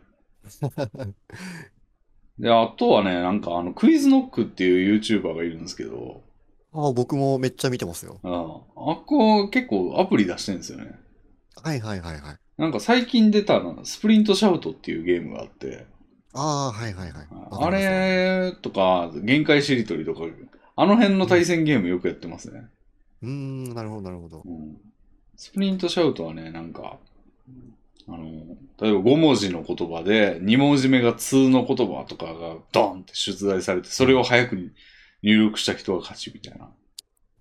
で、あとはね、なんか、あの、クイズノックっていう YouTuber がいるんですけど、
ああ、僕もめっちゃ見てますよ。
うん、あっこ結構アプリ出してるんですよね。
はいはいはいはい。
なんか最近出たなスプリントシャウトっていうゲームがあって、
ああ、はいはいはい。
あれとか、限界しりとりとか、あの辺の対戦ゲームよくやってますね。
うーん、なるほどなるほど。
うん、スプリントシャウトはね、なんか、あの、例えば5文字の言葉で、2文字目が通の言葉とかがドンって出題されて、それを早くに入力した人が勝ちみたいな。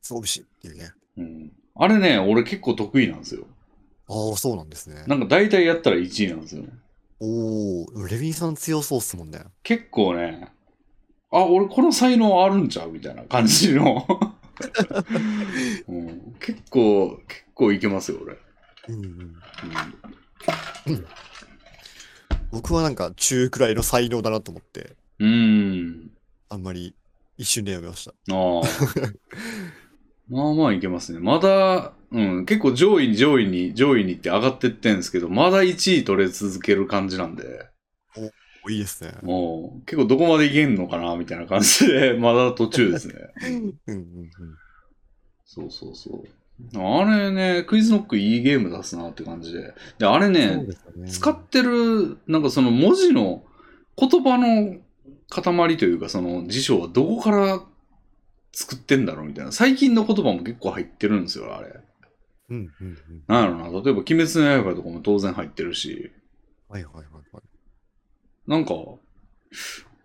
そうぶしっていうね。
うん、あれね、俺結構得意なんですよ。
ああ、そうなんですね。
なんか大体やったら1位なんですよね。
おお、レビンさん強そうっすもんね。
結構ね、あ、俺この才能あるんちゃうみたいな感じの、うん。結構、結構いけますよ、俺。うん
うんうん。僕はなんか中くらいの才能だなと思って、
うん。
あんまり一瞬でやめました。
ああ。まあまあいけますね。まだ、うん、結構上位に上位に上位にって上がってってんですけど、まだ1位取れ続ける感じなんで、
おいいですね。
もう結構どこまでいけんのかなみたいな感じで、 まだ途中ですね。
うんうんうん。
そうそうそう。あれね、クイズノックいいゲーム出すなって感じで。で、あれ
そ
ね
う、ですよね。
使ってる、なんかその文字の言葉の塊というか、その辞書はどこから作ってんだろうみたいな。最近の言葉も結構入ってるんですよ、あれ。
うんうんうん。
なんやろな、例えば鬼滅の刃とかも当然入ってるし、
はいはいはいはい。
なんか、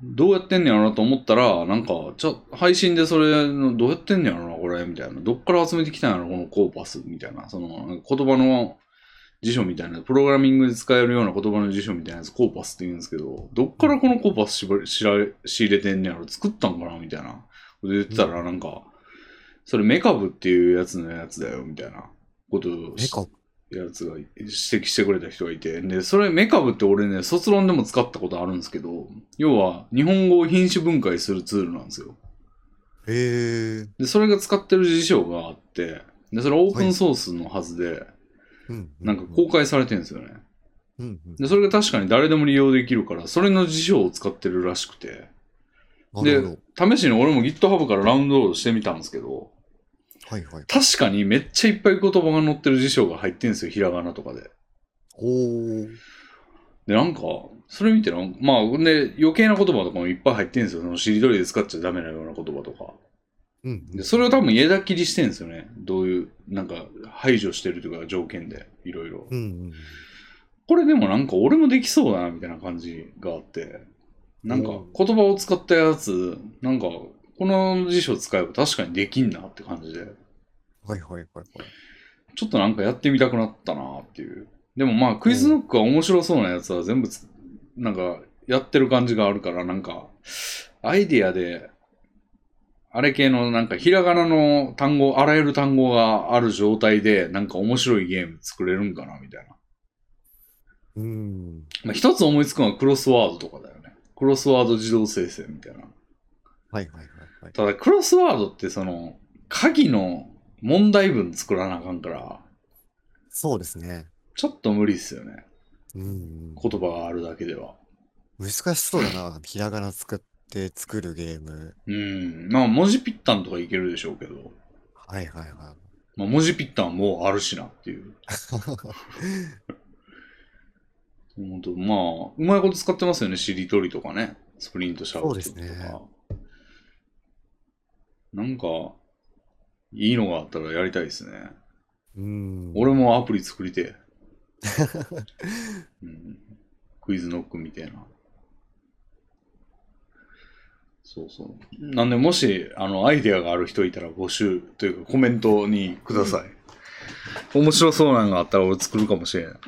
どうやってんねやろなと思ったら、なんか、ちょ配信でそれの、どうやってんねやろな、これ、みたいな。どっから集めてきたんやろ、このコーパス、みたいな。その、なんか言葉の辞書みたいな、プログラミングで使えるような言葉の辞書みたいなやつ、コーパスって言うんですけど、どっからこのコーパスしばしら仕入れてんねやろ、作ったんかな、みたいな。で言ってたら、なんか、それメカブっていうやつのやつだよ、みたいなことを
メカ
やつが指摘してくれた人がいて、で、それメカブって俺ね、卒論でも使ったことあるんですけど、要は日本語を品種分解するツールなんですよ。
へえ。
で、それが使ってる辞書があって、で、それオープンソースのはずで、
うん。
なんか公開されてるんですよね。
うんうん。
で、それが確かに誰でも利用できるから、それの辞書を使ってるらしくて、
な
で
るほど。、
試しに俺も GitHub からダウンロードしてみたんですけど、
はいはい。
確かにめっちゃいっぱい言葉が載ってる辞書が入ってるんですよ、ひらがなとかで。
おお。
で、なんか、それ見てなんまあ、で、余計な言葉とかもいっぱい入ってんですよ。その、しりとりで使っちゃダメなような言葉とか。
うんうん。
で、それを多分、枝切りしてんですよね。どういう、なんか、排除してるというか、条件で、いろいろ
う。ん
これでもなんか、俺もできそうだな、みたいな感じがあって。なんか
お、
言葉を使ったやつ、なんか、この辞書使えば確かにできんなって感じで、
うん。はいはいはいはい。
ちょっとなんかやってみたくなったなっていう。でもまあ、クイズノックは面白そうなやつは全部つ、なんか、やってる感じがあるから、なんか、アイディアで、あれ系のなんか、ひらがなの単語、あらゆる単語がある状態で、なんか面白いゲーム作れるんかな、みたいな。
うん。
まあ、一つ思いつくのはクロスワードとかだよね。クロスワード自動生成みたいな。
はいはいはいはい。
ただ、クロスワードってその、鍵の問題文作らなあかんから、
そうですね。
ちょっと無理っすよね。
うんうん。
言葉があるだけでは。
難しそうだな。ひらがな作って作るゲーム。
うん。まあ、文字ぴったんとかいけるでしょうけど、
はいはいは
まあ、文字ぴったんはもうあるしなっていう。 本当まあ、うまいこと使ってますよね。しりとりとかね。スプリントシャウトとか。
そうですね
なんか、いいのがあったらやりたいですね。
い。うん。
俺もアプリ作りて え、うん。クイズノックみたいな。そうそう。なんで、もし、あの、アイデアがある人いたら募集というか、コメントにください。面白そうなのがあったら俺作るかもしれない。うん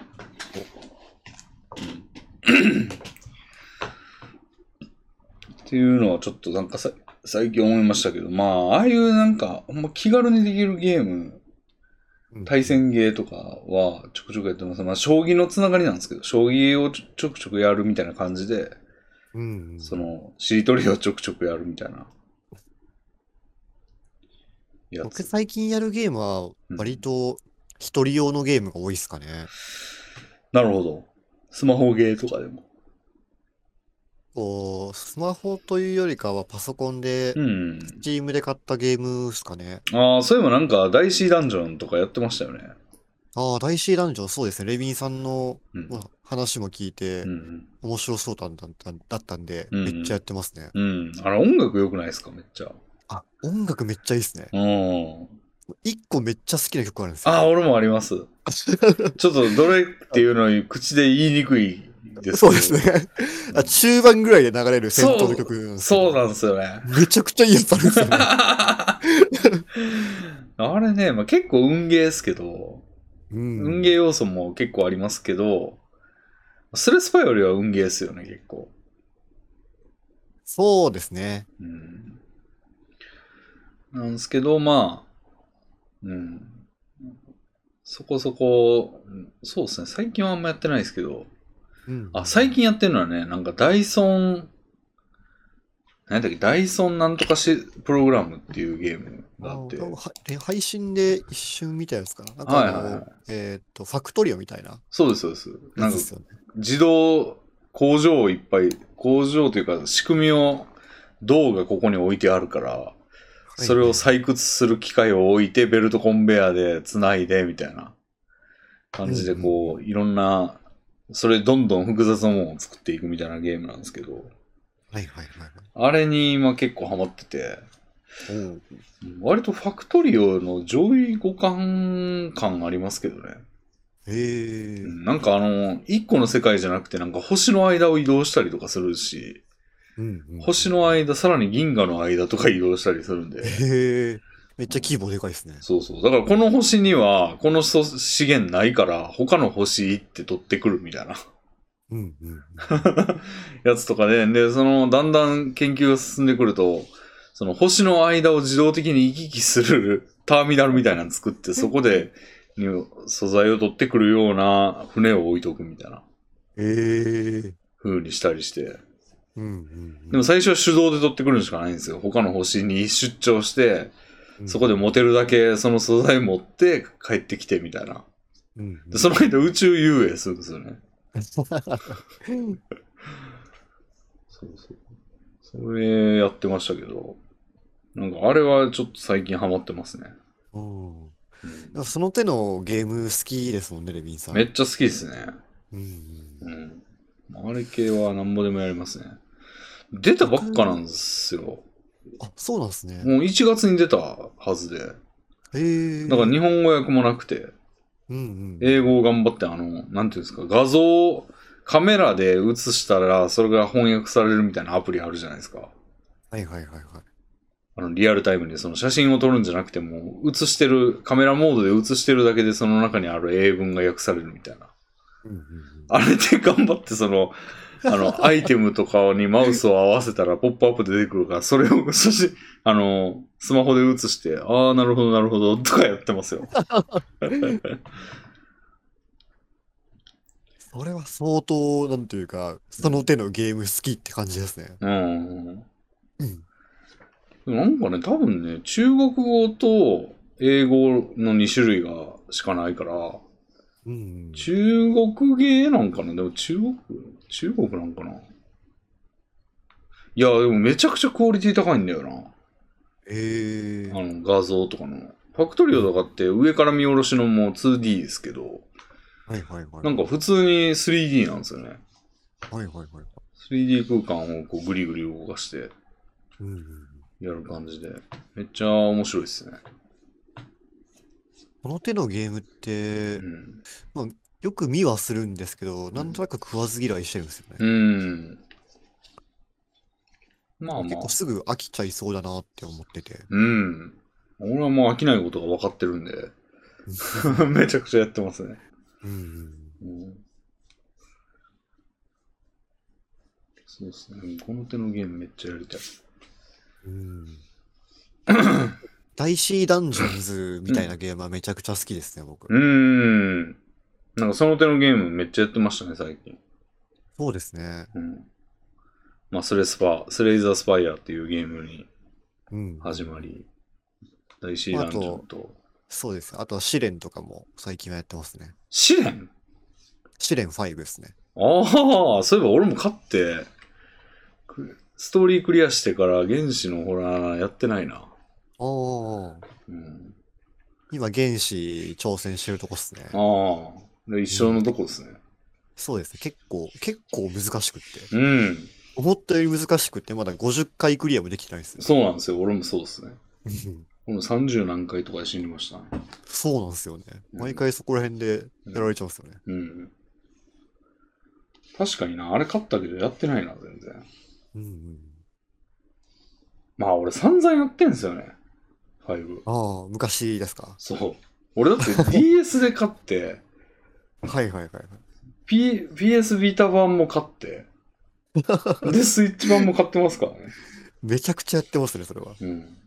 っていうのはちょっとなんかさ最近思いましたけど、まあ、ああいうなんか、ほんま気軽にできるゲーム、
うん
対戦ゲーとかはちょくちょくやってます。まあ、将棋のつながりなんですけど、将棋をちょちょくちょくやるみたいな感じで、
うんうん。
その、しりとりをちょくちょくやるみたいな。や
僕
つ。
最近やるゲームは
ん
割と一人用のゲームが多いですかね。
なるほど。スマホゲーとかでも。
こう、スマホというよりかはパソコンで、
うん。
Steam で買ったゲームですかね。
ああ、そういえばなんか、ダイシーダンジョンとかやってましたよね。
ああ、大師ダンジョン、そうですね。レビンさんの
うん。
まあ話も聞いて
う、ん
面白そうだったんだだったんで、
うん
めっちゃやってますね。
うん。うん。あれ、音楽良くないですかめっちゃ。
あ、音楽めっちゃいいですね。
うん。
一個めっちゃ好きな曲あるんですよ。
ああ、俺もあり ます。ちょっと、どれっていうのに口で言いにくいですけど
そうです。ね。あ中盤ぐらいで流れる戦闘の曲なんですけ
そ
ど
うなんですよね。
めちゃくちゃいいやつあるんですよ ね。
あれね、まあ、結構運ゲーですけど、
うん。
運ゲー要素も結構ありますけど、スレスパよりは運ゲーですよね、結構。
そうですね。
うん。なんですけど、まあ、うん。そこそこ、うんそうですね、最近はあんまやってないですけど、
うん。
あ、最近やってるのはね、なんかダイソン、何だっけ、ダイソンなんとかしプログラムっていうゲームがあって。
あはえ配信で一瞬見たやつかな。なん
はい
か
は
あ
い
の、
はい
えーっと、ファクトリオみたいな
そうです、そうです。な
や
ん
つ
か
ですよね。
自動工場をいっぱい、工場というか仕組みを、銅がここに置いてあるから、
い
それを採掘する機械を置いて、ベルトコンベヤで繋いで、みたいな感じで、こう、いろんな、それどんどん複雑なものを作っていくみたいなゲームなんですけど、
はいはいはい
あれに今結構ハマってて、
はい。おう
うん割とファクトリオの上位互換感ありますけどね。
へえ
う。んなんかあの、一個の世界じゃなくて、なんか星の間を移動したりとかするし、
うんうん
星の間、さらに銀河の間とか移動したりするんで。
へえ。めっちゃ規模でかいですね。
そうそう。だからこの星には、このそ資源ないから、他の星行って取ってくるみたいな
うんうんうん。
やつとかで、で、その、だんだん研究が進んでくると、その星の間を自動的に行き来する ターミナルみたいなの作って、そこで、に素材を取ってくるような船を置いとくみたいな
へえ。
風にしたりして。
うん
でも最初は手動で取ってくるのしかないんですよ。他の星に出張して、
うん。
そこでモテるだけその素材持って帰ってきてみたいな。
うんうん。
で、その間宇宙遊泳するんですよね。そうそう。それやってましたけど、なんかあれはちょっと最近ハマってますね。
うん
うん
その手のゲーム好きですもんね、レビンさん。
めっちゃ好きですね。
うんう
うんん。あれ系はなんぼでもやりますね。出たばっかなんですよ。
あ、そうなんですね。
もう1月に出たはずで。
へえ。
だから日本語訳もなくて。
うんうん。
英語を頑張って、あの、なんていうんですか、画像をカメラで映したら、それが翻訳されるみたいなアプリあるじゃないですか。
はいはいはいはい。
あの、リアルタイムで、その写真を撮るんじゃなくても、映してる、カメラモードで映してるだけで、その中にある英文が訳されるみたいな。
うんうんうん
あれで頑張って、その、あの、アイテムとかにマウスを合わせたら、ポップアップで出てくるから、それを写真、あの、スマホで写して、ああ、なるほど、なるほど、とかやってますよ。
それは相当、なんというか、その手のゲーム好きって感じですね。
うん。
うん。
なんかね、多分ね、中国語と英語の2種類がしかないから、
うん。
中国芸なんかなでも中国、中国なんかないや、でもめちゃくちゃクオリティ高いんだよな。
え
あの、画像とかの。ファクトリオとかって上から見下ろしのもう 2D ですけど、
はいはいはい。
なんか普通に 3D なんですよね。
はいはいはい。
3D 空間をこうグリグリ動かして
うんうんうん。
やる感じで、めっちゃ面白いですね。
この手のゲームっ
う
て、
ん。
よく見はするんですけど、なんとなく食わず嫌いしてるんですよ
う
ね。
ん。まあま
結
あ
構。すぐ飽きちゃいそうだなって思ってて。
うん。俺はもう飽きないことが分かってるん で、めちゃくちゃやってますね。
うんうん。
うん、そうですね。この手のゲームめっちゃやりたい。
うん。 ダイシーダンジョンズみたいなゲームはめちゃくちゃ好きですね、僕。
うん。なんかその手のゲームめっちゃやってましたね、最近。
そうですね。
うん。まあ、スレスパ、スレイザースパイアっていうゲームに
うん。
始まり、大師団長と。
そうです。あと、試練とかも最近はやってますね。
試練
試練5ですね。
ああ、そういえば俺も勝って、くストーリークリアしてから原始のホラーやってないな。
おー。
うん、
今、原始挑戦してるとこっすね。
ああ、で一緒のとこですね。
そうですね。結構、結構難しくって。
うん、
思ったより難しくって、まだ50回クリアもできてないですね。
そうなんですよ。俺もそうですね。
うん
この30何回とかで死にましたね。
そうなんですよね。毎回そこら辺でやられちゃうんですよね。
うん。確かにな、あれ勝ったけどやってないな、全然。
うんうん。
まあ俺散々やってんすよね。5。
ああ、昔ですか。
そう。俺だって DS で勝って、
はいはいはいはい。
P、PS ビータ版も買 って、で、スイッチ版も買ってますからね。
めちゃくちゃやってますね、それは。
うん。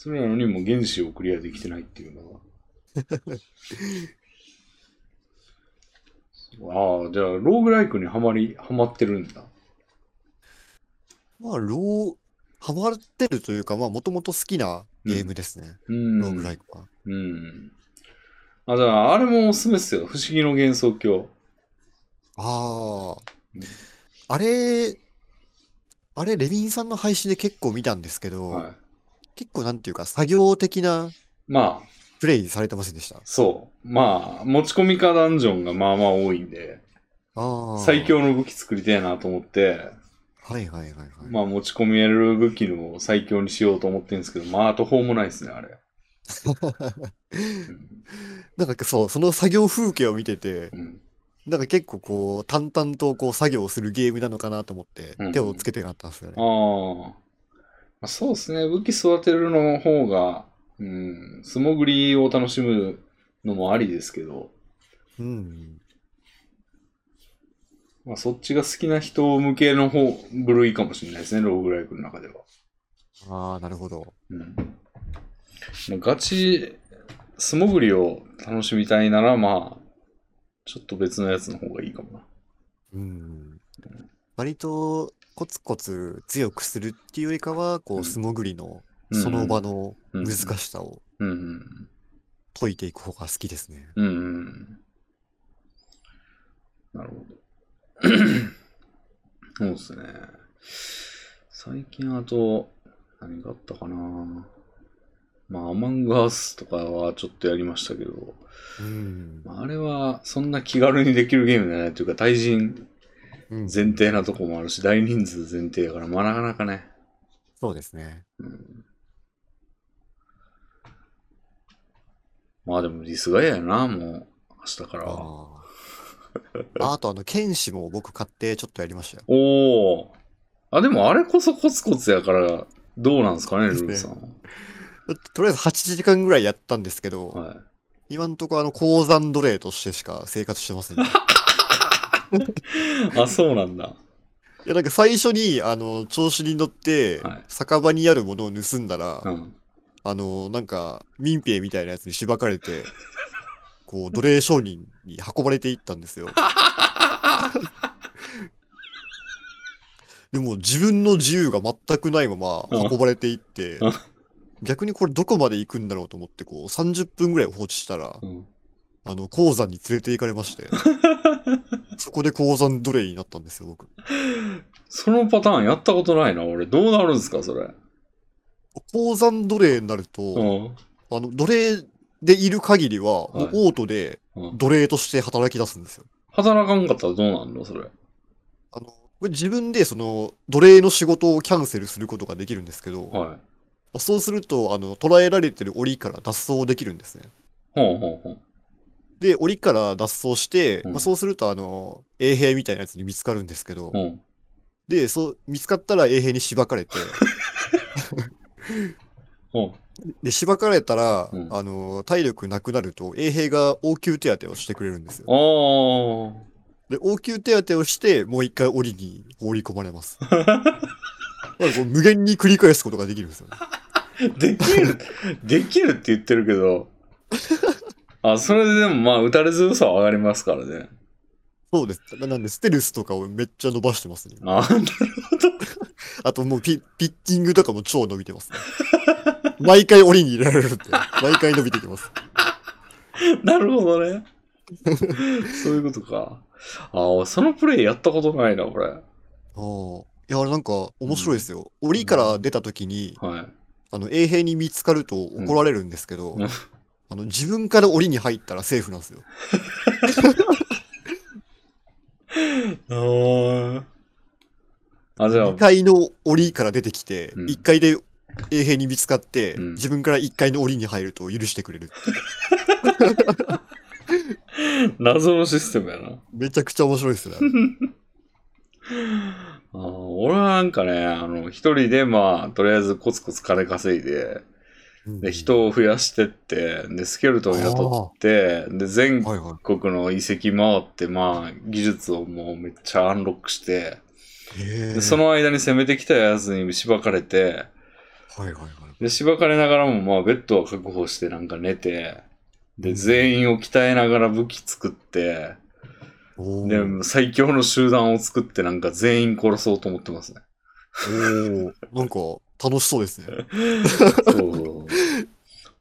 それなのにもう原子をクリアできてないっていうの は。ああ、じゃあ、ローグライクにはまり、はまってるんだ。
まあ、ロー、ハマってるというか、まあ、もともと好きなゲームですね。
うん。
ローグライクは。
うん。あ、じゃあ、あれもおすすめっすよ。不思議の幻想郷。
あ
うん
あ。あれ、あれ、レビンさんの配信で結構見たんですけど、
はい。
結構なんていうか、作業的な
まあ、
プレイされてませんでした。
そう。まあ、持ち込みかダンジョンがまあまあ多いんで、
ああ。
最。強の武器作りたいなと思って、
はいはいはいはい。
まあ持ち込みやる武器の最強にしようと思ってるんですけど、まあ途方もないですね、あれ。うん
なんかそう、その作業風景を見てて、
うん、
なんか結構こう、淡々とこう作業をするゲームなのかなと思って
うんうん、
手をつけてなかったんですよ
あ
ね。
ーまあ。そうですね、武器育てるの方が、うん、素潜りを楽しむのもありですけど、
うん。
まあ、そっちが好きな人向けの方、部類かもしれないですね、ローグライクの中では。
ああ、なるほど。
うん。まあガチ、素潜りを楽しみたいなら、まあ、ちょっと別のやつの方がいいかもな。
うん。割と、コツコツ強くするっていうよりかは、こ
うん
う、素潜りの、その場の
うん
難しさを
うんうん。
解いていく方が好きですね。
うんうん。なるほど。 そうですね。最近あと、何があったかな。まあ、アマングアスとかはちょっとやりましたけど、
うん。
まあ、あれはそんな気軽にできるゲームじゃないというか、対人
うん
前提なとこもあるし、大人数前提だから、まあ、なかなかね。
そうですね。
うん、まあ、でも、リスガイアやな、もう、明日からは。
あーあ。あと、あの、剣士も僕買ってちょっとやりましたよ。
おお。あ、でもあれこそコツコツやから、どうなんですかね、ル
ですね
ールさんは。
とりあえず8時間ぐらいやったんですけど、
はい。
今んとこあの鉱山奴隷としてしか生活してません、ね。
あ、そうなんだ。
いやなんか最初にあの調子に乗って
はい
酒場にあるものを盗んだら、
うん。
あのなんか民兵みたいなやつにしばかれてこう奴隷商人に運ばれていったんですよ。でも自分の自由が全くないまま
うん
運ばれていって
うん
逆にこれどこまで行くんだろうと思ってこう30分ぐらい放置したら
うん、
あの鉱山に連れて行かれましてそこで鉱山奴隷になったんですよ僕。
そのパターンやったことないな、俺。どうなるんですか、それ。
鉱山奴隷になると、
うん。
あの、奴隷でいる限りは、
はい
もうオートで
うん、
奴隷として働き出すんですよ。
働かんかったらどうなんの、それ。
あの、これ自分でその、奴隷の仕事をキャンセルすることができるんですけど、
はい。
そうすると、あの、捕らえられてる檻から脱走できるんですね。
ほうほうほう。
で、檻から脱走して、
うん
まあ、そうすると、あの、衛兵みたいなやつに見つかるんですけど、
うん。
で、そう、見つかったら衛兵にしばか れて、
ほ
で、しばかれたら、
うん
あの、体力なくなると、衛兵が応急手当をしてくれるんですよ。
う。ああ。
で、応急手当をして、もう一回檻に放り込まれ ます。だからこう無限に繰り返すことができるんですよね。
できる、できるって言ってるけど。あ、それででもまあ、打たれ強さは上がりますからね。
そうです。ななんで、ステルスとかをめっちゃ伸ばしてますね。
あ ー
あともうピピッキングとかも超伸びてます、ね。 毎回檻に入れられるんで、毎回伸びてきます。
なるほどね。そういうことか。ああ、そのプレイやったことないな、これ。
あーいや、なんか面白いですよ。檻から出た時に、
はい。
あの、衛兵に見つかると怒られるんですけど、
うん
あの、自分から檻に入ったらセーフなんですよ。
ああ。あ、じゃあ
2、階の檻から出てきて、
うん
1階で衛兵に見つかって、
うん
自分から1階の檻に入ると許してくれる。
謎のシステムやな。
めちゃくちゃ面白いですね。
あー俺はなんかね、あの、一人でまあ、とりあえずコツコツ金稼いで、で、人を増やしてって、で、スケルトン雇って、で、全
はいは
国の遺跡回って、まあ、技術をもうめっちゃアンロックして、
い。へ
でそ、の間に攻めてきたやつにしばかれて、
はいはいはい。
で、しばかれながらも、まあ、ベッドは確保して、なんか寝て、で、全員を鍛えながら武器作って、
お
で、
ー
最強の集団を作って、なんか全員殺そうと思って ますね。
おーなんか、楽しそうですね。
そうそう。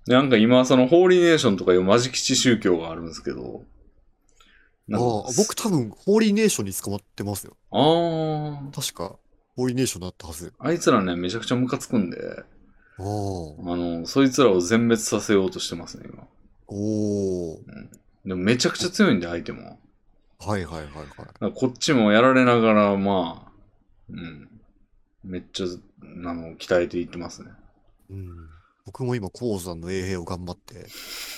でなんか今、その、ホーリーネーションとかいうマジ基地宗教があるんですけど、な
あ
んか
ー僕多分、ホーリーネーションに捕まってますよ。
あー
確か、ホーリーネーションだったはず。
あいつらね、めちゃくちゃムカつくんで、
あー
あの、そいつらを全滅させようとしてますね、今。
おー
でもめちゃくちゃ強いんで、相手も。だか
はいはいはいはい。
らこっちもやられながら、まあ、うん。めっちゃ、あの、鍛えていってますね。
うん、僕も今、鉱山の衛兵を頑張って、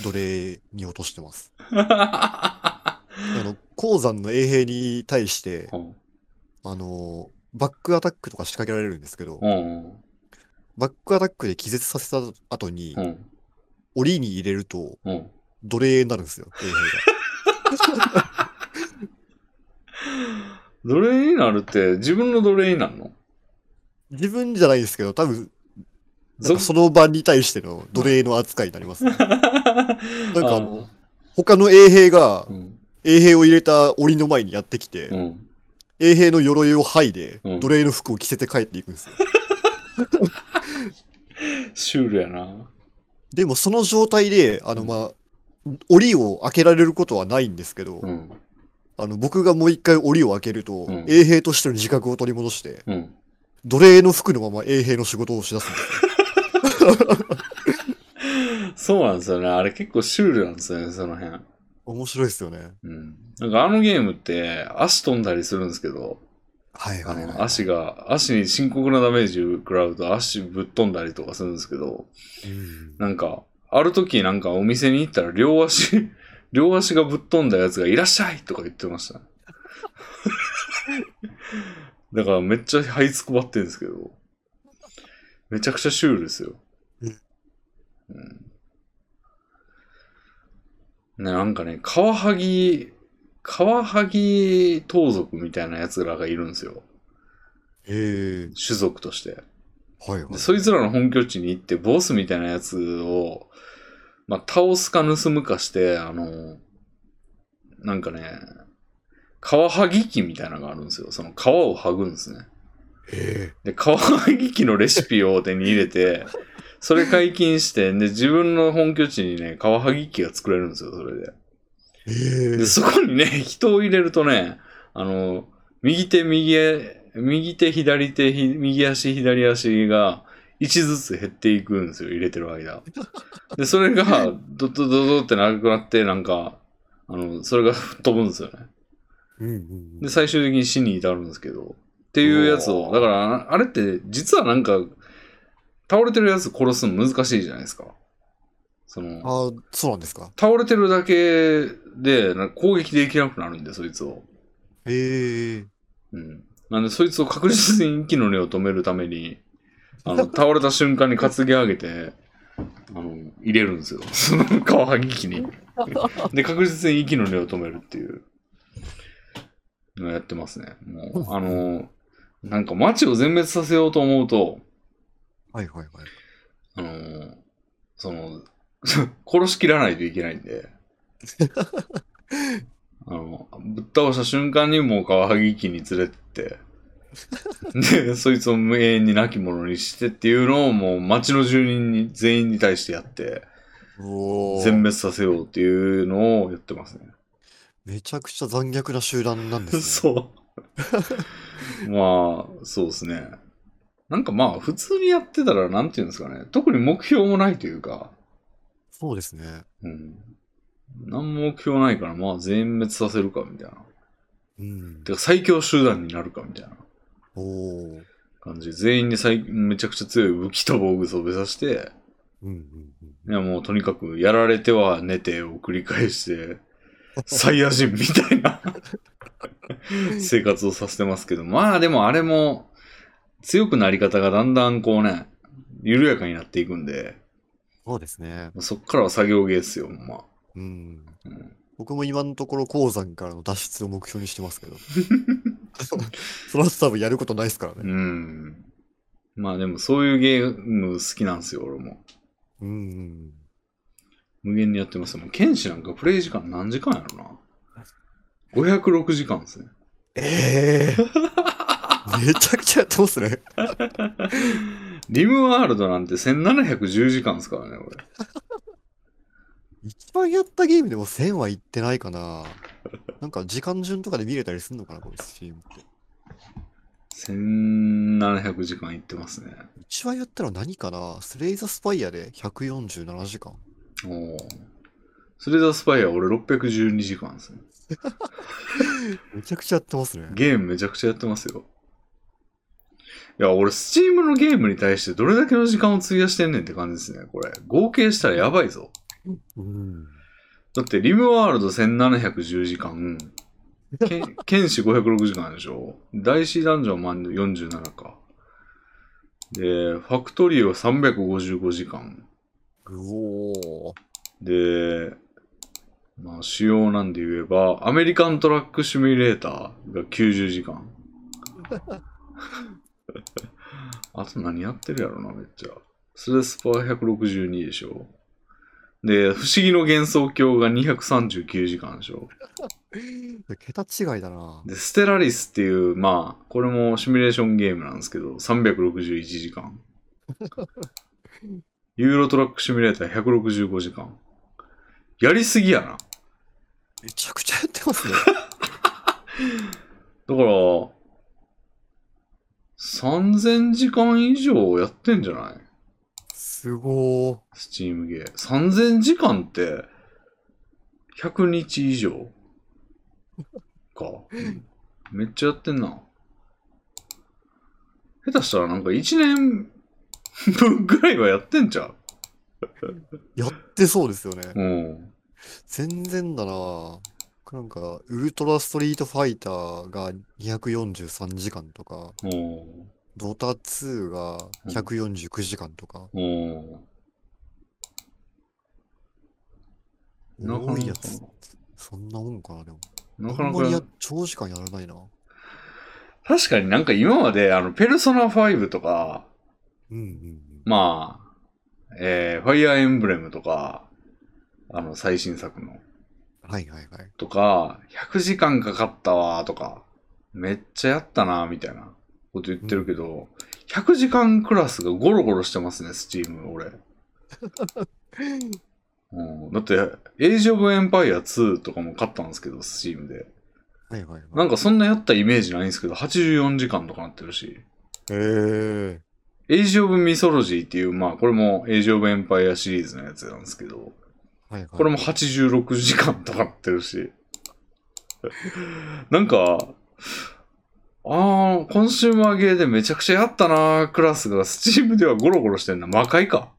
奴隷に落としてます。あの、鉱山の衛兵に対して、
うん
あの、バックアタックとか仕掛けられるんですけど
う、ん。
バックアタックで気絶させた後に
う、ん。
檻に入れると、
うん。
奴隷になるん ですよ、 衛兵が。
奴隷になるって、自分の奴隷になるの
自分じゃないですけど、多分、なん
ぞ
かその場に対しての奴隷の扱いになりま す、ね。
なん
かあの他の衛兵が
う、ん。
衛兵を入れた檻の前にやってきて、
うん。
衛兵の鎧を剥いで、
うん
奴隷の服を着せて帰っていくんですよ。
シュールやな。
でもその状態で、あの、まあ、檻を開けられることはないんですけど、
うん。
あの、僕がもう一回檻を開けると、
うん
衛兵としての自覚を取り戻して、
うん。
奴隷の服のまま衛兵の仕事をしだすんですよ。
そうなんですよね。あれ結構シュールなんですよね、その辺。
面白いですよね。
うん。なんかあのゲームって、足飛んだりするんですけど、
はい
あ
はいはい。
の、足が、足に深刻なダメージ食らうと足ぶっ飛んだりとかするんですけど、
うん
なんか、ある時なんかお店に行ったら両足、 両足がぶっ飛んだやつがいらっしゃいとか言ってました。だからめっちゃ這いつくばってるんですけど、めちゃくちゃシュールですよ。うん。ね、なんかね、カワハギ、カワハギ盗賊みたいなやつらがいるんですよ。
えー、
種族として。
はいはい
で。そいつらの本拠地に行って、ボスみたいなやつを、まあ、倒すか盗むかして、あの、なんかね、皮剥ぎ機みたいなのがあるんですよ。その皮を剥ぐんですね。
え
で、皮剥ぎ機のレシピを手に入れて、それ解禁して、で、自分の本拠地にね、皮剥ぎ機が作れるんですよ、それで。
ー、え
で、
ー、
そこにね、 人を入れるとね、あの、右手、右へ、右手、左手、ひ右足、左足が、1ずつ減っていくんですよ、入れてる間。で、それが、ドドドドって長くなって、なんか、あの、それが飛ぶんですよね。
うんうんう
で、
ん。
最終的に死に至るんですけど、っていうやつを、だから、ああれって、実はなんか、倒れてるやつ殺すの難しいじゃないですか。その、
ああ、そうなんですか。
倒れてるだけで、なんか攻撃できなくなるんで、そいつを。
えー、
うん。なんで、そいつを確実に息の根を止めるために、あの、倒れた瞬間に担ぎ上げて、あの、入れるんですよ。 その皮剥ぎ機に。で、確実に息の根を止めるっていうのをやってますね。もう、あの、なんか街を全滅させようと思うと、
はいはいはい。
あのー その、殺しきらないといけないんで。あの、ぶっ倒した瞬間にもうカワハギ機に連れてって、で、そいつを無縁に亡き者にしてっていうのをもう町の住人に全員に対してやって、
おー
全滅させようっていうのをやって ますね。
めちゃくちゃ残虐な集団なんで すね。
そう。まあ、そうですね。なんかまあ、普通にやってたら、なんていうんですかね。特に目標もないというか、
そうですね。
うん。何も目標ないから、まあ、全滅させるか、みたいな。
うん。
てか、最強集団になるか、みたいな
おー
感じ。全員に最めちゃくちゃ強い武器と防具装備させて、
うんうんうん。
いや、もうとにかく、やられては寝てを繰り返して、サイヤ人みたいな生活をさせてますけど、まあでもあれも、強くなり方がだんだんこうね、緩やかになっていくんで、
そうですね。
そっからは作業ゲーっすよ、ほんま。
うん
うん。
僕も今のところ鉱山からの脱出を目標にしてます けど。その後多分やることないですから
う
ね。
ん。まあでもそういうゲーム好きなんですよ、俺も。
うんうん。
無限にやってますよ。もう剣士なんかプレイ時間何時間やろな。506時間ですね。
ええ ー。めちゃくちゃやってますね。
リムワールドなんて1710時間ですからね、俺。
一番やったゲームでも1000はいってないかな。なんか時間順とかで見れたりするのかな、このスチームって。
1700時間いってますね。
一番やったのは何かなスレイザースパイアで147時間。
おお。スレザースパイア俺612時間ですね。
めちゃくちゃやってますね。
ゲームめちゃくちゃやってますよ。いや、俺、スチームのゲームに対してどれだけの時間を費やしてんねんって感じですね、これ。合計したらやばいぞ。
うん。
だって、リムワールド1710時間、け剣士506時間あるでしょ大師ダンジョンマン47か。で、ファクトリーは355時間。
うおー。
で、まあ、主要なんで言えば、アメリカントラックシミュレーターが90時間。あと何やってるやろな、めっちゃ。スレスパー162でしょ。で、不思議の幻想郷が239時間でしょ。
桁違いだな。
で、ステラリスっていう、まあ、これもシミュレーションゲームなんですけど、361時間。ユーロトラックシミュレーター165時間。やりすぎやな。
めちゃくちゃやってますね。
だから、3000時間以上やってんじゃない
すごー。
スチームゲー。3000時間って、100日以上か。めっちゃやってんな。下手したらなんか1年分ぐらいはやってんじゃう
やってそうですよね。
うん。
全然だなぁ僕なんか、ウルトラストリートファイターが243時間とか、
うん。
ドタ2が149時間とか、
うん。なかな
多
か
いやつ、そんなもんかな、でも。
なか
あ
なん
まり
か
や。長時間やらないな。
確かになんか今まで、あの、ペルソナ5とか、
うんうん
まあ、えー、ファイアーエンブレムとか、あの、最新作の、
うん。はいはいはい。
とか、100時間かかったわ、とか、めっちゃやったな、みたいなこと言ってるけど、100時間クラスがゴロゴロしてますね、スチーム、俺。うん、だって、エイジ・オブ・エンパイア2とかも買ったんですけど、スチームで。
はいはいはい。
なんかそんなやったイメージないんですけど、84時間とかなってるし。
へえ。
エイジ・オブ・ミソロジーっていう、まあこれもエイジ・オブ・エンパイアシリーズのやつなんですけど、
はいはい。
これも86時間とかなってるし。なんか、ああ、コンシューマーゲーでめちゃくちゃやったなークラスが、スチームではゴロゴロしてんな。魔界か。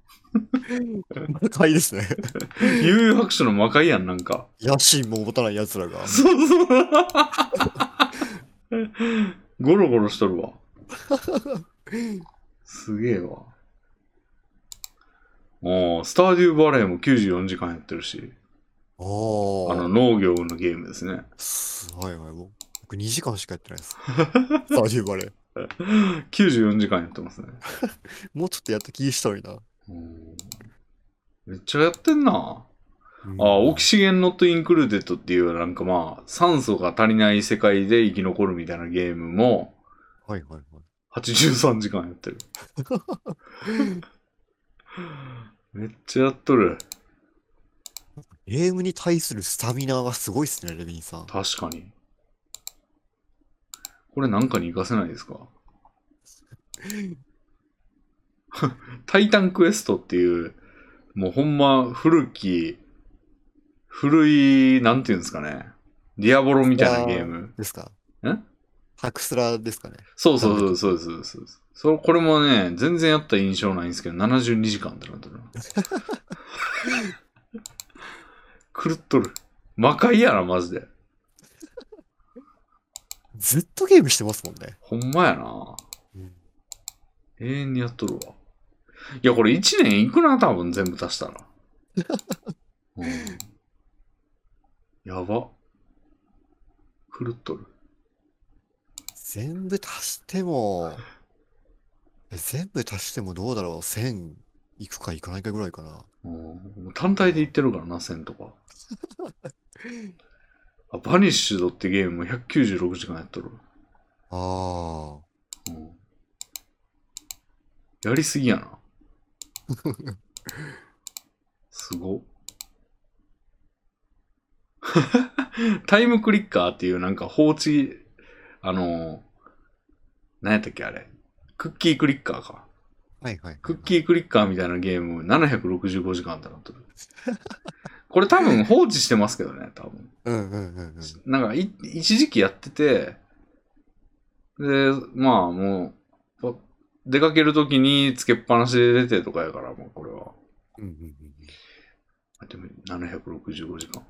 高いですね。
悠々白書の魔界やん、なんか。
野心も持たない奴らが。
そうそう。ゴロゴロしとるわ。すげえわ。おースターデューバレーも94時間やってるし、あ
あ
の
あ。
農業のゲームですね。
はいはい。僕2時間しかやってな いです。サジューバレー。
94時間やってますね。
もうちょっとやった気したのにな。
うんめっちゃやってんな。
うん
ああ、オキシゲンノットインクルーデッドっていうなんかまあ、酸素が足りない世界で生き残るみたいなゲームも、
はいはいはい。
83時間や ってる。めっちゃやっとる。
ゲームに対するスタミナはすごいっすね、レビンさん。
確かに。これなんかに活かせないですか タイタンクエストっていう、もうほんま古き、古い、なんていうんですかね。ディアボロみたいなゲーム。
ですか
え
ハクスラですかね。
そうそうそうそうそうそうです。そうこれもね、全然やった印象ないんですけど、72時間ってなってるな。狂っとる。魔界やな、マジで。
ずっとゲームしてますもんね。
ほんまやな。
うん
永遠にやっとるわ。いや、これ1年いくな、多分全部足した ら。うん、やば。狂っとる。
全部足しても、全部足してもどうだろう ?1000 いくかいかないかぐらいかな。
うんもう単体でいってるからな、1000と か。あ、バニッシュドってゲームも196時間やっとる。
ああ。
うんやりすぎやな。すごっ。 タイムクリッカーっていうなんか放置、あのー、何やったっけあれ。クッキークリッカーか。
はいはいはい。
クッキークリッカーみたいなゲーム765時間ってなってる。これ多分放置してますけどね、多分。
うんうんうんうん。
なんかい、一時期やってて、で、まあもう、ぽ出かけるときにつけっぱなしで出てとかやから、もうこれは。
うんうんうんうん
でも765時 間。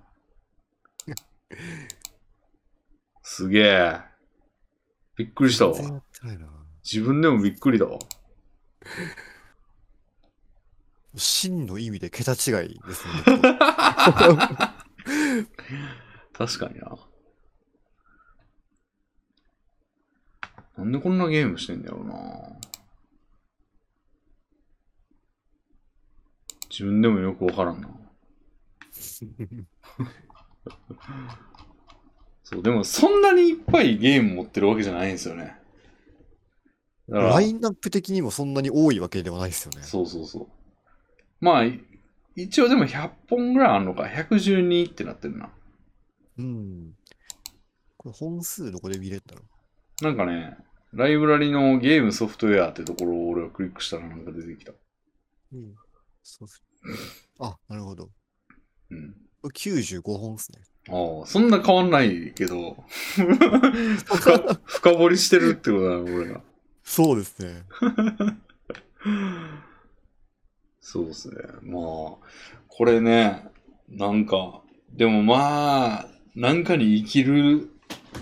すげえ。びっくりしたわ
全。然やってないな。
自分でもびっくりだわ。
真の意味で桁違 いですね。僕
確かにな。なんでこんなゲームしてんだろうな。自分でもよくわからんな。 そう、でもそんなにいっぱいゲーム持ってるわけじゃないんですよね。だから
ラインナップ的にもそんなに多いわけではないですよね。
そうそうそう。まあ、い一応でも100本ぐらいあるのか。112ってなってるな。
うん。これ本数どこで見れるんだろ
なんかね、ライブラリのゲームソフトウェアってところを俺はクリックしたらなんか出てきた。
う。うん。そうっすあ、なるほど。
うん。
これ95本ですね。
ああ、そんな変わんないけど、 深深掘りしてるってことだな、俺が。
そうです ね。
そうですね。まあ、これね、なんか、でもまあ、なんかに生きる、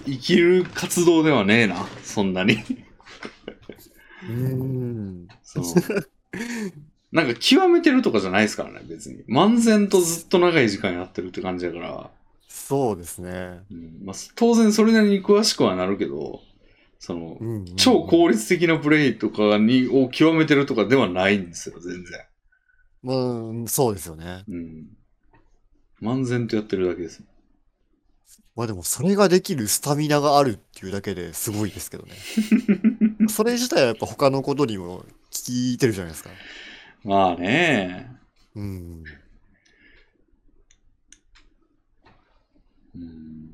生きる活動ではねえな、そんなに。
うん。
そのなんか極めてるとかじゃないですからね、別に。漫然とずっと長い時間やってるって感じだから、
そうですね。
うんまあ、当然それなりに詳しくはなるけど、その
う、ん、うん。
超効率的なプレイとかにを極めてるとかではないんですよ、全然。
うん、そうですよね。
うん。漫然とやってるだけです。
まあでも、それができるスタミナがあるっていうだけですごいです けどね。それ自体はやっぱ他のことにも効いてるじゃないですか。
まあね、
うん。
うん。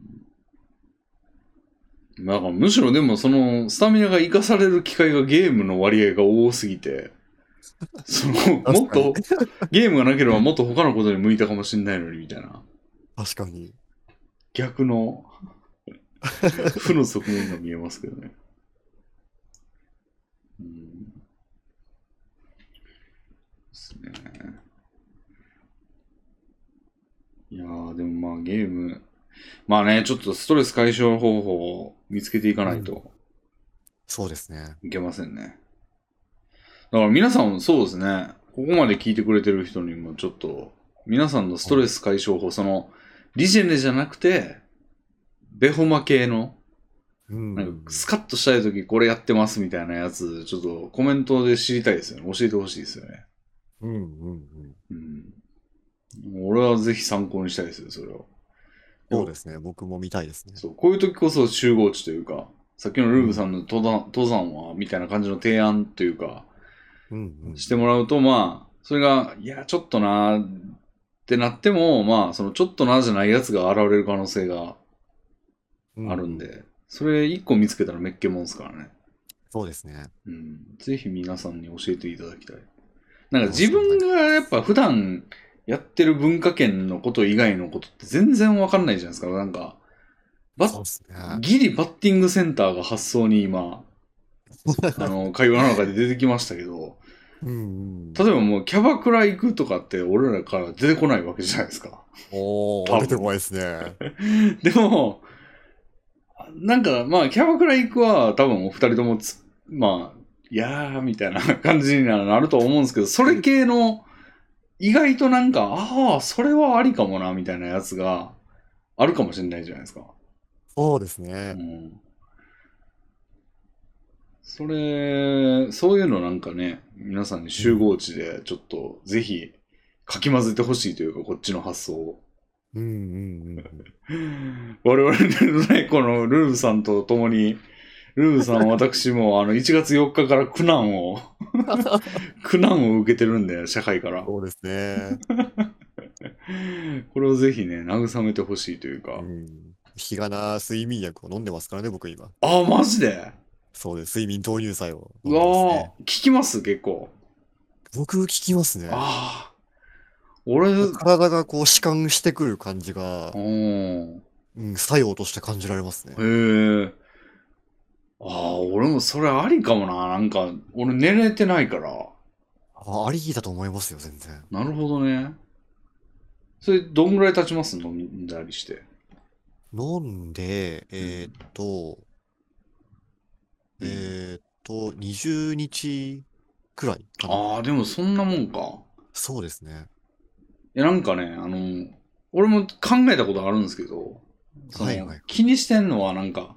だからむしろでもそのスタミナが生かされる機会がゲームの割合が多すぎて、その
かに
もっとゲームがなければもっと他のことに向いたかもしれないのにみたいな
確かに。
逆の負の側面が見えますけどね。うん。ですね。いやー、でもまあゲーム、まあね、ちょっとストレス解消方法を見つけていかないと
そうですね。
いけませんね。だから皆さんもそうですね、ここまで聞いてくれてる人にもちょっと、皆さんのストレス解消法、その、リジェネじゃなくて、ベホマ系の、
うん。
なんかスカッとしたい時これやってますみたいなやつ、ちょっとコメントで知りたいですよね。教えてほしいですよね。
うんうんうん。
うん。俺はぜひ参考にしたいですよ、それを。
そうですね。僕も見たいですね。
そうこういう時こそ集合地というか、さっきのルーブさんの登山登山はみたいな感じの提案というか、
うんうん。
してもらうと、まあ、それが、いや、ちょっとなーってなっても、まあ、そのちょっとなーじゃないやつが現れる可能性が
う
あるんで、。それ一個見つけたらめっけもんですからね。
そうですね。
うん。ぜひ皆さんに教えていただきたい。なんか自分がやっぱ普段やってる文化圏のこと以外のことって全然わかんないじゃないですか。なんか、バ
そう
ッ
ですね。
ギリバッティングセンターが発想に 今、あの、会話の中で出てきましたけど、
うんうん。
例えばもうキャバクラ行くとかって俺らから出てこないわけじゃないですか。
お
多分
ー、出てこないですね。
でも、なんかまあキャバクラ行くは多分お二人ともつ、まあ、いやーみたいな感じにはなると思うんですけど、それ系の意外となんか、ああ、それはありかもなみたいなやつがあるかもしれないじゃないですか。
そうです
う
ね。
ん。それ、そういうのなんかね、皆さんに集合地でちょっとぜひかき混ぜてほしいというか、こっちの発想 を。
うんうんうん。
我々のね、このルーブさんと共に、ルーブさん、私もあの1月4日から苦難 を、苦難を受けてるんで、社会から。
そうですね。
これをぜひね、慰めてほしいというか。
うん。日がな睡眠薬を飲んでますからね、僕今。
ああ、マジで
そうです。睡眠導入剤を飲ん
う
で
わ
ます
ー、
ね。
聞きます結構。
僕聞きますね。
ああ。俺、
体がこう、弛緩してくる感じが、
うん。
うん、作用として感じられますね。
へえ。ああ、俺もそれありかもな。なんか、俺寝れてないから。
あありだと思いますよ、全然。
なるほどね。それ、どんぐらい経ちます飲んだりして。
飲んで、えーっと、えーっと、20日くらいかな。
ああ、でもそんなもんか。
そうですね。
いや、なんかね、あの、俺も考えたことあるんですけど、その
はいはい
気にしてんのはなんか、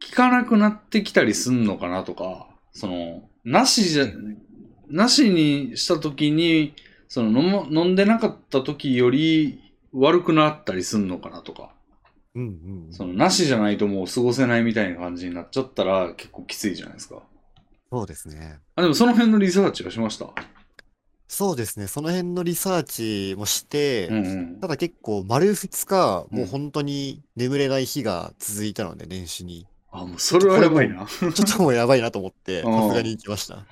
聞かなくなってきたりすんのかなとか、その、なしじゃ、なしにした時に、その飲ま、飲んでなかった時より悪くなったりすんのかなとか、
うんうんうん。
その、なしじゃないともう過ごせないみたいな感じになっちゃったら結構きついじゃないですか。
そうですね。
あ、でもその辺のリサーチはしました。
そうですね。その辺のリサーチもして
うん、うん
た。だ結構丸2日、
うん
もう本当に眠れない日が続いたので、年始に。
あ、もうそれはやばいな。
ちょっともうやばいなと思って、
うん
さすがに行きました。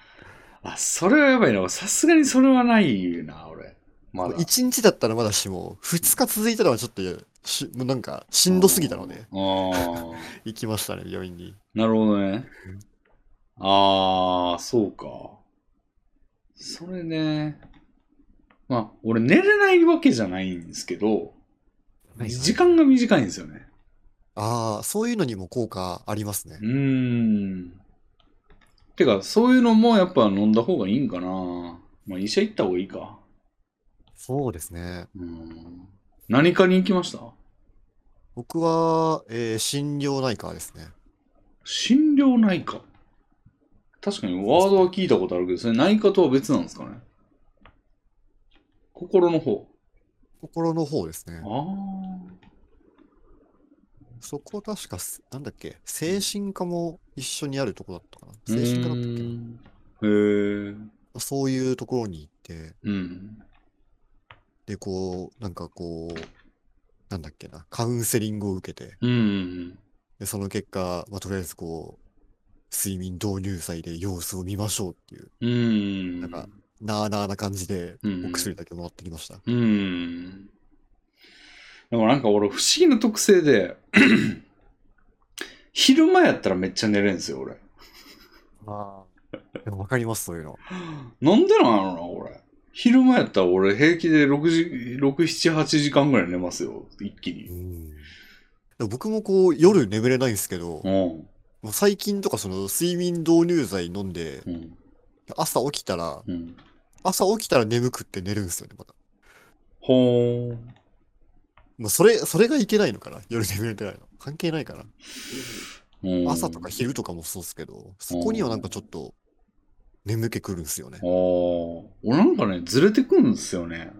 あ、それはやばいな。さすがにそれはないな、俺。まだ。
1日だったらまだしも、2日続いたのはちょっとし、もうなんか、しんどすぎたので、
あー
行きましたね、病院に。
なるほどね。ああ、そうか。それね。まあ、俺寝れないわけじゃないんですけど、時間が短いんですよね。
ああ、そういうのにも効果ありますね
う。ーん。てか、そういうのもやっぱ飲んだ方がいいんかな。まあ、医者行った方がいいか。
そうですね。
うん。何かに行きました
僕は、えー、心療内科ですね。
心療内科。確かにワードは聞いたことあるけど、それ内科とは別なんですかね。心の方。
心の方ですね
あ。あ。
そこ確かす、なんだっけ、精神科も一緒にあるとこだったかな。精神科だったっけな
うーんへえ。
そういうところに行って、
うん。
で、こう、なんかこう、なんだっけな、カウンセリングを受けて、
うんうん
で、その結果、まあ、とりあえずこう、睡眠導入剤で様子を見ましょうっていう、
うん。うん。
なんか、なあなあな感じで、
うんうん
お薬だけもらってきました。
うん。でもなんか俺不思議な特性で、 昼間やったらめっちゃ寝れんすよ、俺。
ああ。でもわかります、そういうの。
なんでなんやろな、俺。昼間やったら俺平気で6時、6、7、8時間ぐらい寝ますよ、一気に
う。ん。でも僕もこう、夜眠れないんですけど、
うん。
もう最近とかその睡眠導入剤飲んで、
うん。
朝起きたら、
うん。
朝起きたら眠くって寝るんですよね、また。
ほーん。
もうそれ、それがいけないのかな夜眠れてないの。関係ないか
うん
な。朝とか。昼とかもそうっすけど、そこにはなんかちょっと、眠気くるんすよ
あ
ね
あ。。俺なんかね、ずれてくんですよね。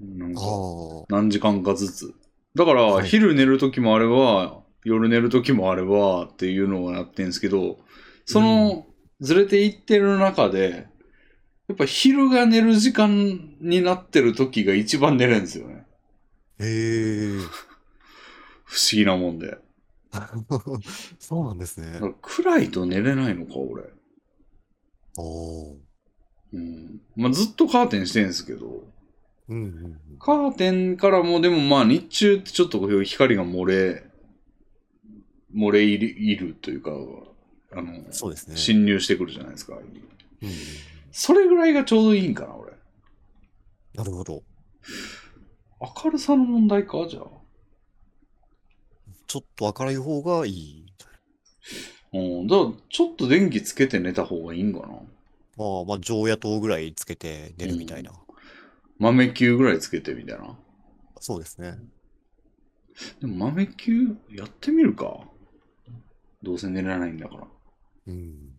なん
あ
か
あ。
何時間かずつ。だから、
はい
昼寝る時もあれば、夜寝る時もあればっていうのをやってんですけど、その、ずれていってる中で、やっぱ昼が寝る時間になってる時が一番寝れるんですよね。
へ え。
不思議なもんで。
そうなんですね
だか。ら暗いと寝れないのか、俺。
おお。
うん。まあ、ずっとカーテンしてんですけど、
うんうんうん。
カーテンからもでもまあ日中ってちょっとこう光が漏れ、漏れ入り入るというか、あの、
そうですね。
侵入してくるじゃないですか。
うんうん
それぐらいがちょうどいいんかな、俺。
なるほど。
明るさの問題か、じゃあ。
ちょっと明るい方がいい。
うん、だからちょっと電気つけて寝た方がいいんかな。
まあまあ、常夜灯ぐらいつけて寝るみたいな。
豆球ぐらいつけてみたいな。
そうですね。
でも豆球やってみるか。どうせ寝れないんだから。
うん。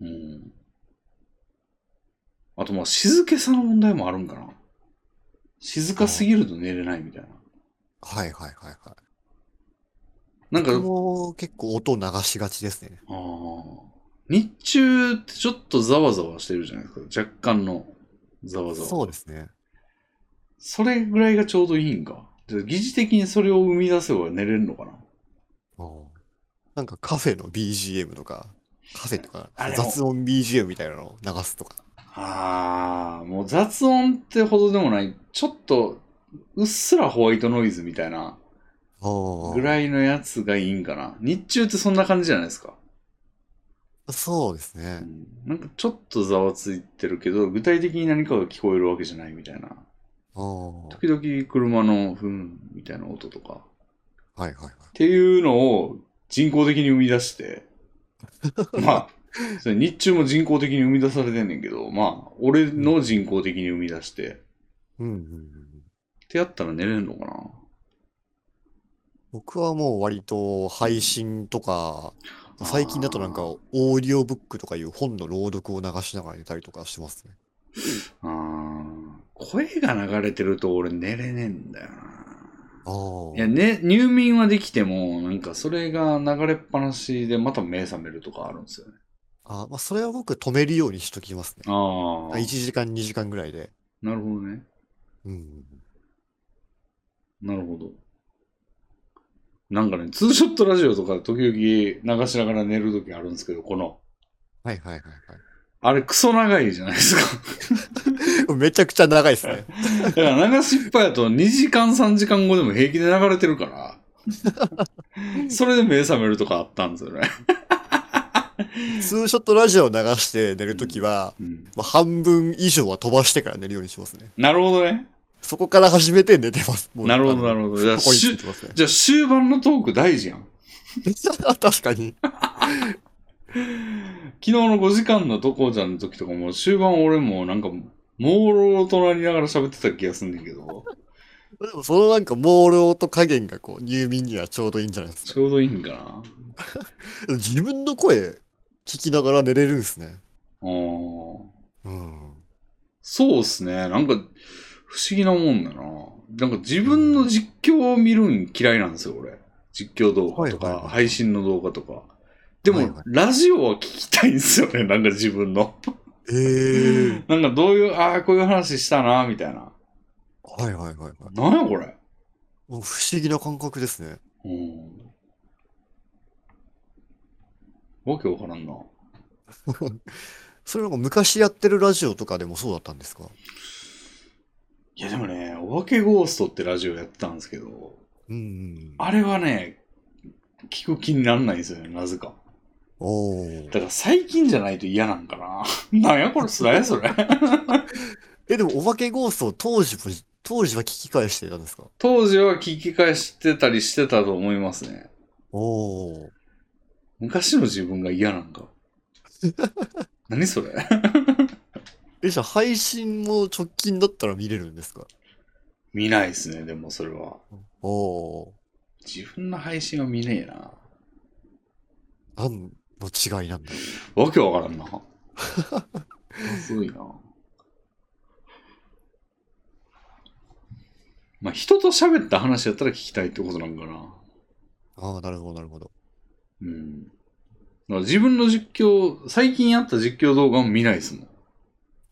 うん。あとまあ静けさの問題もあるんかな。静かすぎると寝れないみたいな。
はいはいはいはい。
なんか、
僕も結構音を流しがちですね。
あー日中ってちょっとざわざわしてるじゃないですか。若干のざわざわ。
そうですね。
それぐらいがちょうどいいんか。じゃあ疑似的にそれを生み出せば寝れるのかな。
うんなんかカフェの BGM とか、カフェとか
あれも
雑音 BGM みたいなのを流すとか。
ああ、もう雑音ってほどでもない。ちょっと、うっすらホワイトノイズみたいなぐ
あ
らいのやつがいいんかな。日中ってそんな感じじゃないですか。
あ。そうです
う
ね。
んなんかちょっとざわついてるけど、具体的に何かが聞こえるわけじゃないみたいな。
ああ。は
時々車のふんみたいな音とか。
いはいはい。
っていうのを人工的に生み出して、まあ、それ日中も人工的に生み出されてんねんけど、まあ、俺の人工的に生み出して、っ
うんうんうん。
てやったら寝れんのかな
僕はもう割と配信と
あ
か、
ー
最近だとなんかオーディオブックとかいう本の朗読を流しながら寝たりとかしてますね。
あー声が流れてると俺寝れねえんだよな。
ああ。
いや、ね、入眠はできても、なんかそれが流れっぱなしでまた目覚めるとかあるんですよね。
あまあ、それは僕止めるようにしときますね。
ああ
1。時間2時間ぐらいで。
なるほどね。
うん。
なるほど。なんかね、ツーショットラジオとか時々流しながら寝るときあるんですけど、この、
はいはいはい
あれクソ長いじゃないですか。
はい。 めちゃくちゃ長いですね。
だから流しっぱやと2時間3時間後でも平気で流れてるから、それで目覚めるとかあったんですよね。
ツーショットラジオを流して寝るときは、
うん、
まあ、半分以上は飛ばしてから寝るようにしますね。
なるほどね。
そこから始めて寝てます。もう
なるほど、
あ
な
の
るほど。じゃあ、
ここについ
して
ますね。
じゃあ終盤のトーク大事やん。
確かに。
昨日の5時間のとこちゃんの時とかも終盤俺もなんか、朦朧となりながら喋ってた気がすんだけど、
でもそのなんか朦朧と加減がこう入眠にはちょうどいいんじゃないですか
ち。ょうどいいんかな。
自分の声聞きながら寝れるんですね。
あー
うん。
そうっすね。なんか、不思議なもんだな。なんか自分の実況を見るん嫌いなんですよ、俺。実況動画と
はいはいは
か、
い
配信の動画とか。でも、
はいはい
ラジオは聞きたいんですよね、 なんか自分の。
ええ
なんかどういう、ああ、こういう話したな、みたいな。
はいはいはいはい。
なんやこれ。
もう不思議な感覚ですね。
うん。わけわからんな。
それなんか昔やってるラジオとかでもそうだったんですか
いやでもね、お化けゴーストってラジオやってたんですけど、
うんうん。
あれはね、聞く気にならないんですよね、なぜか。
おー
だから最近じゃないと嫌なんかな。 なんやこれ、つらいそれ。
え、でもお化けゴースト当時も、当時は聞き返していたんですか
当時は聞き返してたりしてたと思いますね。
おお。
昔の自分が嫌なんか。 何それ
え、じゃあ配信も直近だったら見れるんですか
見ないですね、でもそれは。
おお
自分の配信は見ねえな。
ー。何の違いなんだろ
わけわからんな。すごいな。まあ、人と喋った話やったら聞きたいってことなんかな。
ああ、なるほど、なるほど。
うん。だから自分の実況、最近やった実況動画も見ないですもん。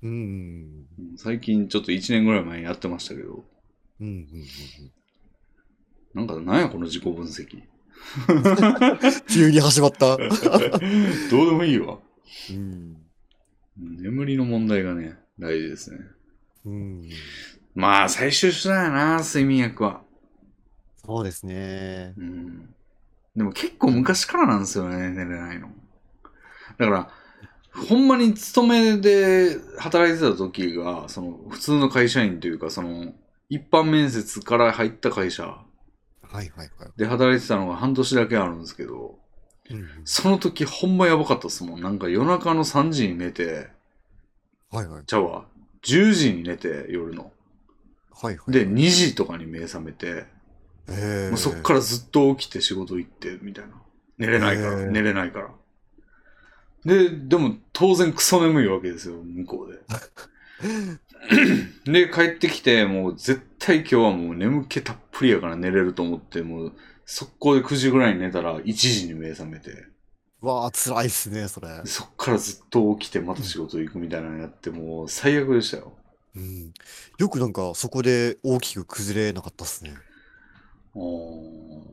うんうん
うん最近ちょっと1年ぐらい前にやってましたけど、
うん。うんうんうんうん。
なんかなんやこの自己分析。
急に始まった。
どうでもいいわ。
うん。
うん眠りの問題がね、大事ですね。
うん。
まあ、最終手段やな、睡眠薬は。
そうですね。
うん。でも結構昔からなんですよね、寝れないの。だから、ほんまに勤めで働いてた時が、その、普通の会社員というか、その、一般面接から入った会社
はいはいは
で働いてたのが半年だけあるんですけど、
い。うんうん
その時ほんまやばかったっすもん。なんか夜中の3時に寝て、
はいはい。
ちゃうわ、10時に寝て、夜の。
はいはい。
で、2時とかに目覚めて、
え
もうそっからずっと起きて仕事行って、みたいな。寝れないから、
へー
寝れないから。で、でも当然クソ眠いわけですよ、向こう で。で、帰ってきて、もう絶対今日はもう眠気たっぷりやから寝れると思って、もう速攻で9時ぐらいに寝たら1時に目覚めて、
わあ、辛いっすね、それ。
そっからずっと起きてまた仕事行くみたいなのやって、もう最悪でしたよ。
うん。よくなんか、そこで大きく崩れなかったっすね。
あーも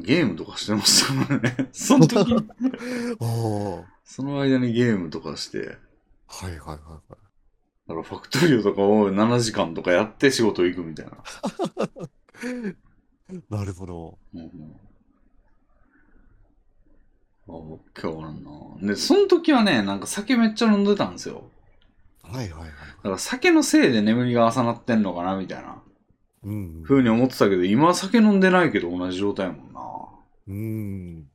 うゲームとかしてましたもんね。 その時に、
ああ。
その間にゲームとかして、
はいはいはいはい。
だからファクトリオとかを7時間とかやって仕事行くみたいな。
なるほど。
うんうん、あ今日なんな。で、その時はね、なんか酒めっちゃ飲んでたんですよ。
はいはいはい。
だから酒のせいで眠りが浅なってんのかなみたいな
うん
風に思ってたけど、今は酒飲んでないけど同じ状態やもんな。
うん。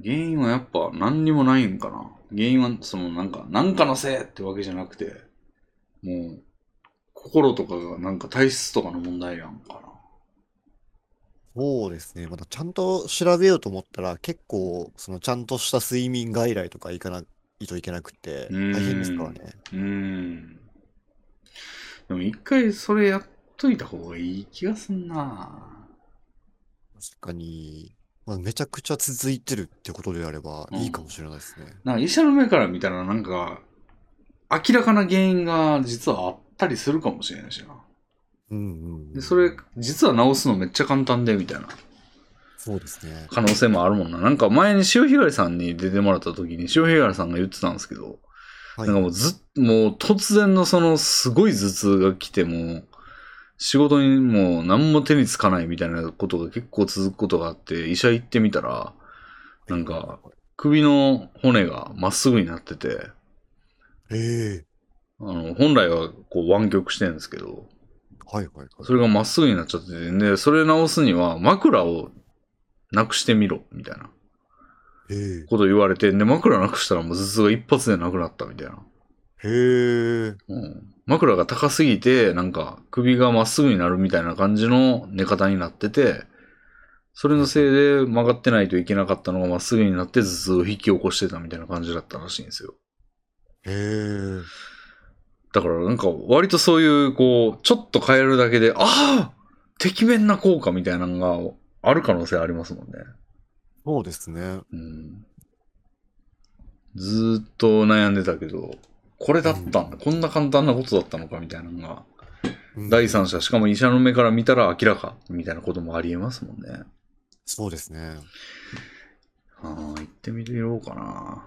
原因はやっぱ何にもないんかな。原因はそのなんか、なんかのせいってわけじゃなくて、もう、心とかがなんか体質とかの問題なんかな。
そうですね。まだちゃんと調べようと思ったら、結構、そのちゃんとした睡眠外来とか行かないといけなくて、
うん
大変ですからね。
うーん。でも一回それやっといた方がいい気がすんな。
確かに、まあ、めちゃくちゃ続いてるってことであれば、
うん
いいかもしれないですね。
なんか医者の目から見たらなんか、明らかな原因が実はあったりするかもしれないしな。
うんうんう
で
ん。
それ、実は治すのめっちゃ簡単で、みたいな
そうですね。
可能性もあるもんな。なんか前に潮干狩りさんに出てもらった時に潮干狩りさんが言ってたんですけど、
はい
なんかもうずっ、もう突然のそのすごい頭痛が来ても、仕事にもう何も手につかないみたいなことが結構続くことがあって、医者行ってみたら、なんか、首の骨がまっすぐになってて、
ええ
あの、本来はこう湾曲してるんですけど、
はいはいはい。
それがまっすぐになっちゃってて、で、それ直すには枕をなくしてみろ、みたいな
え
こと言われて、で、枕なくしたらもう頭痛が一発でなくなったみたいな。
えへえ。
うん、枕が高すぎて、なんか首がまっすぐになるみたいな感じの寝方になってて、それのせいで曲がってないといけなかったのがまっすぐになって頭痛を引き起こしてたみたいな感じだったらしいんですよ。
へえ。
だからなんか割とそういうこう、ちょっと変えるだけで、ああてきめんな効果みたいなのがある可能性ありますもんね。
そうですね。
うん。ずーっと悩んでたけど、これだったんだ、こんな簡単なことだったのかみたいなのが。
うん
第三者、しかも医者の目から見たら明らか、みたいなこともありえますもんね。
そうですね。
ああ、行ってみようかな。
だか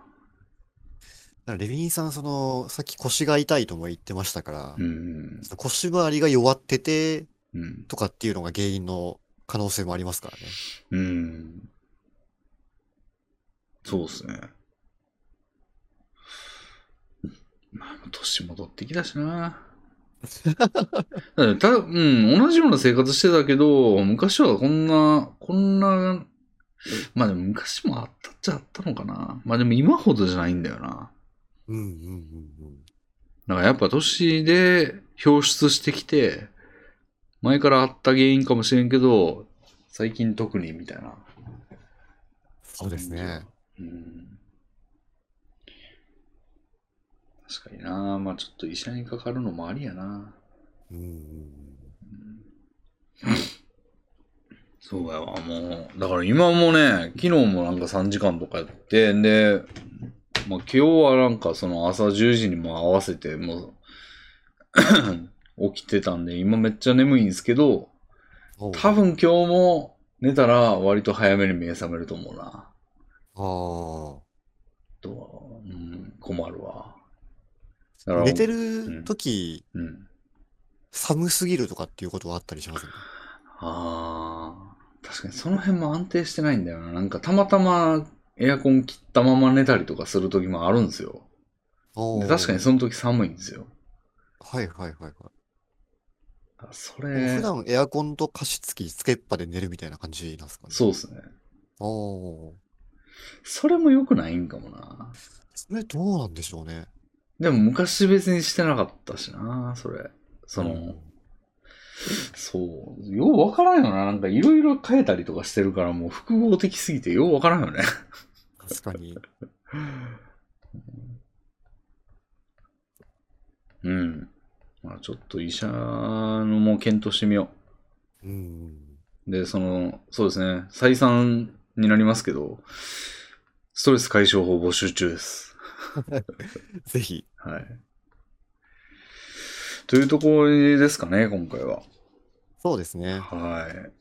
らレビンさん、その、さっき腰が痛いとも言ってましたから、
うん。
その腰周りが弱ってて
うん。
とかっていうのが原因の可能性もありますからね。
うん。そうですね。まあ、年戻ってきたしな。だってたうん、同じような生活してたけど、昔はこんな、こんな、まあでも昔もあったっちゃあったのかな。まあでも今ほどじゃないんだよな。
うんうんうんうん。
なんかやっぱ年で表出してきて、前からあった原因かもしれんけど、最近特にみたいな。
そうですね。
うん。確かにな。まあちょっと医者にかかるのもありやな。
うん。
そうやわ、もう。だから今もね、昨日もなんか3時間とかやって、で、まあ今日はなんかその朝10時にも合わせて、もう 起きてたんで、今めっちゃ眠いんですけど、
多
多。分今日も寝たら割と早めに目覚めると思うな。
あ
とは、うん、困るわ。だ
あ。寝て
る
る時、
うん。
寒すぎるとかっていうことはあったりします
ああ、確かにその辺も安定してないんだよな。なんかたまたまエアコン切ったまま寝たりとかする時もあるんですよ。 で確かに。その時寒いんですよ。
あーはいはいはいはい。
あそれ
普、段エアコンと加湿器つけっぱで寝るみたいな感じなんですかね。
そうですね。
あー
それも良くないんかもな。
それどうなんでしょうね。
でも昔別にしてなかったしな、それ。その、そう。ようわからんよな。なんかいろいろ変えたりとかしてるからもう複合的すぎてようわからんよね。
確かに。
うん。まあちょっと医者のも検討してみよ
うん。
う。で、その、そうですね。再三になりますけど、ストレス解消法募集中です。
ぜひ。
はい。というところですかね、今回は。
そうですね。
はい。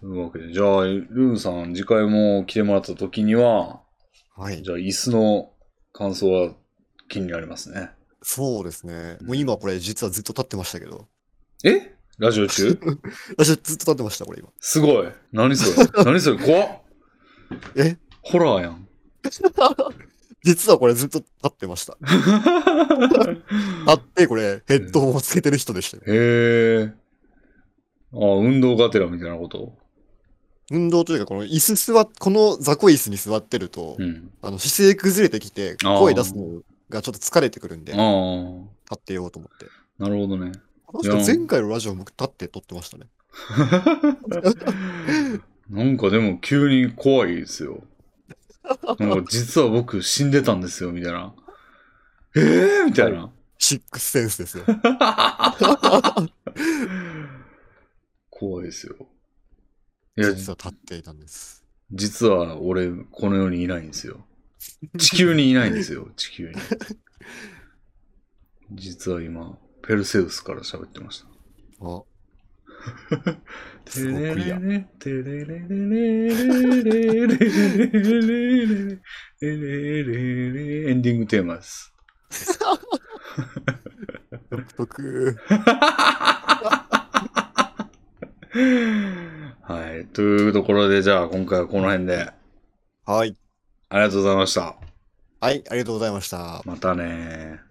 というわけで、じゃあ、ルーンさん、次回も来てもらった時には、
はい。
じゃあ、椅子の感想は気になりますね。
そうですね。もう今これ実はずっと立ってましたけど。
えラジオ中
私ずっと立ってました、これ今。
すごい。何それ何それ怖っ
え
ホラーやん。
実はこれずっと立って ました。立って、これヘッドホンをつけてる人でしたよ。
へえ。ああ、運動がてらみたいなこと
運動というか、この椅子座っ、この雑魚椅子に座ってると
う、ん。
あの姿勢崩れてきて、
あー
声出すのがちょっと疲れてくるんで、
あ
立
あ、
ってようと思って。
なるほどね。
この人
いや
前回のラジオ僕立って撮ってましたね。
なんかでも急に怖いですよ。なんか実は僕死んでたんですよ、みたいな。えー、みたいな。
シックスセンスですよ。
怖いですよ。 いや、
実は立っていたんです。
実は俺、この世にいないんですよ。地球にいないんですよ、地球に。実は今、ペルセウスから喋ってました。
あ、
す
す
ご
ごく
く
い
い
や
や。。エンディングテーマです。
独特。
はい。というところで、じゃあ今回はこの辺で、
はい。
ありがとうございました。
はい、ありがとうございました。
またねー。